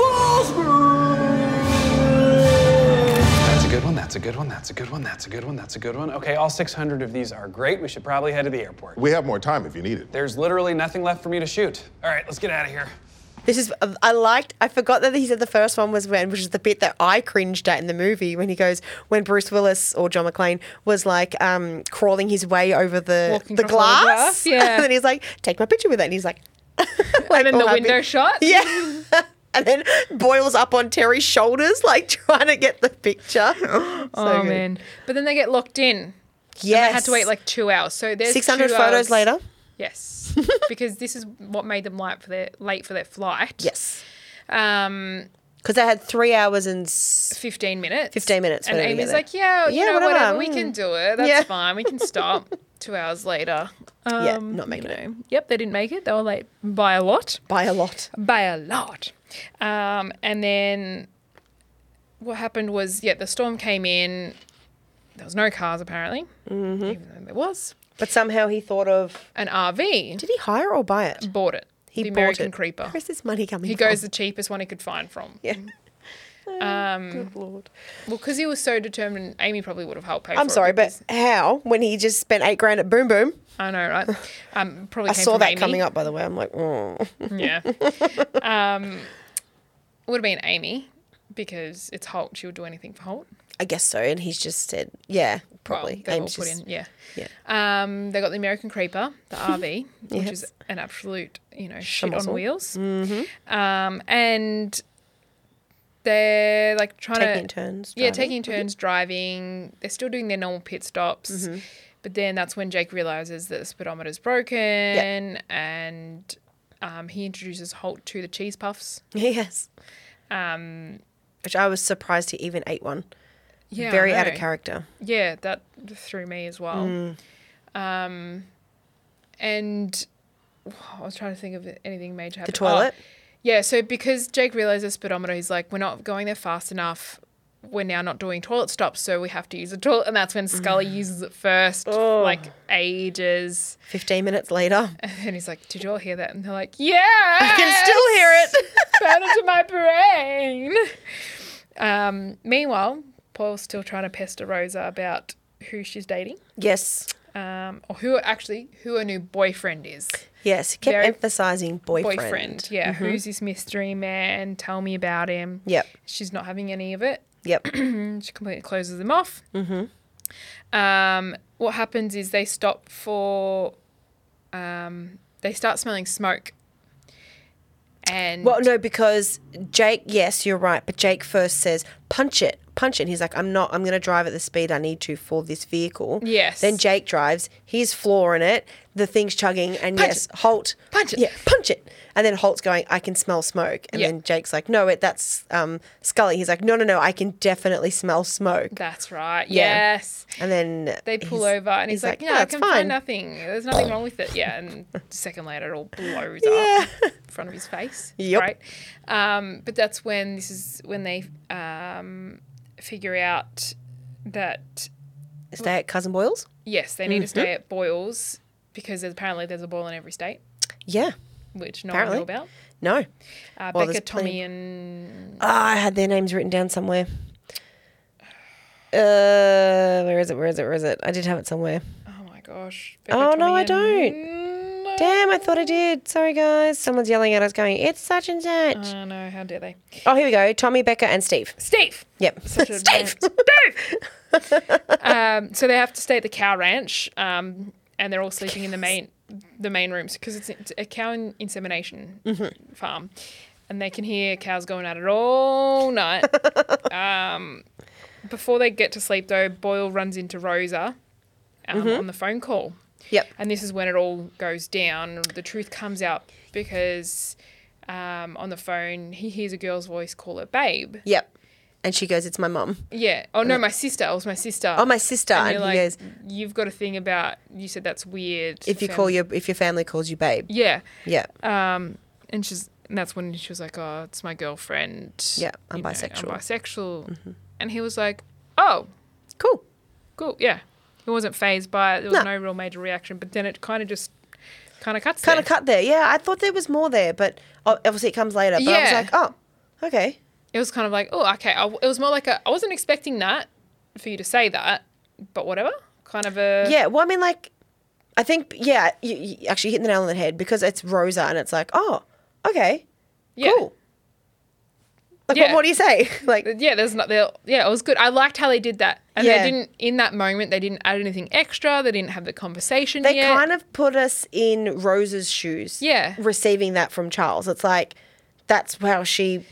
F: That's a good one. That's a good one. That's a good one. That's a good one. That's a good one. Okay, all 600 of these are great. We should probably head to the airport.
C: We have more time if you need it.
F: There's literally nothing left for me to shoot. All right, let's get out of here.
B: This is um, I liked. I forgot that he said the first one was when, which is the bit that I cringed at in the movie when he goes when Bruce Willis or John McClane was like um, crawling his way over the
A: Walking
B: the
A: across all
B: glass,
A: the glass, yeah.
B: and then he's like, "Take my picture with it," and he's like, like
A: And then
B: all
A: the
B: happy.
A: window shot.
B: yeah, and then boils up on Terry's shoulders like trying to get the picture. So
A: oh
B: good.
A: man! But then they get locked in. And they had
B: Yes.
A: to wait like two hours. So there's
B: 600
A: two
B: photos
A: hours-
B: later.
A: Yes, because this is what made them late for their late for their flight.
B: Yes.
A: Um,
B: because they had three hours and s-
A: 15 minutes.
B: 15 minutes.
A: and
B: whatever you
A: Amy's
B: get
A: like,
B: there.
A: yeah, you know, whatever, we
B: mm."
A: can do it. That's
B: Yeah.
A: fine. We can stop. Two hours later.
B: Yeah,
A: Um,
B: not making
A: you know. Yep, they didn't make it. They were late by a lot.
B: By a lot.
A: By a lot. Um, and then what happened was, yeah, the storm came in. There was no cars apparently. Mm-hmm. Even though there was.
B: But somehow he thought of
A: an RV.
B: Did he hire or buy it?
A: Bought it.
B: He
A: the
B: bought
A: American
B: it.
A: Creeper.
B: Where's this money coming
A: He
B: from?
A: goes the cheapest one he could find from.
B: Yeah.
A: Um,
B: Good lord.
A: Well, because he was so determined, Amy probably would have helped pay for
B: I'm sorry,
A: it.
B: but how? When he just spent eight grand at Boom Boom.
A: I know, right? Um, probably
B: I
A: came
B: saw
A: from
B: that
A: Amy.
B: coming up, by the way. I'm like, oh.
A: Yeah. um, it would have been Amy because it's Holt. She would do anything for Holt.
B: I guess so. And he's just said, yeah, probably.
A: They all
B: Amy's
A: put
B: just-
A: in, yeah.
B: Yeah.
A: Um, they got the American Creeper, the RV, which
B: Yes.
A: is an absolute, you know, shit on
B: Schmozzle.
A: wheels.
B: Mhm.
A: Um, and they're like trying to
B: Taking turns
A: Yeah,
B: driving.
A: taking turns driving. They're still doing their normal pit stops.
B: Mhm.
A: But then that's when Jake realizes that the speedometer's broken and um, he introduces Holt to the cheese puffs.
B: Yes.
A: Um,
B: Which I was surprised he even ate one.
A: Yeah, I
B: Very out of
A: know.
B: character.
A: Yeah, that threw me as well.
B: Mm.
A: Um, and oh, I was trying to think of anything major. happened. Oh,
B: toilet?
A: yeah, so because Jake realizes the speedometer, he's like, "We're not going there fast enough. We're now not doing toilet stops, so we have to use a toilet." And that's when Scully
B: Mm.
A: uses it first,
B: Oh.
A: like ages.
B: 15 minutes later.
A: And he's like, "Did you all hear that?" And they're like, "Yeah, I
B: can still hear
A: it. Found it to my brain." Um, meanwhile, Paul's still trying to pester Rosa about who she's dating.
B: Yes.
A: Um, or who actually who her new boyfriend is.
B: Yes. Kept
A: Very-
B: emphasizing boyfriend.
A: yeah.
B: Mhm.
A: Who's this mystery man? Tell me about him.
B: Yep.
A: She's not having any of it.
B: Yep.
A: she completely closes them off.
B: Mm-hmm.
A: Um, what happens is they stop for. Um, they start smelling smoke. And
B: Well, no, because Jake, yes, you're right. But Jake first says, punch it, punch it. And he's like, I'm not, I'm going to drive at the speed I need to for this vehicle.
A: Yes.
B: Then Jake drives, he's flooring it, the thing's chugging, and
A: Punch
B: yes, Holt. Punch it. Yeah, punch it. And then Holt's going, I can smell smoke. And
A: Yeah.
B: then Jake's like, no, it, that's um, Scully. He's like, no, no, no, I can definitely smell smoke.
A: that's right.
B: Yeah.
A: Yes.
B: And then
A: They pull
B: he's-
A: over and he's, like, "Yeah,
B: "No,
A: I
B: it's
A: can
B: fine."
A: find nothing. There's nothing wrong with it." Yeah, and a second later, it all blows up in front of his face.
B: Yep.
A: Right. Um, but that's when this is when they um, figure out that
B: Stay at Cousin Boyle's?
A: yes, they need to
B: Mhm.
A: stay at Boyle's because there's, apparently there's a Boyle in every state,
B: Yeah.
A: which no one knew
B: Apparently.
A: about.
B: No.
A: Uh, Becca,
B: Well, there's plenty-
A: Tommy, and
B: Ah, I had their names written down somewhere. Uh, where is it? Where is it? Where is it? I did have it somewhere.
A: oh my gosh.
B: oh no, I don't. Damn, I thought I did. Sorry, guys. Someone's yelling at us, going, "It's such and such."
A: I don't know how dare they.
B: oh, here we go. Tommy, Becca, and Steve.
A: Steve.
B: Yep.
A: Such an
B: Steve.
A: um, so they have to stay at the cow ranch, um, and they're all sleeping in the main the main rooms because it's, it's a cow in- insemination farm, and they can hear cows going at it all night. um, before they get to sleep, though, Boyle runs into Rosa um,
B: Mhm.
A: on the phone call.
B: Yep.
A: And this is when it all goes down. The truth comes out because um, on the phone he hears a girl's voice call her babe.
B: Yep. And she goes, "It's my mum."
A: Yeah. Oh no, my sister. It was my sister.
B: Oh, my sister.
A: And,
B: And
A: you're
B: he
A: like,
B: goes-
A: you've got a thing about. You said that's weird.
B: If you
A: fam-
B: call your if your family calls you babe.
A: Yeah.
B: Yeah.
A: Um, and she's and that's when she was like, "Oh, it's my girlfriend."
B: Yeah, I'm
A: know,
B: bisexual. Mm-hmm.
A: I'm bisexual. And he was like, "Oh,
B: cool,
A: cool, yeah." He wasn't phased by it. There was
B: No.
A: no, real major reaction. But then it kind of just kind of cuts.
B: Kind of
A: there.
B: cut there. Yeah, I thought there was more there, but oh, obviously it comes later. But I was
A: Yeah.
B: like, "Oh, okay."
A: It was kind of like, "Oh, okay." I, it was more like a, I wasn't expecting that for you to say that, but whatever. Kind of a
B: yeah well i mean like i think yeah you, you actually hitting the nail on the head because it's rosa and it's like oh okay
A: Yeah.
B: cool like what more do you say like
A: yeah, there's not there. Yeah, it was good. I liked how they did that, and
B: Yeah.
A: they didn't in that moment. They didn't add anything extra. They didn't have the conversation.
B: they
A: yet.
B: kind of put us in rosa's shoes
A: Yeah.
B: receiving that from charles it's like that's how she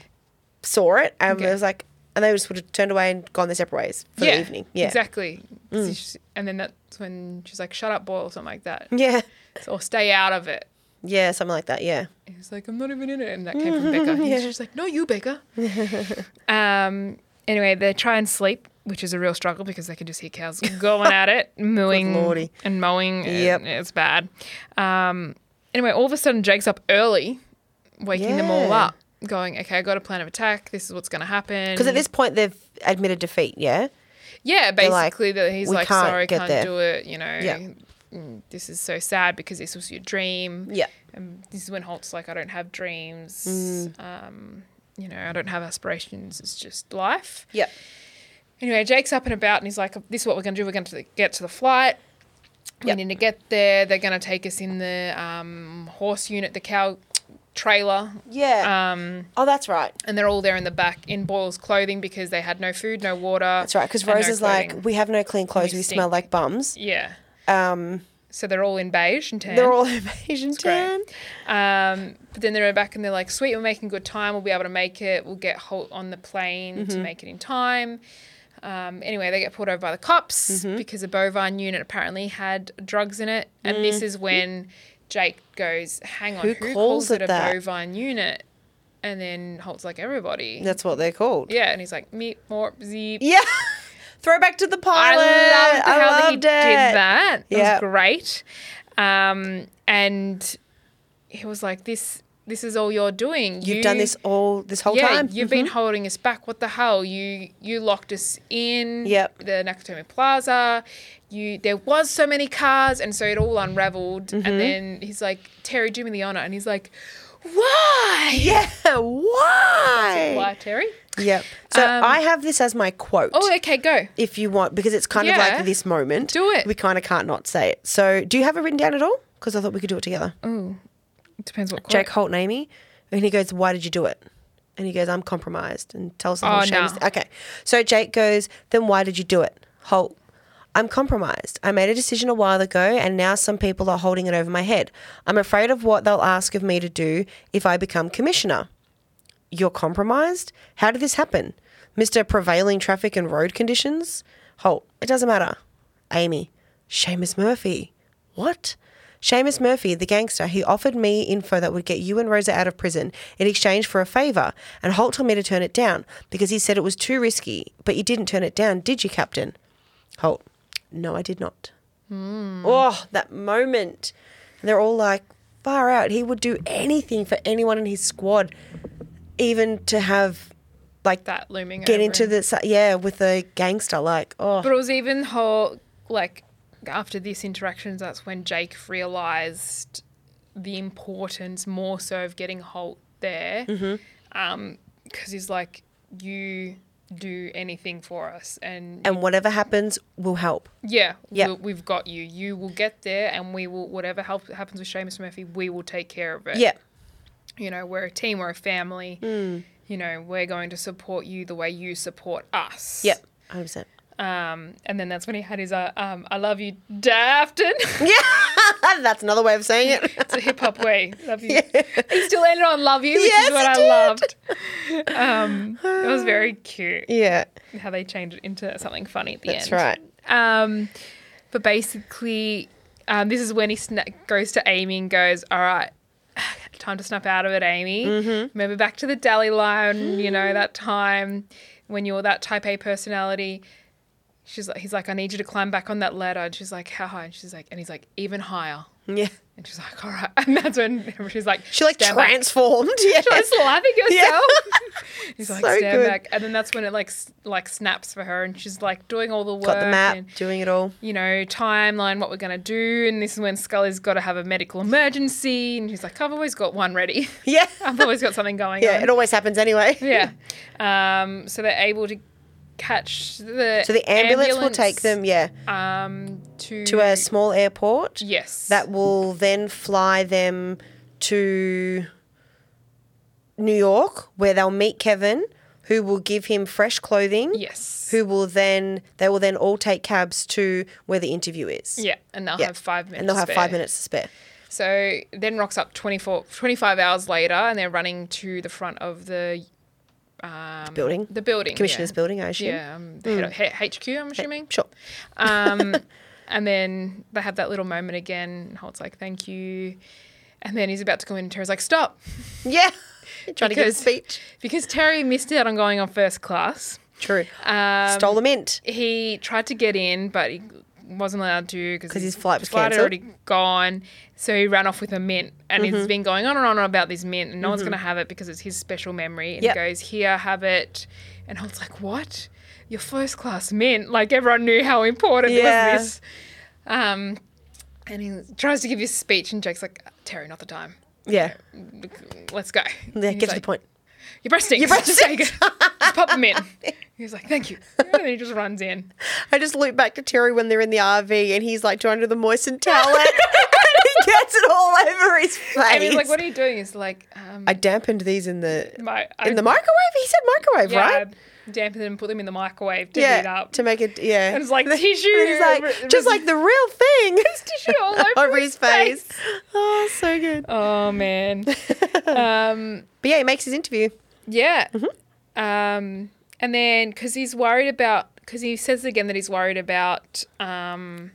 B: saw it and
A: Okay.
B: it was like and they just would have turned away and gone their separate ways for
A: yeah,
B: the evening yeah
A: exactly.
B: Mm.
A: So she's- And then that's when she's like, "Shut up, boy," or something like that.
B: yeah
A: So, or stay out of it.
B: yeah something like that yeah
A: And He's like, "I'm not even in it," and that came from Becca. And She's like, "No, you, Becca." Um. Anyway, they try and sleep, which is a real struggle because they can just hear cows going at it, mooing
B: lordy.
A: and mowing. and
B: Yep.
A: it's bad. Um. Anyway, all of a sudden, Jake's up early, waking them all
B: Yeah.
A: up, going, "Okay, I got a plan of attack. This is what's going to happen."
B: because at this point they've admitted defeat yeah
A: Yeah,
B: They're like,
A: basically that he's
B: "We
A: like,
B: can't
A: sorry,
B: get
A: can't
B: there."
A: do it. You know,
B: Yeah.
A: Mm, this is so sad because this was your dream.
B: Yeah.
A: and Um, this is when Holt's like, I don't have dreams.
B: Mm.
A: Um, you know, I don't have aspirations. It's just life.
B: Yeah.
A: Anyway, Jake's up and about, and he's like, "This is what we're gonna do. We're gonna get to the flight. We need to get there. They're gonna take us in the um, horse unit, the cow trailer.
B: Yeah.
A: Um,
B: oh, that's right.
A: And they're all there in the back in Boyle's clothing because they had no food, no water.
B: that's right because
A: and no
B: rosa's like
A: clothing.
B: we have no clean clothes we, smell
A: stink."
B: like bums
A: yeah.
B: um
A: So they're all in beige and tan.
B: They're all in beige and
A: tan. Um, but then they're back and they're like, sweet, we're making good time. We'll be able to make it. We'll get Holt on the plane to
B: Mhm.
A: make it in time. Um, anyway, they get pulled over
B: Mm-hmm.
A: by the cops because a bovine unit apparently had drugs in it. And this
B: Mm.
A: is when Jake goes, "Hang on,
B: Who
A: who,
B: calls
A: calls,
B: it
A: it a
B: that?
A: bovine unit?" And then Holt's like, "Everybody."
B: That's what they're called.
A: yeah, and he's like, "Meat, more, zip."
B: Yeah. Throwback to the
A: I
B: pilot.
A: loved
B: I
A: how he
B: loved
A: did
B: it.
A: that. It
B: Yeah.
A: was great. Um, and he was like, "This, this is all you're doing.
B: You've done this all this whole
A: yeah,
B: time. Mm-hmm.
A: You've been holding us back. What the hell? You you locked us in
B: Yep.
A: the Nakatomi Plaza. You there was so many cars and so it all unraveled.
B: Mhm.
A: And then he's like, Terry, do me the honor. And he's like, Why?
B: Yeah,
A: why?
B: why?
A: Why, Terry?
B: Yep. So I have this as my quote.
A: Um, Oh, okay, go.
B: If you want, because it's kind of
A: Yeah.
B: like this moment.
A: Do it.
B: We kind of can't not say it. So do you have it written down at all? Because I thought we could do it together.
A: Oh. Depends what
B: Jake Holt and Amy. And he goes, Why did you do it? And he goes, I'm compromised and tells the
A: Oh,
B: whole shame.
A: no.
B: st- Okay. So Jake goes, Then why did you do it? Holt, I'm compromised. I made a decision a while ago and now some people are holding it over my head. I'm afraid of what they'll ask of me to do if I become commissioner. You're compromised? How did this happen? Mr. Prevailing Traffic and Road Conditions? Holt, it doesn't matter. Amy, Seamus Murphy. What? Seamus Murphy, the gangster, he offered me info that would get you and Rosa out of prison in exchange for a favour, and Holt told me to turn it down because he said it was too risky. But you didn't turn it down, did you, Captain? Holt, no, I did not.
A: Hmm.
B: Oh, that moment. And they're all like, far out. He would do anything for anyone in his squad, even to have, like,
A: that looming
B: get
A: over
B: into
A: him.
B: the, si- yeah, with a gangster. Like, oh.
A: But it was even whole like after this interactions, that's when Jake realized the importance more so of getting Holt there, because
B: Mhm.
A: he's like, you do anything for us, and
B: and whatever happens will help.
A: yeah,
B: Yeah.
A: we'll- we've got you. You will get there, and we will whatever help happens with Seamus Murphy, we will take care of it.
B: Yeah. Mm.
A: you know, we're a team, we're a family. You know, we're going to support you the way you support us.
B: Yep. 100%.
A: Um, and then that's when he had his uh, um, "I love you, Dafton."
B: That's another way of saying it.
A: it's a hip hop way. Love you. He still ended on "Love you," which
B: Yes,
A: is what I
B: he
A: loved. Um, it was very cute.
B: Yeah.
A: how they changed it into something funny at the end.
B: That's right.
A: right. Um, but basically, um, this is when he sna- goes to Amy and goes, "All right." Time to snap out of it, Amy.
B: Mm-hmm.
A: Remember back to the deli line, you know, that time when you're that type A personality. She's like, he's like, I need you to climb back on that ladder. And she's like, how high? And she's like, and he's like, even higher.
B: Yeah.
A: And she's like, all right. And that's when she's like,
B: She like
A: "Stand back."
B: transformed. Yeah.
A: She was laughing
B: Yeah.
A: herself. He's like,
B: So
A: stand
B: good.
A: back. And then that's when it like s- like snaps for her and she's like doing all the work.
B: Got the map,
A: And,
B: doing it all.
A: you know, timeline, what we're going to do. And this is when Scully's got to have a medical emergency. And she's like, I've always got one ready.
B: Yeah.
A: I've always got something going
B: Yeah,
A: on.
B: it always happens anyway.
A: Oh Yeah. Um, so they're able to catch the
B: So the ambulance, will take them, yeah,
A: um, to
B: to a small airport.
A: Yes.
B: That will then fly them to New York, where they'll meet Kevin, who will give him fresh clothing.
A: Yes.
B: Who will then they will then all take cabs to where the interview is.
A: Yeah, and they'll
B: Yeah.
A: have five minutes.
B: And they'll have
A: spare.
B: five minutes to spare.
A: So then rocks up 24, 25 hours later, and they're running to the front of the, um,
B: building?
A: the building,
B: Commissioner's
A: yeah.
B: building, I assume?
A: Yeah, um, the head
B: Mm.
A: of- he- HQ, I'm assuming.
B: Sure.
A: Um, and then they have that little moment again. and Holt's like, "Thank you," and then he's about to go in, and Terry's like, "Stop!"
B: Yeah, trying to get a speech
A: because Terry missed out on going on first class.
B: True.
A: Um,
B: Stole the mint.
A: He tried to get in, but he wasn't allowed to
B: 'Cause his flight was
A: flight had
B: cancelled.
A: already gone. So he ran off with a mint, and he's
B: Mhm.
A: been going on and on about this mint, and no one's
B: Mhm.
A: going to have it because it's his special memory. And
B: Yep.
A: he goes, "Here, have it," and I was like, "What? Your first class mint? Like everyone knew how important
B: Yeah.
A: was this." Um, and he tries to give his speech, and Jake's like, "Terry, not the time.
B: Yeah.
A: Let's go."
B: Yeah,
A: He's
B: get to the
A: like,
B: point.
A: Your breast stinks.
B: Your breast
A: Just take it. Just pop them in. He was like, "Thank you," and then he just runs in.
B: I just loop back to Terry when they're in the RV and he's like, Do you under the moistened towel? and he gets it all over his face.
A: And he's like, "What are you doing?" He's like, um,
B: I dampened these in the
A: My-
B: in
A: I-
B: the microwave. He said microwave,
A: yeah,
B: right?
A: Dampen them and put them in the microwave to heat
B: yeah,
A: up.
B: to make it yeah.
A: And it's like tissue.
B: And he's
A: over-
B: like, just like the real thing.
A: There's tissue all over,
B: his face. Oh, so good.
A: Oh man. um,
B: but yeah, he makes his interview.
A: Yeah.
B: Mm-hmm.
A: Um, and then because he's worried about because he says again that he's worried about um,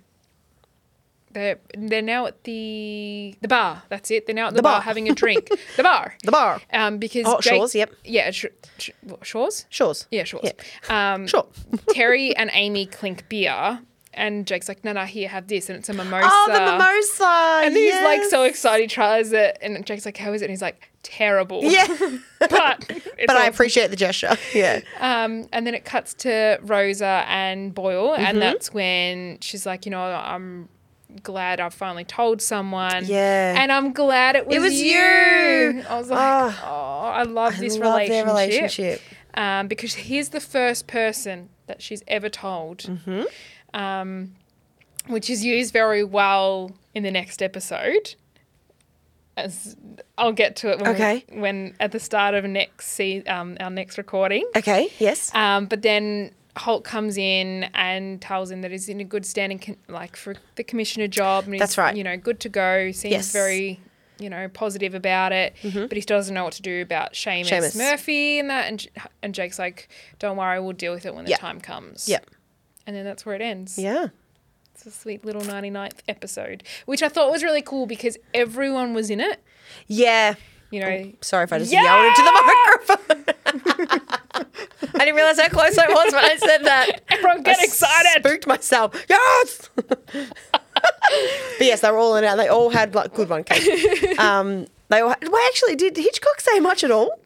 A: They're they're now at the the bar. That's it. They're now at the,
B: The
A: bar,
B: bar.
A: having a drink. the bar.
B: The bar.
A: Um, because
B: Oh,
A: Jake-
B: Shaw's, yep.
A: Yeah, Sh- Sh- what, Shaw's.
B: Shaw's.
A: Yeah, Shaw's. Um, sure. Terry and Amy clink beer, and Jake's like, "No, no, here, have this," and it's a mimosa.
B: Oh, the mimosa.
A: uh, And then he's like so
B: yes.
A: excited, he tries it, and Jake's like, "How is it?" And he's like, "Terrible."
B: Yeah.
A: but it's
B: but I
A: awesome.
B: appreciate the gesture. Yeah.
A: Um, and then it cuts to Rosa and Boyle,
B: Mhm.
A: and that's when she's like, you know, I'm glad I finally told someone.
B: Yeah.
A: And I'm glad it was,
B: It was
A: you.
B: you.
A: I was like,
B: Ah.
A: oh, I love
B: I
A: this
B: love
A: relationship.
B: their relationship.
A: Um, because he's the first person that she's ever told,
B: Mm-hmm.
A: um, which is used very well in the next episode. As I'll get to it when, we-
B: Okay.
A: when at the start of next se- um, our next recording.
B: Okay. Yes.
A: Um, but then Holt comes in and tells him that he's in a good standing, con- like for the commissioner job. And he's,
B: That's right.
A: You know, good to go. Seems
B: Yes. Mm-hmm.
A: very, you know, positive about it. But he doesn't know what to do about Seamus,
B: Seamus.
A: Murphy and that. And J- and Jake's like, "Don't worry, we'll deal with it when the
B: Yeah.
A: time comes."
B: Yeah.
A: And then that's where it ends.
B: Yeah.
A: It's a sweet little 99th episode, which I thought was really cool because everyone was in it.
B: Yeah.
A: You know,
B: Sorry if I just
A: Yeah!
B: yelled into the microphone. I didn't realize how close I was when I said that.
A: Everyone get
B: I excited. Spooked myself. Yes. but yes, they were all in it. They all had like good one. Kate. Um, they all. Had, well, actually, did Hitchcock say much at all?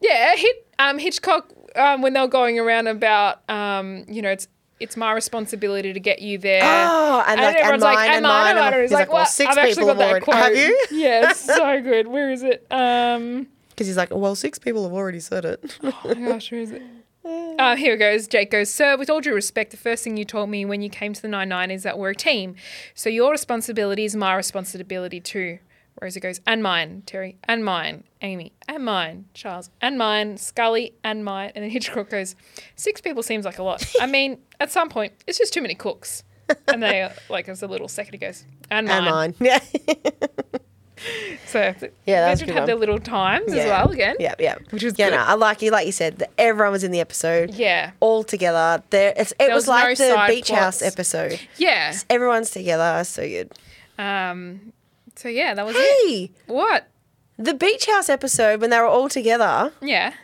A: Yeah, hit um, Hitchcock um, when they were going around about um, you know it's it's my responsibility to get you there.
B: Oh, and like, and
A: everyone's
B: mine,
A: "Am
B: and
A: I,
B: mine,
A: am I?"
B: and
A: he's like,
B: well,
A: "What?
B: six
A: I've actually
B: people
A: got that
B: have already-
A: quote.
B: Have you?
A: Yeah, it's so good. Where is it? Um,
B: Because he's like, well, six people have already said it.
A: oh my gosh, where is it? Uh, here it goes. Jake goes, Sir, with all due respect, the first thing you told me when you came to the 99 is that we're a team. So your responsibility is my responsibility too. Rosa goes, And mine, Terry, and mine, Amy, and mine, Charles, and mine, Scully, and mine. And then Hitchcock goes, Six people seems like a lot. I mean, at some point, it's just too many cooks. And they, uh, like, as a little second, he goes, And mine.
B: And mine. Yeah.
A: So
B: Yeah, that
A: they
B: was a
A: should
B: good
A: have their
B: one.
A: little times
B: Yeah.
A: as well again.
B: Yeah, yeah. Which
A: is
B: yeah,
A: good.
B: no, I like you. Like you said, that everyone was in the episode.
A: Yeah.
B: all together. There, it's, it
A: There was
B: was,
A: no
B: like the
A: side
B: beach house
A: plots.
B: episode.
A: Yeah.
B: Just everyone's together. So good.
A: Um, so yeah, that was it.
B: Hey,
A: what?
B: The beach house episode when they were all together.
A: Yeah.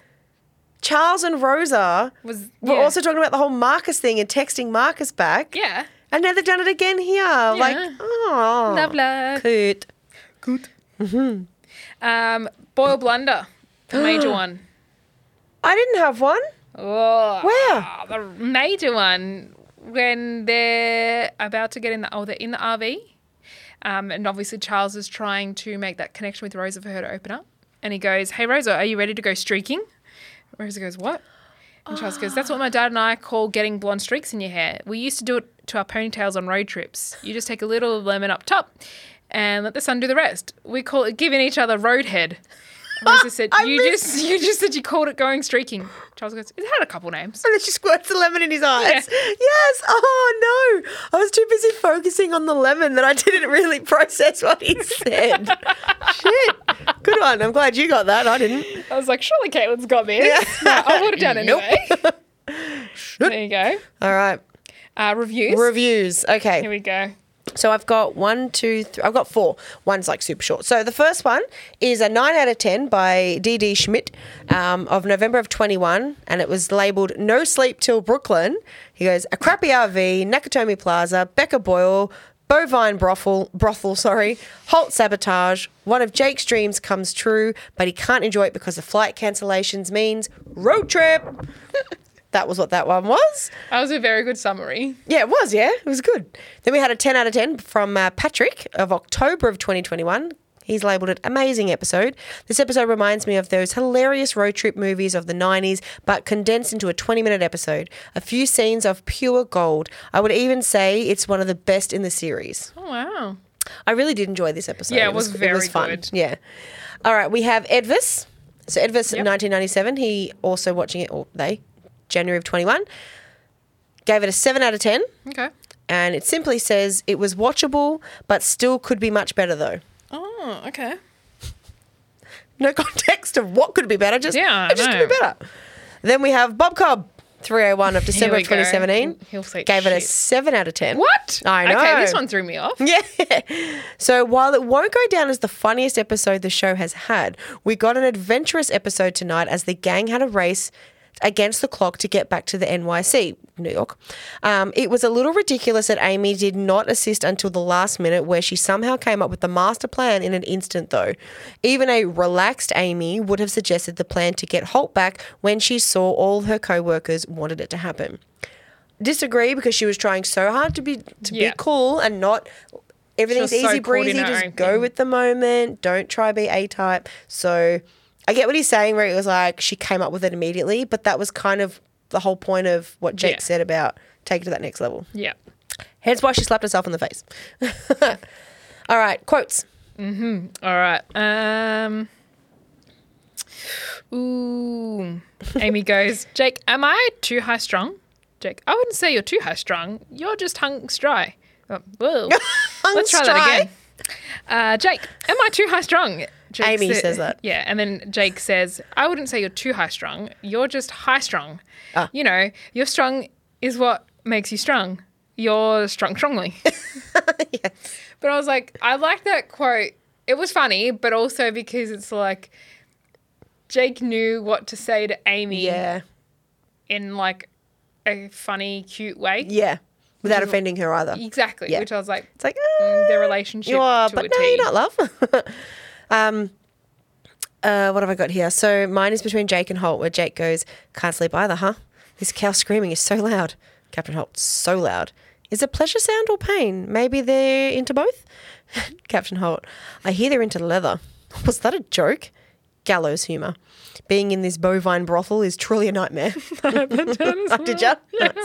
B: Charles and Rosa
A: Was
B: were
A: yeah.
B: also talking about the whole Marcus thing and texting Marcus back.
A: Yeah.
B: And now they've done it again here. Like, oh,
A: Love, love.
B: cute.
A: Um, Boyle Blunder, the major one.
B: I didn't have one.
A: Oh,
B: Where?
A: The major one when they're about to get in the oh they're in the RV, um, and obviously Charles is trying to make that connection with Rosa for her to open up, and he goes, "Hey Rosa, are you ready to go streaking?" Rosa goes, "What?" And Charles goes, "That's what my dad and I call getting blonde streaks in your hair. We used to do it to our ponytails on road trips. You just take a little lemon up top." And let the sun do the rest. We call it giving each other road head. Rosa said, "You just, you just said you called it going streaking." Charles goes, "It had a couple names."
B: And then she squirts the lemon in his eyes. Yes. Oh no. I was too busy focusing on the lemon that I didn't really process what he said. Shit. Good one. I'm glad you got that. I didn't.
A: I was like, "Surely Caitlin's got this." No, I would have done it
B: Nope.
A: anyway. there you go.
B: All right.
A: Uh, reviews.
B: Reviews.
A: Here
B: Okay.
A: we go.
B: So I've got one, two, three. I've got four. One's like super short. So the first one is a nine out of ten by D.D. Schmidt um, of November of twenty one, and it was labeled "No Sleep Till Brooklyn." He goes a crappy RV, Nakatomi Plaza, Becca Boyle. Bovine brothel, brothel, sorry. Holt sabotage. One of Jake's dreams comes true, but he can't enjoy it because the flight cancellations means road trip. that was what that one was.
A: That was a very good summary.
B: Yeah, it was. Yeah, it was good. Then we had a 10 out of 10 from uh, Patrick of October of 2021. He's labelled it amazing episode. This episode reminds me of those hilarious road trip movies of the 90s, but condensed into a 20 minute episode. A few scenes of pure gold. I would even say it's one of the best in the series.
A: Oh wow.
B: I really did enjoy this episode.
A: Yeah, it was very
B: fun.
A: good.
B: Yeah. All right, we have Edvis. So Edvis, 1997. He also watching it, or they, January of 21. Gave it a seven out of ten,
A: Okay.
B: and it simply says it was watchable, but still could be much better though.
A: Oh, okay.
B: No context of what could be better. Just
A: Yeah, I
B: it just could be
A: know.
B: better. Then we have Bob Cobb. 301 of December
A: we
B: of 2017.
A: go. He'll say
B: Gave it a
A: shit.
B: 7 out of 10.
A: What?
B: I know.
A: Okay, this one threw me off.
B: Yeah. So while it won't go down as the funniest episode the show has had, we got an adventurous episode tonight as the gang had a race against the clock to get back to the NYC, New York. Um, it was a little ridiculous that Amy did not assist until the last minute, where she somehow came up with the master plan in an instant, though. Even a relaxed Amy would have suggested the plan to get Holt back when she saw all her co workers wanted it to happen disagree because she was trying so hard to be to
A: Yeah.
B: be cool and not everything's
A: She was so
B: easy
A: caught in
B: breezy.
A: her
B: Just
A: own
B: go with the moment. Don't try be a type. So I get what he's saying, where it was like she came up with it immediately, but that was kind of the whole point of what Jake
A: Yeah.
B: said about take it to that next level.
A: Yeah.
B: Hence why she slapped herself in the face. All right, quotes.
A: Mm-hmm. All right. Um. Ooh. Amy goes, Jake, am I too high strung? Jake, I wouldn't say you're too high strung. You're just hung dry. Oh, whoa. Let's try
B: Hung
A: that again. Uh, Jake, am I too high strung? Jake
B: Amy
A: sa-
B: says that.
A: Yeah, and then Jake says, I wouldn't say you're too high strung. You're just high strung.
B: Ah.
A: You know, your strung is what makes you strung. You're strung strongly. But I was like, I like that quote. It was funny, but also because it's like Jake knew what to say to Amy.
B: Yeah.
A: In like a funny, cute way.
B: Yeah, without
A: Which is- Mm.
B: offending her either.
A: Exactly.
B: Yeah.
A: Which I was like,
B: it's like
A: their relationship.
B: You are,
A: to
B: but
A: a
B: no,
A: T.
B: you're not, love. um, uh, what have I got here? So mine is between Jake and Holt, where Jake goes, "Can't sleep either, huh? This cow screaming is so loud." Captain Holt, so loud. Is it pleasure sound or pain? Maybe they're into both. Captain Holt, I hear they're into leather. Was that a joke? Gallows humour. Being in this bovine brothel is truly a nightmare. Did you?
A: Because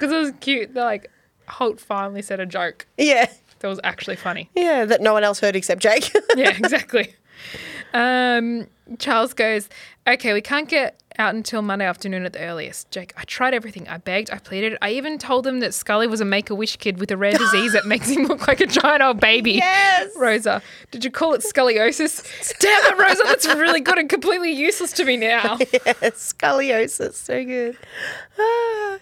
A: it was cute. They're like, Holt finally said a joke
B: Yeah.
A: that was actually funny.
B: Yeah, that no one else heard except Jake.
A: yeah, exactly. Um, Charles goes, Okay, we can't get out until Monday afternoon at the earliest. Jake, I tried everything. I begged, I pleaded. I even told them that Scully was a make a wish kid with a rare disease that makes him look like a giant old baby. Yes. Rosa, did you call it scoliosis? Damn it, Rosa, that's really good and completely useless to me now.
B: yes, scoliosis. So good. Ah.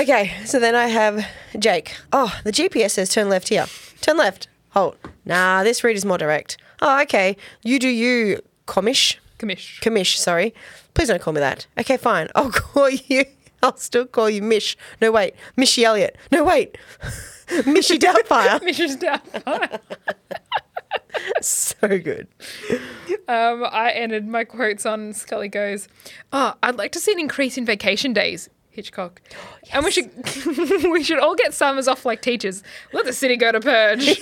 B: Okay, so then I have Jake. Oh, the GPS says turn left here. Turn left. Halt. Nah, this route is more direct. Oh, okay. You do you, commish.
A: Commish.
B: Commish, sorry. Please don't call me that. Okay, fine. I'll call you. I'll still call you Mish. No, wait. Mishy Elliott. No, wait. Mishy Doubtfire.
A: Mishy Doubtfire.
B: so good.
A: Um, I ended my quotes on Scully goes, "Oh, I'd like to see an increase in vacation days." Hitchcock, and we should we should all get summers off like teachers. Let the city go to purge.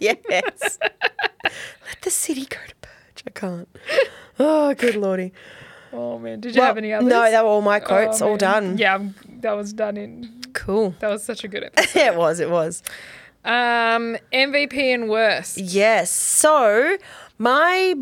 B: yes. Let the city go to purge. I can't. Oh, good lordy.
A: Oh man, did you
B: Well,
A: have any others? Oh,
B: no, they were all my quotes, all
A: man.
B: done.
A: Yeah, I'm- that was done in.
B: Cool.
A: That was such a good episode.
B: it was. It was.
A: Um, MVP and worst.
B: Yes. So my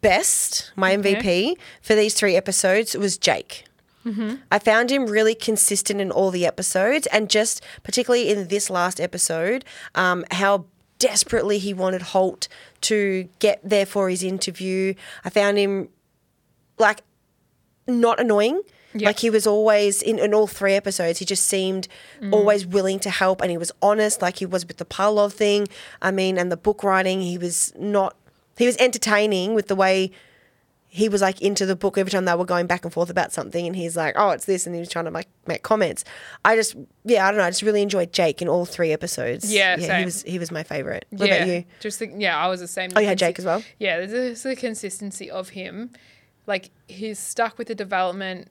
B: best, my MVP for these three episodes was Jake.
A: Mm-hmm.
B: I found him really consistent in all the episodes, and just particularly in this last episode, um, how desperately he wanted Holt to get there for his interview. I found him like not annoying. Like he was always in, in all three episodes, he just seemed
A: Mm.
B: always willing to help and he was honest, like he was with the Parlov thing. I mean, and the book writing, he was not he was entertaining with the way he was like into the book every time they were going back and forth about something and he's like, Oh, it's this and he was trying to like make comments. I just yeah, I don't know, I just really enjoyed Jake in all three episodes.
A: Yeah,
B: he
A: same.
B: was he was my favourite. What
A: yeah,
B: about you?
A: Just the, yeah, I was the same.
B: Oh, you had Jake as well?
A: Yeah, there's the consistency of him. Like he's stuck with the development.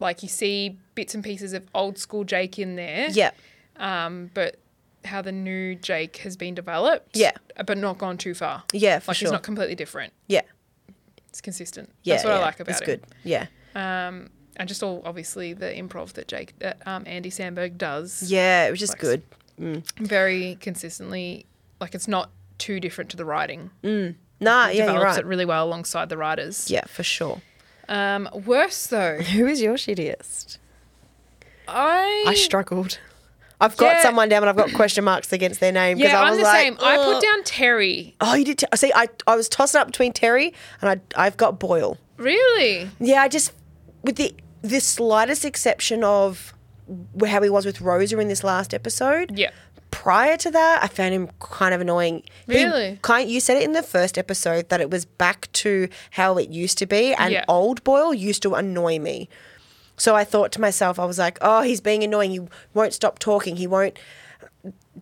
A: Like you see bits and pieces of old school Jake in there.
B: Yeah.
A: Um, but how the new Jake has been developed.
B: Yeah.
A: But not gone too far.
B: Yeah, for
A: like
B: sure.
A: he's not completely different.
B: Yeah.
A: It's consistent.
B: Yeah.
A: That's what I
B: yeah,
A: like about
B: It's
A: him.
B: good. Yeah.
A: Um, and just all obviously the improv that Jake, that, um, Andy Sandberg does.
B: Yeah, it was just
A: Like,
B: good. Mm.
A: Very consistently, like it's not too different to the writing.
B: Mm. Nah,
A: It
B: yeah, you're
A: develops
B: right.
A: it really well alongside the writers.
B: Yeah, for sure.
A: Um, worse though,
B: Who is your shittiest?
A: I
B: I struggled. I've got
A: Mm. Yeah.
B: someone down, and I've got question marks against their name. 'cause
A: yeah,
B: I
A: I'm
B: was
A: the
B: like,
A: same. I
B: "Ugh."
A: put down Terry.
B: Oh, you did. T- see, I, I was tossing up between Terry and I. I've got Boyle.
A: Really?
B: Yeah, I just with the the slightest exception of wh- how he was with Rosa in this last episode.
A: Yeah.
B: Prior to that, I found him kind of annoying. He
A: Really?
B: kind you said it in the first episode that it was back to how it used to be, and
A: Yeah.
B: old Boyle used to annoy me. So I thought to myself, I was like, oh, he's being annoying. He won't stop talking. He won't.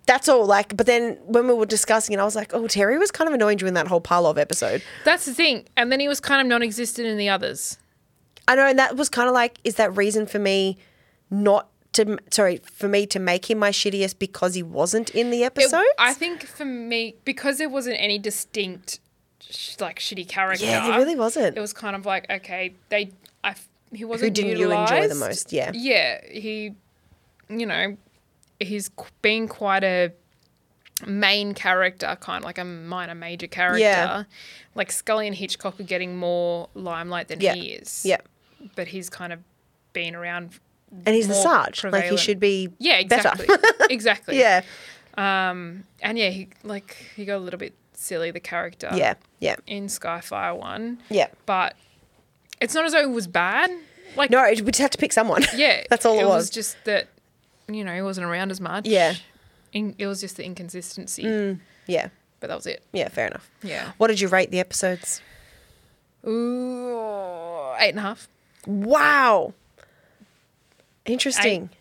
B: That's all. Like, but then when we were discussing it, I was like, oh, Terry was kind of annoying during that whole Parlov episode.
A: That's the thing. And then he was kind of non existent in the others.
B: I know, and that was kind of like, is that reason for me not to, sorry, for me to make him my shittiest because he wasn't in the
A: It-
B: episode?
A: I think for me, because there wasn't any distinct, sh- like shitty character.
B: Yeah, there really wasn't.
A: It was kind of like okay, they, I, f- he wasn't.
B: didn't you enjoy the
A: utilised.
B: most, yeah.
A: Yeah, he, you know, he's qu- been quite a main character, kind of like a minor major character. Like Scully and Hitchcock are getting more limelight than
B: Yeah,
A: he is.
B: yeah.
A: But he's kind of been around.
B: and he's the
A: more
B: Sarge. Like, he
A: prevalent.
B: should be
A: Yeah,
B: better.
A: exactly. exactly.
B: Yeah.
A: Um, and yeah, he like he got a little bit silly the character.
B: Yeah, yeah.
A: In Skyfire one.
B: Yeah.
A: But it's not as though it was bad. Like
B: no, we just had to pick someone.
A: Yeah.
B: That's all it,
A: was. just that you know, he wasn't around as much.
B: Yeah.
A: In, it was just the inconsistency.
B: Mm, yeah.
A: But that was it.
B: Yeah, fair enough.
A: Yeah.
B: What did you rate the episodes?
A: Ooh eight and a half.
B: Wow. Interesting. oh, it's,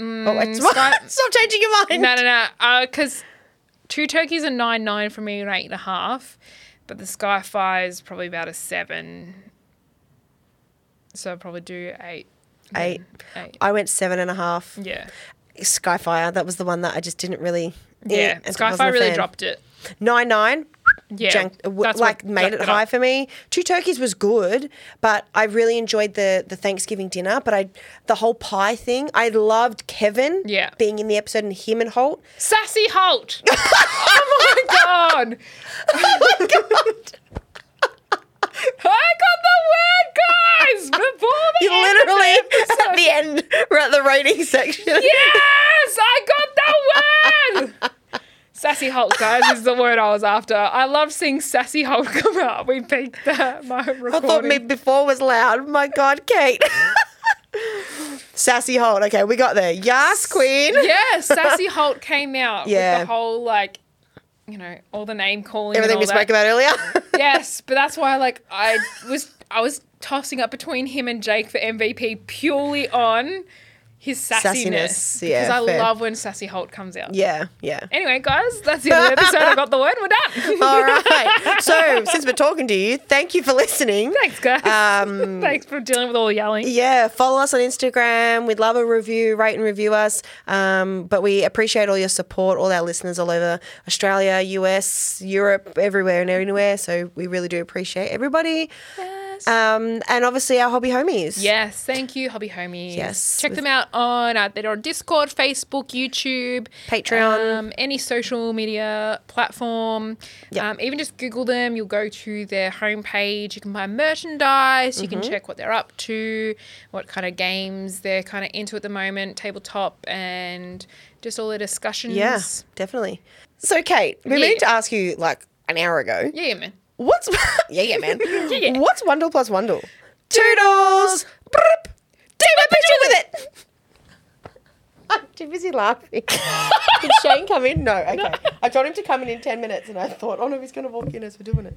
A: Mm, Sky-
B: stop changing your mind.
A: No, no, no. Because two turkeys are nine nine for me, an eight and a half. But the Skyfire is probably about a seven. So I'll probably do eight.
B: Eight.
A: Eight.
B: I went seven and a half.
A: Yeah.
B: Skyfire. That was the one that I just didn't really.
A: Yeah.
B: I wasn't a
A: Skyfire really
B: fan.
A: dropped it.
B: Nine nine.
A: Yeah,
B: jank- w-
A: that's
B: like
A: what
B: made
A: jacked
B: it
A: it
B: high
A: up.
B: for me. Two turkeys was good, but I really enjoyed the the Thanksgiving dinner. But I the whole pie thing. I loved Kevin.
A: Yeah.
B: being in the episode and him and Holt.
A: Sassy Holt. oh my god.
B: oh my god.
A: I got the word, guys. Before the
B: You
A: end of the
B: literally
A: episode.
B: at the end, we're at the rating section.
A: Yes, I got that word. Sassy Hulk, guys, is the word I was after. I love seeing Sassy Hulk come out. We peaked that. My
B: I thought
A: recording.
B: me before was loud. My God, Kate. Sassy Holt. Okay, we got there. Yas, Queen.
A: yeah, Sassy Holt came out
B: Yeah.
A: with the whole like, you know, all the name calling. and
B: Everything we
A: all
B: spoke
A: that.
B: about earlier.
A: yes, but that's why like I was I was tossing up between him and Jake for MVP purely on his sassiness.
B: Sassiness,
A: because
B: yeah,
A: I
B: fair.
A: love when Sassy Holt comes out.
B: Yeah, yeah.
A: Anyway, guys, that's the end of the episode. I got the word. We're done.
B: All right. So, since we're talking to you, thank you for listening.
A: Thanks, guys.
B: Um,
A: Thanks for dealing with all the yelling.
B: Yeah, follow us on Instagram. We'd love a review, rate and review us. Um, but we appreciate all your support, all our listeners all over Australia, US, Europe, everywhere and anywhere. So we really do appreciate everybody. Yes. Um, and obviously our hobby homies.
A: Yes, thank you, hobby homies.
B: Yes,
A: check
B: with-
A: them out on uh, they're on Discord, Facebook, YouTube,
B: Patreon.
A: um, any social media platform. Um, even just Google them, you'll go to their homepage. You can buy merchandise. You can
B: Mm-hmm.
K: Mhm.
A: check what they're up to, what kind of games they're kind of into at the moment, tabletop, and just all their discussions.
B: Yeah, definitely. So Kate, we
A: Yeah.
B: meant to ask you like an hour ago.
A: Yeah, yeah, man.
B: What's yeah, yeah, man. What's Wondle plus Wondle? Toodles. Brrp. Take my picture with it. I'm too busy laughing. Did Shane come in? No. Okay. I told him to come in in ten minutes, and I thought, oh no, he's going to walk in as we're doing it.